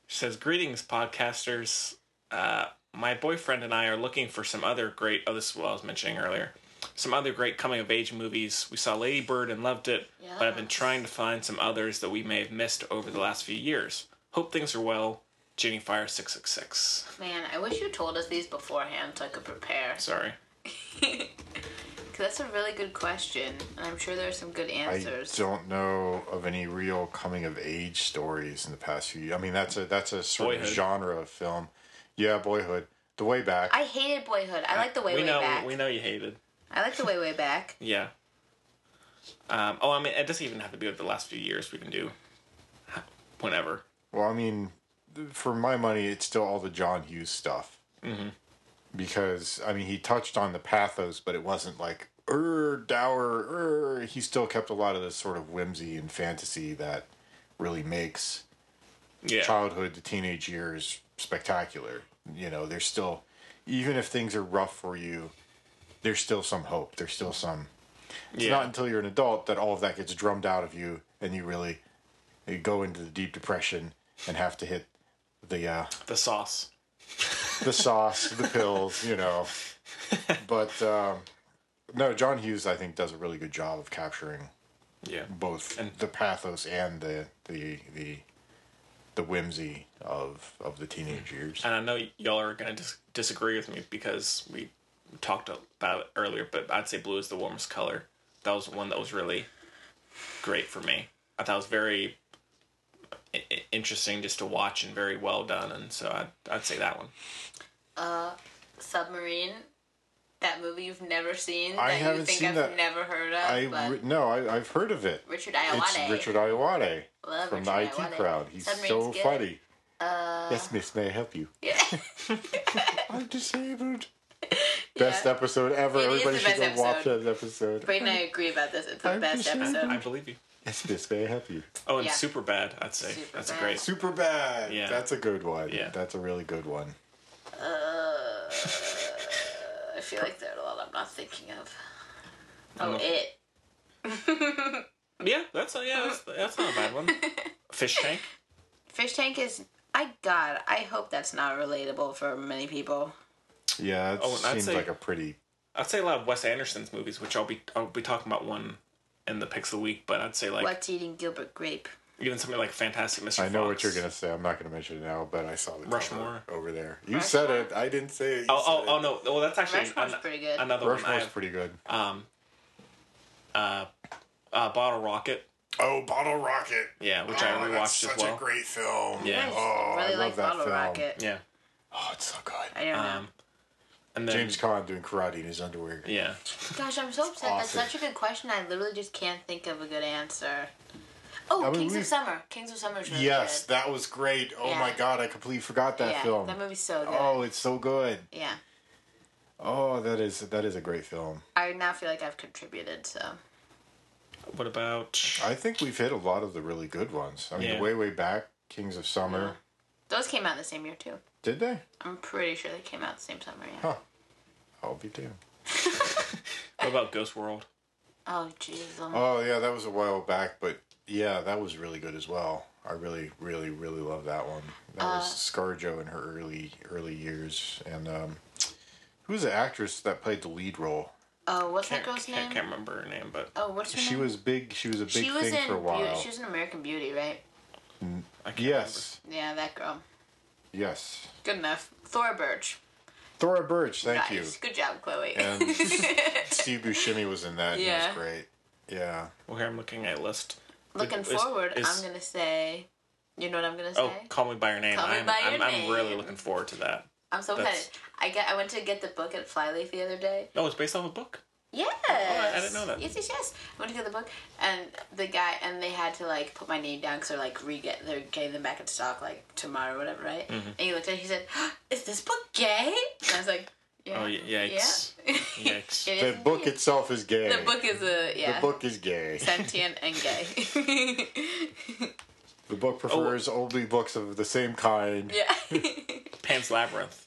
She says, "Greetings, podcasters. Uh, my boyfriend and I are looking for some other great. Oh, this is what I was mentioning earlier. Some other great coming of age movies. We saw Lady Bird and loved it, but I've been trying to find some others that we may have missed over the last few years. Hope things are well. Jenny Fire six six six.
Man, I wish you told us these beforehand so I could prepare.
Sorry,
'Cause that's a really good question, and I'm sure there's some good
I
answers.
don't know of any real coming of age stories in the past few. I mean, that's a that's a sort of
Boyhood.
genre of film. Yeah, Boyhood, The Way Back.
I, hated Boyhood. I like the way
we
way
know
back.
we know you hated.
I like the way way back.
Yeah. Um, oh, I mean, it doesn't even have to be over the last few years. We can do whenever.
Well, I mean, th- for my money, it's still all the John Hughes stuff
Mm-hmm.
because I mean he touched on the pathos, but it wasn't like er dour er. He still kept a lot of the sort of whimsy and fantasy that really makes
Yeah.
childhood to teenage years spectacular. You know, there's still even if things are rough for you, there's still some hope. There's still some. It's
Yeah.
not until you're an adult that all of that gets drummed out of you, and you really you go into the deep depression and have to hit the uh,
the sauce,
the sauce, the pills. You know, but um, no, John Hughes I think does a really good job of capturing
Yeah.
both the pathos and the the the the whimsy of of the teenage years.
And I know y'all are going to dis- disagree with me because we talked about it earlier, but I'd say blue is the warmest color. That was one that was really great for me. I thought it was very i- i- interesting just to watch and very well done, and so I'd, I'd say that one.
Uh, Submarine, that movie you've never seen that
I
you
haven't
think
seen
I've
that.
never heard of.
I
but
re- no, I, I've heard of it.
Richard
It's
Iowade.
Richard Iowade
Love
from
Richard
the IT
Iowade.
crowd. He's
Submarine's
so
good.
funny.
Uh,
yes, Miss, may I help you?
yeah.
I'm disabled. Best episode ever.
It is
Everybody
the
should go
best
watch
episode.
that episode.
Brayden and I agree about this. It's the
I'm
best
disabled.
episode.
believe you.
It's just very happy.
Oh, and super bad. I'd say that's a great.
Super bad.
Yeah.
That's a good one. Yeah. That's a really good one.
Uh, I feel like there are a lot I'm not thinking of. Oh,
Oh.
it.
Yeah, that's a, yeah, that's, that's not a bad one. Fish tank.
Fish tank is. I God, I hope that's not relatable for many people.
Yeah, it
Oh, and I'd
seems
say-
like a pretty.
I'd say a lot of Wes Anderson's movies, which I'll be I'll be talking about one in the picks of the week. But I'd say like
What's eating Gilbert Grape?
even something like Fantastic Mr.
I know
Fox.
what you're gonna say. I'm not gonna mention it now, but I saw the cover
Rushmore.
over there. You said it. I didn't say it. You
Oh, oh,
said
oh no! Well, that's actually
Rushmore's
an-
pretty good.
another one. I
Rushmore's
have.
pretty good.
Um, uh, uh, Bottle Rocket.
Oh, Bottle Rocket.
Yeah, which I
Oh,
rewatched
that's
as
such
well.
a great film.
Yeah.
Oh, I love that film.
Yeah.
Oh, it's so good.
I don't
know. And then,
James Caan doing karate in his underwear.
Yeah.
Gosh, I'm so upset.
awesome.
That's such a good question. I literally just can't think of a good answer. Oh,
I mean,
Kings
we-
of Summer. Kings of Summer is really
Yes, that was great. Oh my
Yeah.
god, I completely forgot
good.
that
yeah,
film.
That movie's so good.
Oh, it's so good.
Yeah.
Oh, that is that is a great film.
I now feel like I've contributed, so.
What about?
I think we've hit a lot of the really good ones. I mean,
Yeah.
way way back, Kings of Summer.
Those came out the same year, too.
Did they?
I'm pretty sure they came out the same summer, yeah.
Huh. I'll be damned.
What about Ghost World?
Oh, jeez. um,
Oh yeah, that was a while back, but yeah, that was really good as well. I really, really, really love that one. That was
Uh,
ScarJo in her early early years, and um, who was the actress that played the lead role?
Oh, what's
Can't,
that girl's
can't,
name?
can't remember her name, but
Oh, what's her
She
name?
was big. She was a big
she was
thing
in
for a while.
Beauty. She was in American Beauty, right?
yes,
Yeah, that girl.
yes.
Good enough. Thora Birch.
Thora Birch, thank
nice. Good job, Chloe.
you. And Steve Buscemi was in that. And yeah.
Yeah.
He was great. Yeah.
Well, here I'm looking at a list.
Looking
Is-
forward,
is-
I'm gonna say. You know what I'm gonna say?
Oh, call me by your name.
Call Me
I'm,
By
I'm,
Your
I'm really
Name.
looking forward to that.
I'm so
That's-
excited. I get. I went to get the book at Flyleaf the other day.
Oh, it's based off a book.
Yes.
I didn't know that.
Yes, yes, yes. I went to get the book, and the guy, and they had to like put my name down because they're like re get they're getting them back in stock like tomorrow or whatever, right?
Mhm.
And he looked at it, he said, "Is this book gay?" And I was like, "Yeah."
Oh, y- yikes.
Yeah.
Yikes.
It
the
is
book
gay.
itself is gay.
The book is a yeah.
The book is gay.
sentient and gay.
The
Oh.
book prefers only books of the same kind.
yeah.
Pan's Labyrinth.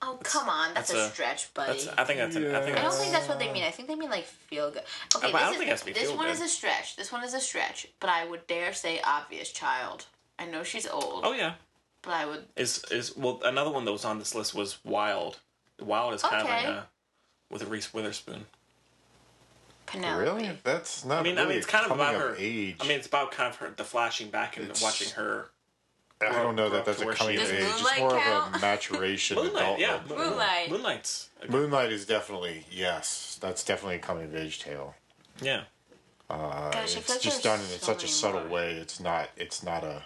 Oh come on, that's,
that's
a,
a-
stretch, buddy.
That's, I think that's. An, I think
I don't
that's.
think that's what they mean. I think they mean like feel good. Okay,
but Uh, I
this
don't
is-
think it has to be
this
feel
one
good.
is a stretch. This one is a stretch, but I would dare say obvious child. I know she's old,
Oh yeah.
but I would.
Is is well another one that was on this list was Wild. Wild is kind of
Okay.
like a with a Reese Witherspoon.
Penelope.
Really? That's not.
I mean, I
really
mean, it's kind of
coming
about her
age.
I mean, it's about kind of her the flashing back and
It's-
watching her.
I
grow-
don't
grow
know that
up to
that's a
where she
coming of
is.
age. It's
Moonlight
more of a
count?
maturation adult.
Moonlight, yeah,
level.
Moonlight.
Moonlight's
Moonlight is definitely yes. That's definitely a coming of age tale.
yeah.
Uh,
Gosh, I feel
it's
like
just
there's
done in
so
such a
many
subtle
more.
way. It's not. It's not a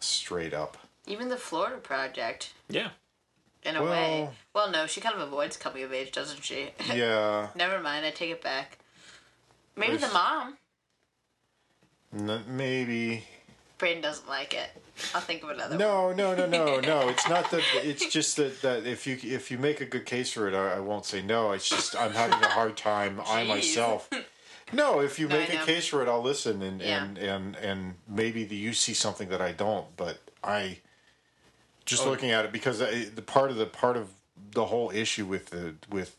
straight up.
Even the Florida Project,
Yeah.
in a way.
Well-
Well, no, she kind of avoids coming of age, doesn't she?
Yeah.
Never mind. I take it back. Maybe
There's-
the mom.
N- maybe.
Brayden doesn't like it. I'll think of another. one.
No, no, no, no, no. It's not that. It's just that, that if you if you make a good case for it, I, I won't say no. It's just I'm having a hard time. I
Jeez.
myself. No, if you
No, I
make a
know.
case for it, I'll listen, and
Yeah.
and and and maybe the, you see something that I don't. But I just
Oh.
looking at it because I, the part of the part of the whole issue with the with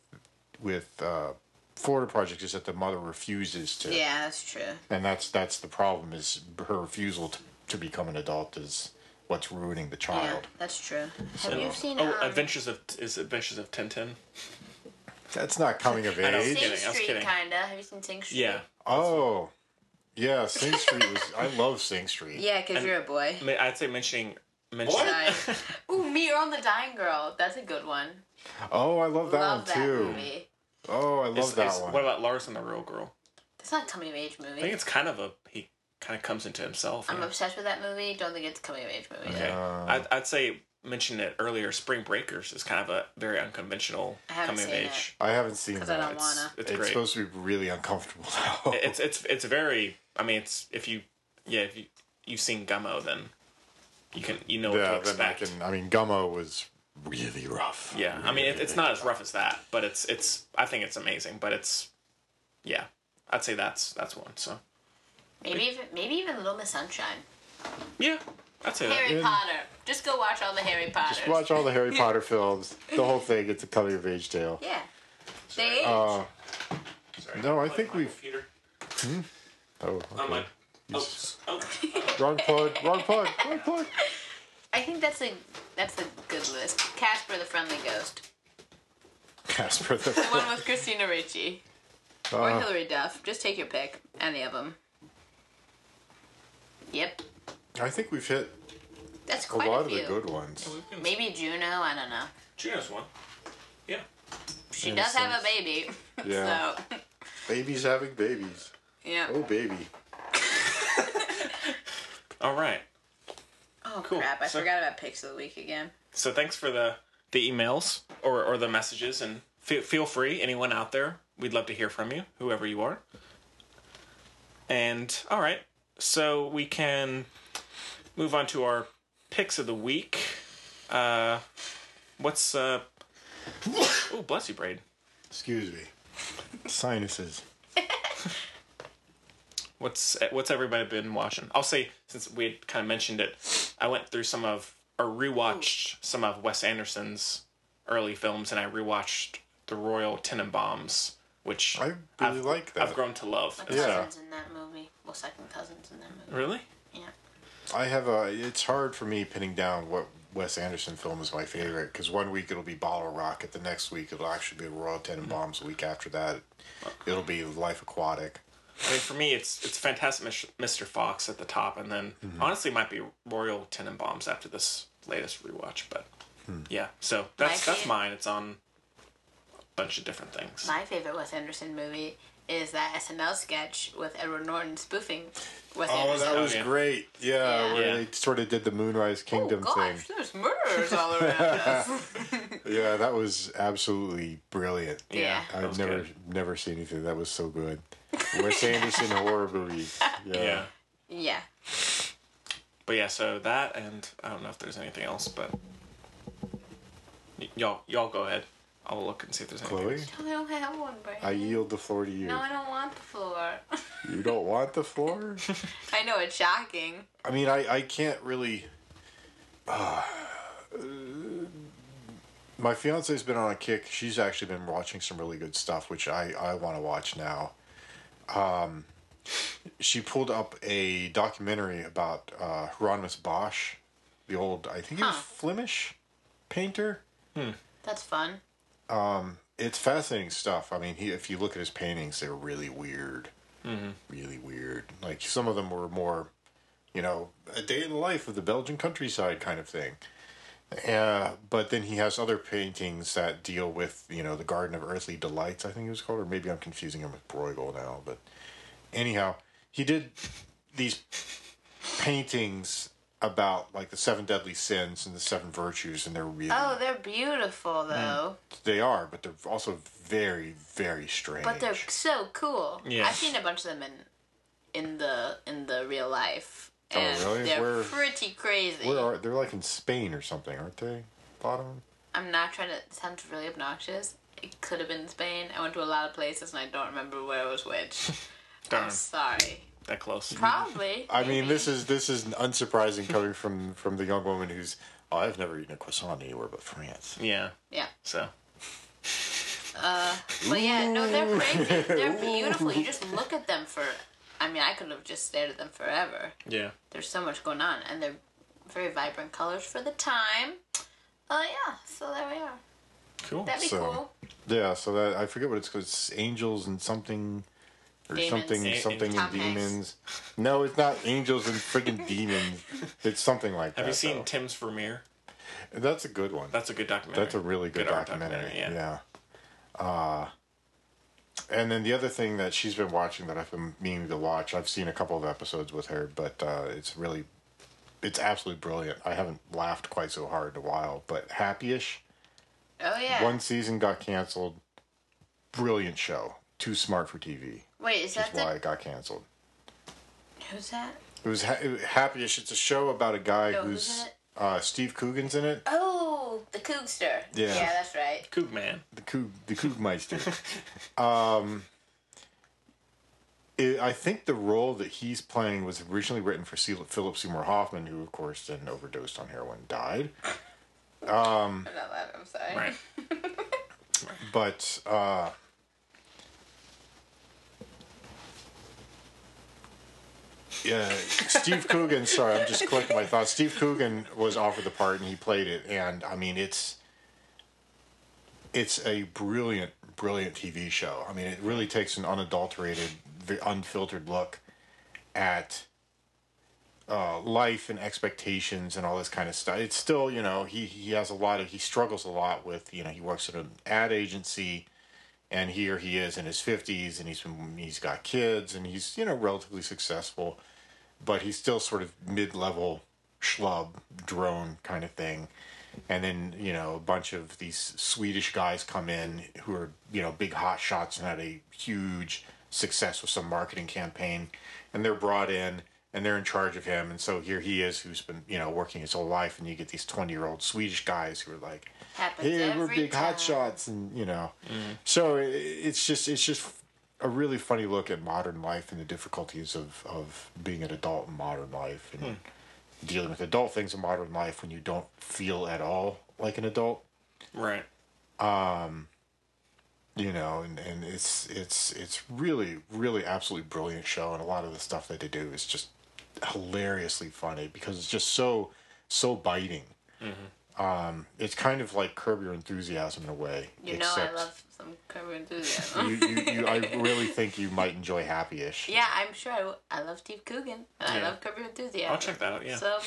with uh, Florida Project is that the mother refuses to,
Yeah, that's true.
and that's that's the problem is her refusal to, to become an adult is what's ruining the
Yeah,
child.
that's true. Have
So-
you seen?
Oh,
um,
Adventures of is Adventures of Tintin.
That's not coming of
I know, I was
age.
Sing
kidding, I was
Street,
kidding.
kinda. Have you seen Sing Street?
Yeah.
Oh, yeah. Sing Street was. I love Sing Street.
Yeah, because
And-
you're a boy.
I mean, I'd say mentioning mentioning
Sorry. Ooh, me, you're on the dying girl. That's a good one.
Oh, I love that
Love
one
that
too.
movie.
Oh, I love
is-
that
is-
one.
What about Lars and the Real Girl?
That's not a coming of age
I
movie.
think it's kind of a he kind of comes into himself.
I'm
yeah.
obsessed with that movie. Don't think it's a coming of age movie.
Okay.
Uh,
I'd, I'd say mentioned it earlier. Spring Breakers is kind of a very unconventional
I haven't
coming of
seen
age.
I haven't seen
'Cause I
that.
don't
it's,
wanna.
It's
it's
great.
supposed to be really uncomfortable though.
It's it's it's very. I mean, it's if you yeah if you you've seen Gummo, then you can you know what to
yeah, then I
expect.
can. I mean, Gummo was really rough.
Yeah, I mean it, it's not as rough as that, but it's it's I think it's amazing. But it's yeah, I'd say that's that's one. So
Maybe even, maybe even Little Miss Sunshine.
Yeah, that's it.
Harry Potter. Just go watch all the Harry Potters.
Just watch all the Harry Potter films. The whole thing. It's a coming of age tale.
Yeah. They
Uh, no, I think we've.
Peter.
Hmm? Oh,
I'm
okay.
like, oops. Oh.
wrong plug. Wrong plug. Wrong plug.
I think that's a that's a good list. Casper the Friendly Ghost.
Casper
The one
the.
with Christina Ricci. or
Uh,
Hilary Duff. Just take your pick. Any of them. Yep.
I think we've hit
That's
a
quite a,
lot of
few.
the good ones.
Maybe Juno. I don't know.
Juno's one. Yeah.
She
In a
does have a
sense.
baby.
Yeah.
So,
Babies having babies.
yeah.
Oh, baby.
All right.
Oh, crap. I
So-
forgot about picks of the week again.
So thanks for the the emails or or the messages, and feel feel free anyone out there. We'd love to hear from you, whoever you are. And all right, so we can move on to our picks of the week. Uh, what's uh? oh, bless you, Braid.
Excuse me. Sinuses.
What's what's everybody been watching? I'll say since we had kind of mentioned it, I went through some of or rewatched some of Wes Anderson's early films, and I rewatched The Royal Tenenbaums, which I really have
like
I've grown to love.
My
It's-
cousin's in that movie. Well, second cousin's in that movie.
Really?
I have a. It's hard for me pinning down what Wes Anderson film is my favorite because one week it'll be Bottle Rocket, the next week it'll actually be Royal Tenenbaums. The week after that, it'll be Life Aquatic.
I mean, for me, it's it's Fantastic Mis- Mr. Fox at the top, and then honestly, might be Royal Tenenbaums after this latest rewatch. But yeah, so that's
Might be.
that's mine. It's on a bunch of different things.
My favorite Wes Anderson movie is that SNL sketch with Edward Norton spoofing Wes
Oh,
Anderson.
that was great! Yeah,
Yeah.
where
Yeah.
they sort of did the Moonrise Kingdom
Oh, Gosh,
thing.
there's murderers all around us.
Yeah, that was absolutely brilliant.
Yeah.
that
I've
was
never never seen anything that was so good. Wes Anderson horror movies.
yeah.
yeah.
But yeah, so that and I don't know if there's anything else, but y- y'all y'all go ahead. I'll look and see if there's anything.
Chloe,
else.
I don't have one, Brandon.
I yield the floor to you.
No, I don't want the floor.
You don't want the floor?
I know it's shocking.
I mean, I, I can't really. Uh, my fiance's been on a kick. She's actually been watching some really good stuff, which I, I want to watch now. Um, she pulled up a documentary about uh, Hieronymus Bosch, the old, I think he was Flemish painter.
That's fun.
Um, it's fascinating stuff. I mean, he, if you look at his paintings, they're really weird
Mm-hmm.
really weird. Like some of them were more, you know, a day in the life of the Belgian countryside kind of thing. Uh, but then he has other paintings that deal with, you know, the Garden of Earthly Delights, I think it was called, or maybe I'm confusing him with Bruegel now. But anyhow, he did these paintings about like the seven deadly sins and the seven virtues, and they're really,
Oh, they're beautiful
Hmm.
though.
they are, but they're also very, very strange.
But they're so cool.
Yeah.
I've seen a bunch of them in in the in the real life.
Oh,
And
really?
they're
Where-
pretty crazy.
Where are they're like in Spain or something, aren't they? Bottom.
I'm not trying to it sounds really obnoxious. It could have been Spain. I went to a lot of places and I don't remember where it was which. I'm
Darn.
sorry.
That close.
Probably.
I mean, this is this is unsurprising coming from from the young woman who's oh, I've never eaten a croissant anywhere but France.
Yeah.
Yeah.
So.
Uh, but yeah, no, they're crazy. They're beautiful. You just look at them for. I mean, I could have just stared at them forever.
Yeah.
There's so much going on, and they're very vibrant colors for the time. Oh yeah, so there we are.
Cool.
That'd be
so,
cool.
Yeah, so that I forget what it's called. It's angels and something or
Demons.
something
A-
something
Tom
and
Hanks.
demons. No, it's not angels and freaking demons. It's something like that.
Have you seen Tim's Vermeer?
That's a good one.
That's a good documentary.
That's a really good,
art
documentary. yeah. Uh, and then the other thing that she's been watching that I've been meaning to watch, I've seen a couple of episodes with her, but uh, it's really, it's absolutely brilliant. I haven't laughed quite so hard in a while, but Happyish.
Oh yeah.
One season got canceled. Brilliant show. Too smart for TV.
Wait, is
Which is
that the
why it got canceled.
who's that?
It was ha- Happyish. It's a show about a guy
No, who's
who's
in it?
uh, Steve Coogan's in it.
Oh, the Coogster.
Yeah.
Yeah, that's right.
Coogman.
The Coog the Coogmeister. um, it, I think the role that he's playing was originally written for Se- Philip Seymour Hoffman, who of course then overdosed on heroin, and died. Um,
Not that, I'm sorry.
but uh, yeah, Steve Coogan. Sorry, I'm just collecting my thoughts. Steve Coogan was offered the part, and he played it. And I mean, it's it's a brilliant, brilliant TV show. I mean, it really takes an unadulterated, v- unfiltered look at uh, life and expectations and all this kind of stuff. It's still, you know, he he has a lot of he struggles a lot with, you know, he works at an ad agency, and here he is in his fifties, and he's been he's got kids, and he's you know relatively successful, but he's still sort of mid level schlub drone kind of thing. And then you know a bunch of these Swedish guys come in who are you know big hot shots and had a huge success with some marketing campaign, and they're brought in and they're in charge of him. And so here he is, who's been you know working his whole life, and you get these twenty year old Swedish guys who are like,
Happens
"Hey, we're
every
big
time.
hot shots," and you know. So i- it's just it's just a really funny look at modern life and the difficulties of of being an adult in modern life and dealing with adult things in modern life when you don't feel at all like an adult.
Right.
Um you know, and, and it's it's it's really, really absolutely brilliant show and a lot of the stuff that they do is just hilariously funny because it's just so so biting. Um, it's kind of like curb your enthusiasm in a way.
You know I love some Curb Your Enthusiasm.
you, you, you, I really think you might enjoy Happy Ish.
yeah, I'm sure I, will. I love Steve Coogan. And I
Yeah.
love Curb Your Enthusiasm.
I'll check that out, yeah.
So,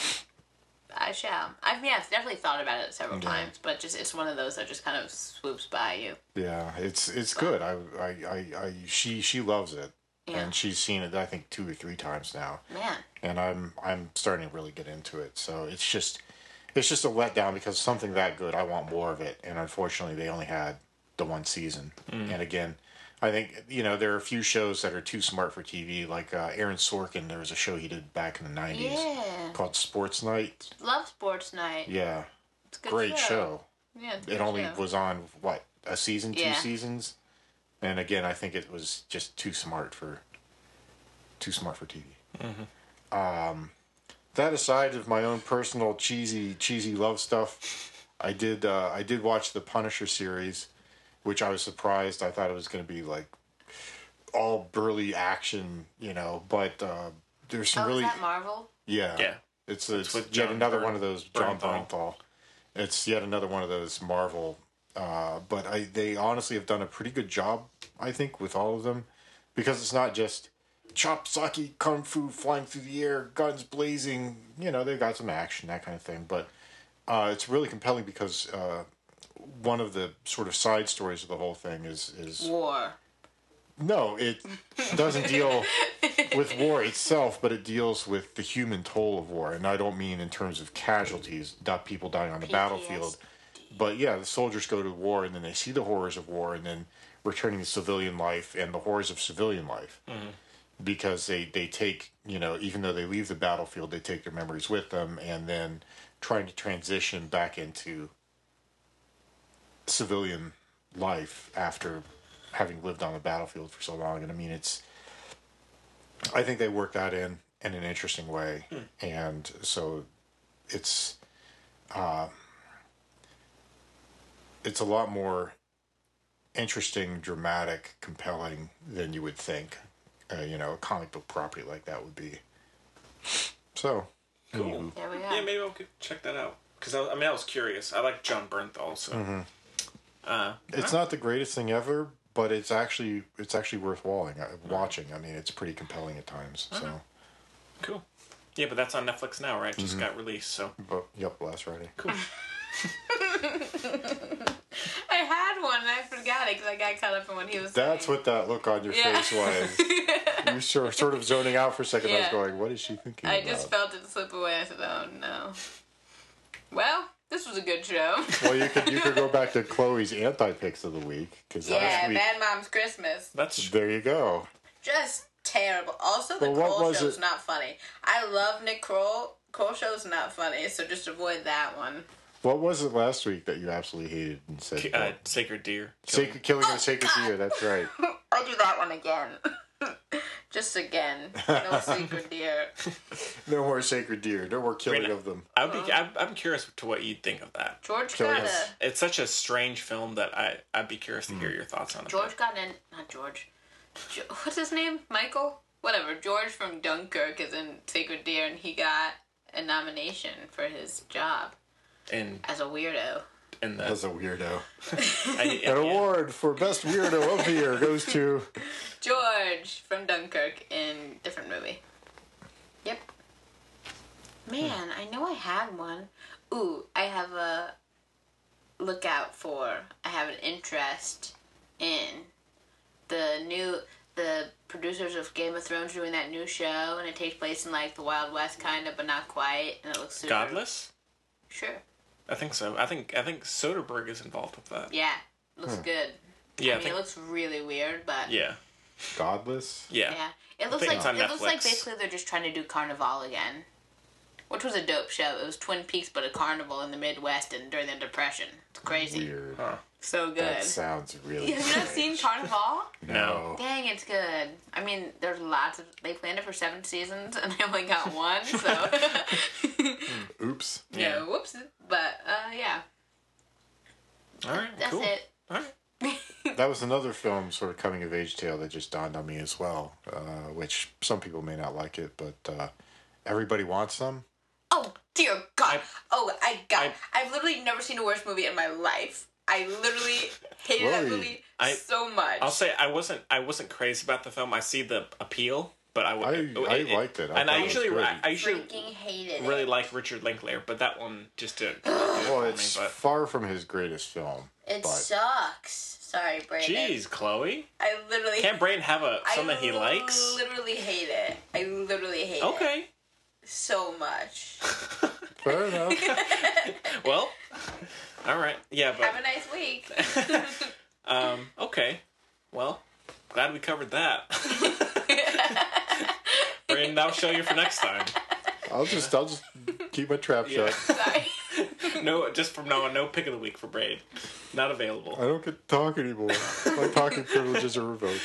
I shall. I mean, I've definitely thought about it several times, but just it's one of those that just kind of swoops by you.
Yeah, it's it's good. I, I, I, I she she loves it,
Yeah.
and she's seen it I think two or three times now,
Man.
and I'm I'm starting to really get into it. So it's just it's just a letdown because something that good, I want more of it, and unfortunately they only had the one season.
Mm.
And again, I think you know there are a few shows that are too smart for TV, like uh, Aaron Sorkin. There was a show he did back in the '90s
Yeah.
called Sports Night.
Love Sports Night.
Yeah,
It's a good
great
show.
show
Yeah, it's a
it
good
only
show.
was on what a season, two
Yeah.
seasons, and again, I think it was just too smart for too smart for TV. Um, that aside of my own personal cheesy, cheesy love stuff, I did uh, I did watch the Punisher series, which I was surprised. I thought it was going to be like all burly action, you know, but uh, there's some
Oh,
really
is that Marvel?
yeah.
Yeah.
It's, it's,
It's with
yet
John
another
Bern-
one of those John
Bernthal.
Bernthal. It's yet another one of those Marvel. Uh, but I, they honestly have done a pretty good job, I think, with all of them, because it's not just chop sake, kung fu, flying through the air, guns blazing. You know, they've got some action, that kind of thing. But uh, it's really compelling because uh, one of the sort of side stories of the whole thing is is
War.
no, it doesn't deal with war itself, but it deals with the human toll of war. And I don't mean in terms of casualties, not people dying on the battlefield. But yeah, the soldiers go to war and then they see the horrors of war and then returning to civilian life and the horrors of civilian life because they they take you know even though they leave the battlefield they take their memories with them and then trying to transition back into civilian life after having lived on the battlefield for so long and i mean it's i think they work that in in an interesting way and so it's uh it's a lot more interesting dramatic compelling than you would think uh, you know, a comic book property like that would be. So, anywho.
There we go.
Yeah, maybe I'll go check that out. Because I, I mean, I was curious. I like John Bernthal, so.
Mhm.
Uh,
it's not the greatest thing ever, but it's actually it's actually worth walling, uh, watching. I mean, it's pretty compelling at times.
Uh-huh.
So,
Cool. Yeah, but that's on Netflix now, right? Just
Mhm.
got released, so.
but yep, last Friday.
Cool.
I had one and I forgot it because I got caught up in what he was
That's what that look on your
Yeah.
face was. you were sort sort of zoning out for a second. I was
Yeah.
going, "What is she thinking?"
I
about?
just felt it slip away. I said, "Oh no." Well, this was a good show.
well, you could you could go back to Chloe's anti picks of the week because
yeah,
last week
Bad Moms Christmas,
that's
there you go.
just terrible. Also, the
Well, what
Kroll
was
show's
it?
not funny. I love Nick Kroll. Kroll show's not funny, so just avoid that one.
What was it last week that you absolutely hated and said?
Ki- Uh, Sacred Deer.
Oh,
Sacred killing of a sacred deer. That's right.
I'll do that one again. Just again, no secret deer.
No more sacred deer. No more killing of them.
I would be, I'm, I'm curious to what you'd think of that.
George got a
It's such a strange film that I, I'd be curious to hear
Hmm.
your thoughts on it.
George got in. Not George. Jo- What's his name? Michael. Whatever. George from Dunkirk is in Sacred Deer, and he got a nomination for his job
And
as a weirdo.
and
as a weirdo, an award for best weirdo of the year goes to
George from Dunkirk in different movie. Yep. Man, I know I had one. Ooh, I have a lookout for. I have an interest in the new the producers of Game of Thrones doing that new show, and it takes place in like the Wild West kind of, but not quite, and it looks super.
Godless?
Sure.
I think so. I think I think Soderbergh is involved with that.
Yeah, looks
Hmm.
good.
Yeah,
I
I
mean,
think-
it looks really weird, but
Yeah.
Godless.
Yeah.
Yeah. It
I
looks
think
like
it's on
it looks like
Netflix.
basically they're just trying to do Carnival again. Which was a dope show. It was Twin Peaks but a carnival in the Midwest and during the Depression. It's crazy.
Weird.
So good.
That sounds really.
Yeah, Have you not seen Carnival?
No.
Dang, it's good. I mean, there's lots of they planned it for seven seasons and I only got one, so
Oops.
yeah. whoops. But uh yeah.
All right.
That's
cool.
it.
that was another film, sort of coming of age tale that just dawned on me as well, uh, which some people may not like it, but uh, everybody wants them.
Oh dear God! oh, I got. I, have literally never seen a worse movie in my life. I literally hated that
Whoa.
movie
I-
so much.
I'll say I wasn't I wasn't crazy about the film. I see the appeal, but I would-
I liked it. I
and
thought
I
it was
usually
great.
I, I usually
Freaking hated
really
it.
like Richard Linklater, but that one just didn't.
Well, it's far from his greatest film.
It
but
sucks. Sorry, Brandon.
Jeez, Chloe,
I literally
can't Brain have a
I
something he likes?
literally hate it. I literally hate it.
Okay.
So much.
Fair enough.
well, all right, yeah,
Have a
but
nice week.
um, okay, well, glad we covered that. Brain, that'll show you for next time.
I'll just I'll just keep my trap shut.
No, just from now on, no pick of the week for Brain. Not available.
I don't get to talk anymore. My talking privileges are revoked.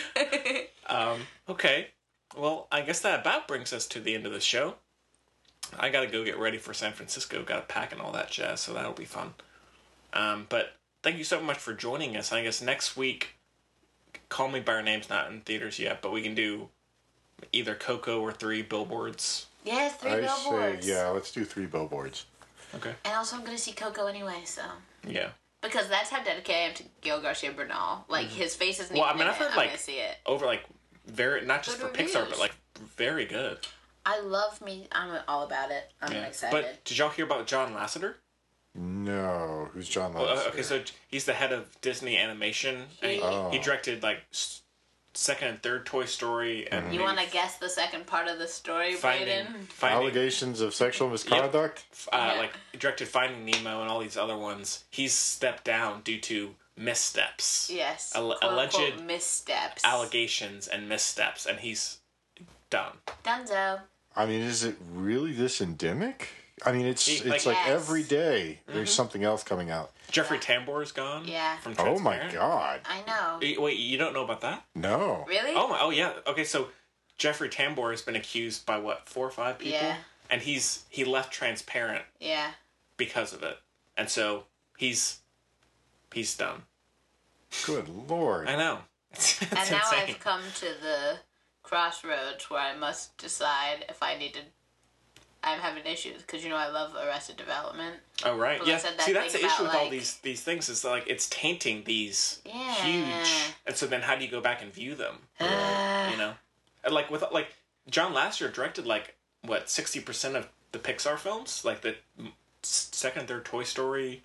Um, okay. Well, I guess that about brings us to the end of the show. I gotta go get ready for San Francisco, gotta pack and all that jazz, so that'll be fun. Um, but thank you so much for joining us. I guess next week, Call Me By Your Name's not in theaters yet, but we can do either Coco or Three Billboards.
yes, three
I
billboards.
say yeah. Let's do three billboards.
Okay.
And also, I'm gonna see Coco anyway, so.
Yeah.
Because that's how dedicated I am to Gil Garcia Bernal. Like his face isn't
Mm-hmm. Well, I
even
mean,
in
I've
it.
heard
I'm
like
gonna see it.
over like very not just
Good
for Pixar,
reviews.
but like very good.
I love me. I'm all about it. I'm
Yeah.
excited.
But did y'all hear about John Lasseter?
No, who's John
Well,
Lasseter?
uh, okay, so he's the head of Disney Animation, and he,
Oh.
he directed like s- second and third Toy Story,
Mm-hmm.
and
you want to guess the second part of the story,
finding,
Brayden?
finding
Allegations of sexual misconduct.
uh, like he directed Finding Nemo and all these other ones. He's stepped down due to missteps,
Yes.
Alle-
quote,
alleged
unquote, missteps.
allegations, and missteps, and he's done.
Dunzo.
I mean, is it really this endemic? I mean, it's
He- like-
it's like,
Yes.
every day there's
Mhm.
something else coming out.
Jeffrey Tambor is gone.
Yeah.
From
Oh my
Transparent.
god,
I know.
Y- Wait, you don't know about that?
no!
Really?
Oh my! Oh yeah. Okay, so Jeffrey Tambor has been accused by what four or five people,
Yeah.
and he's he left Transparent
Yeah.
because of it, and so he's he's done.
Good lord!
I know. It's, it's
and now
insane.
I've come to the crossroads where I must decide if I need to. I'm having issues because you know I love Arrested Development.
oh right,
Well, I
yeah.
said that
See, that's the
thing
issue
about,
with all
like-
these these things is like it's tainting these
Yeah.
huge, and so then how do you go back and view them? you know, And, like with like John Lasseter directed like what sixty percent of the Pixar films, like the mm, s- second, and third Toy Story,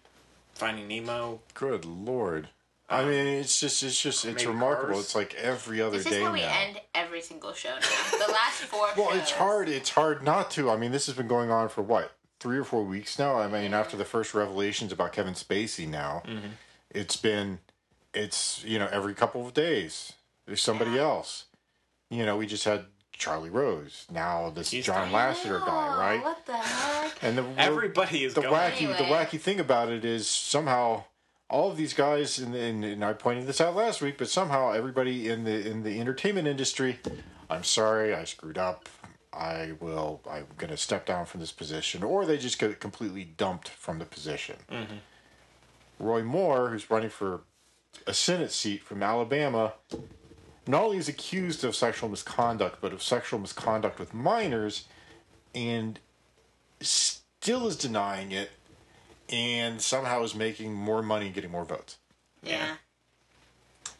Finding Nemo.
Good lord! I mean, it's just it's just it's
Um, maybe
remarkable.
cars?
It's like every other
This is
day
how
now.
we end every single show now. The last four.
Well,
shows.
it's hard. It's hard not to. I mean, this has been going on for what three or four weeks now. I mean, after the first revelations about Kevin Spacey, now it's been, it's you know, every couple of days there's somebody else. You know, we just had Charlie Rose. Now this John Lasseter guy, right?
What the heck?
And the
everybody is
the
going.
wacky. The
Anyway.
wacky thing about it is somehow all of these guys, and, and, and I pointed this out last week, but somehow everybody in the in the entertainment industry I'm sorry, I screwed up. I will. I'm gonna step down from this position, or they just get completely dumped from the position.
Mm-hmm.
Roy Moore, who's running for a Senate seat from Alabama, not only is accused of sexual misconduct, but of sexual misconduct with minors, and still is denying it, and somehow is making more money and getting more votes.
Yeah.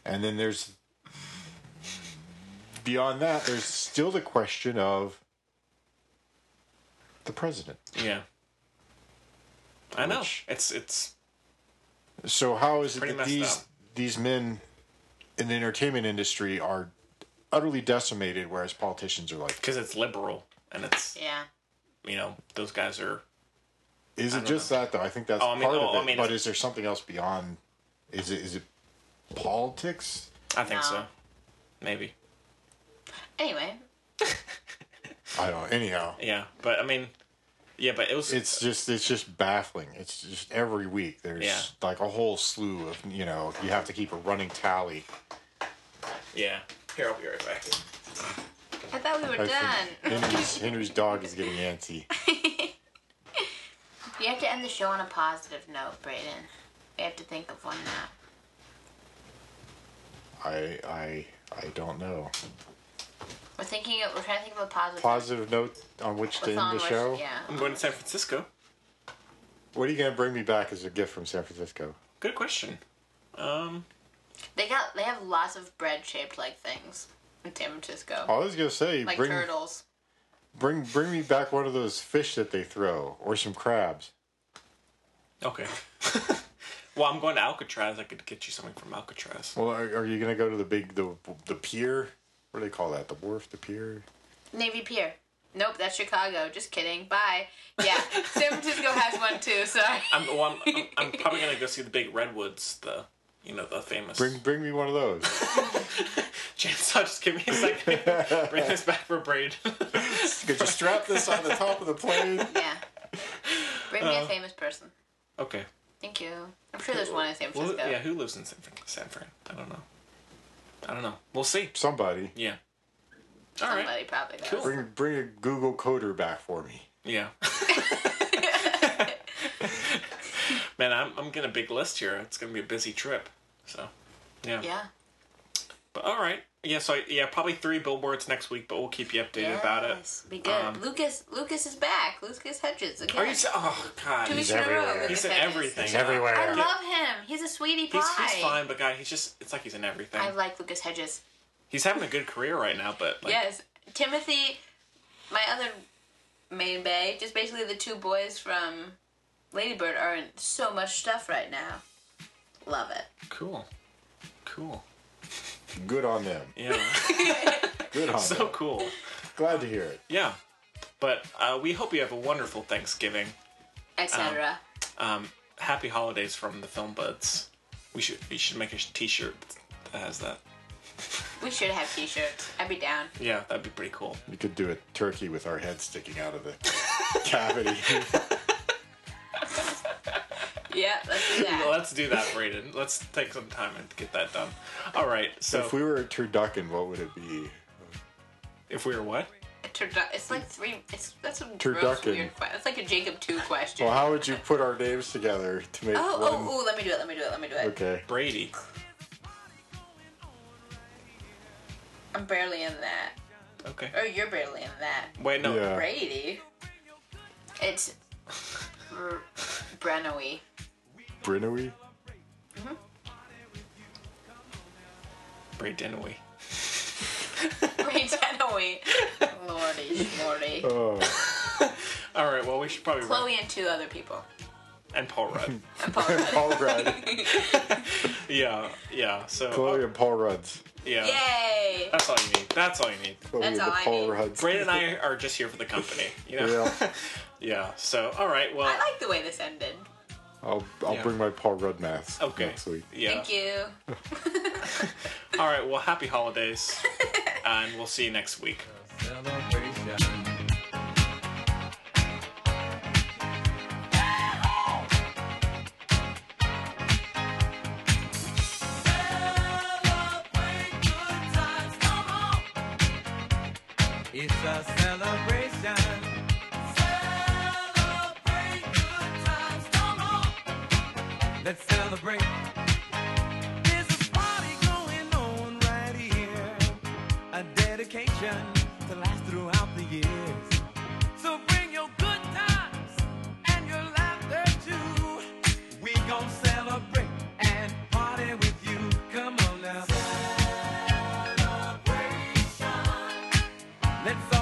And then there's beyond that, there's still the question of the president.
Yeah. I know. It's it's
So how is it
Pretty
that
messed
these
up.
these men in the entertainment industry are utterly decimated, whereas politicians are like,
because it's liberal and it's
Yeah.
you know those guys are.
is
I
it
don't
just that though? I think that's
Oh, I mean-
part
oh,
of
I
it.
mean,
but
it's-
is there something else beyond? Is it is it politics?
I think
No.
so. Maybe.
Anyway,
I don't. Anyhow,
Yeah, but I mean, yeah, but it was.
it's just it's just baffling. It's just every week there's
Yeah.
like a whole slew of you know you have to keep a running tally.
yeah. Here, I'll be right back.
I thought we were
I
done.
think Henry's, Henry's dog is getting antsy.
You have to end the show on a positive note, Brayden. We have to think of one now.
I I I don't know.
We're thinking. Of, we're trying to think of a positive.
Positive note on which to
What's
end
on
the
which-
show.
yeah.
I'm going to San Francisco.
What are you gonna bring me back as a gift from San Francisco?
Good question. Um,
They got. They have lots of bread shaped like things in San Francisco.
I was gonna say
like
Oh, bring
turtles.
bring bring me back one of those fish that they throw or some crabs.
okay. well, I'm going to Alcatraz. I could get you something from Alcatraz.
Well, are, are you gonna go to the big the the pier? What do they call that? The wharf, the pier.
Navy Pier. Nope, that's Chicago. Just kidding. Bye. Yeah, San Francisco has one too. Sorry.
I'm, well, I'm, I'm, I'm probably going to go see the big redwoods, the you know the famous.
Bring bring me one of those.
Chance, I'll just give me a second. Bring this back for Braid.
Could you strap this on the top of the plane?
Yeah. Bring me a
Uh,
famous person.
Okay.
Thank you. I'm sure there's one in San
Well,
Francisco.
yeah, who lives in San Fran? San Fran? I don't know. I don't know. We'll see.
Somebody.
Yeah.
Somebody probably does.
Bring bring a Google coder back for me.
Yeah. Man, I'm I'm getting a big list here. It's gonna be a busy trip. So, yeah.
Yeah.
But all right. Yeah. So yeah, probably three billboards next week, but we'll keep you updated about it.
Be good.
Um,
Lucas. Lucas is back. Lucas Hedges again.
are you? s- Oh God.
Two He's weeks in a row, everywhere.
He's in
Lucas Hedges.
everything.
He's everywhere. I love him. He's a sweetie pie.
He's, he's fine, but God, he's just. It's like he's in everything.
I like Lucas Hedges.
He's having a good career right now, but like,
yes, Timothy, my other main bay, just basically the two boys from Ladybird are in so much stuff right now. Love it.
cool, cool.
Good on them.
Yeah.
Good on
so
them.
cool.
Glad to hear it.
Yeah. But uh, we hope you have a wonderful Thanksgiving.
Etc.
Um, happy holidays from the Film Buds. We should we should make a T-shirt that has that.
we should have T-shirts. I'd be down.
Yeah, that'd be pretty cool.
We could do a turkey with our head sticking out of the cavity.
Yeah, let's do that.
Let's do that, Brayden. Let's take some time and get that done. All right. So
if we were a turducken, what would it be?
If we were what?
Turdu- it's like three. It's that's a gross
Turducken.
weird question. It's like a Jacob two question.
Well, how would you put our names together to make
Oh,
one?
oh, oh, let me do it, let me do it, let me do it.
Okay.
Brady.
I'm barely in that.
Okay.
Or you're barely in that.
Wait, no.
Uh.
Yeah.
Brady. It's Br- Brennoy.
Brinowy?
Brady Dunaway.
Brady Dunaway. Lordy, lordy.
All right. Well, we should probably wrap-
Chloe and two other people.
and Paul Rudd.
Paul Rudd.
yeah. Yeah. So uh,
Chloe and Paul Rudds.
yeah. Uh,
Yay!
That's all you need. That's all you need.
Chloe and the Paul Rudds.
Brayden and I are just here for the company. You know.
Yeah.
Yeah, So all right. Well.
I like the way this ended.
I'll, I'll
Yeah.
bring my Paul Rudd mask
Okay.
next week.
Yeah.
Thank you.
All right. Well, happy holidays, and we'll see you next week.
Celebrate good times, come on. It's a celebration. Celebrate good times. Come on. Let's celebrate. There's a party going on right here. A dedication to last throughout the years. So bring your good times and your laughter too. We gon' celebrate and party with you. Come on now. Celebration. Let's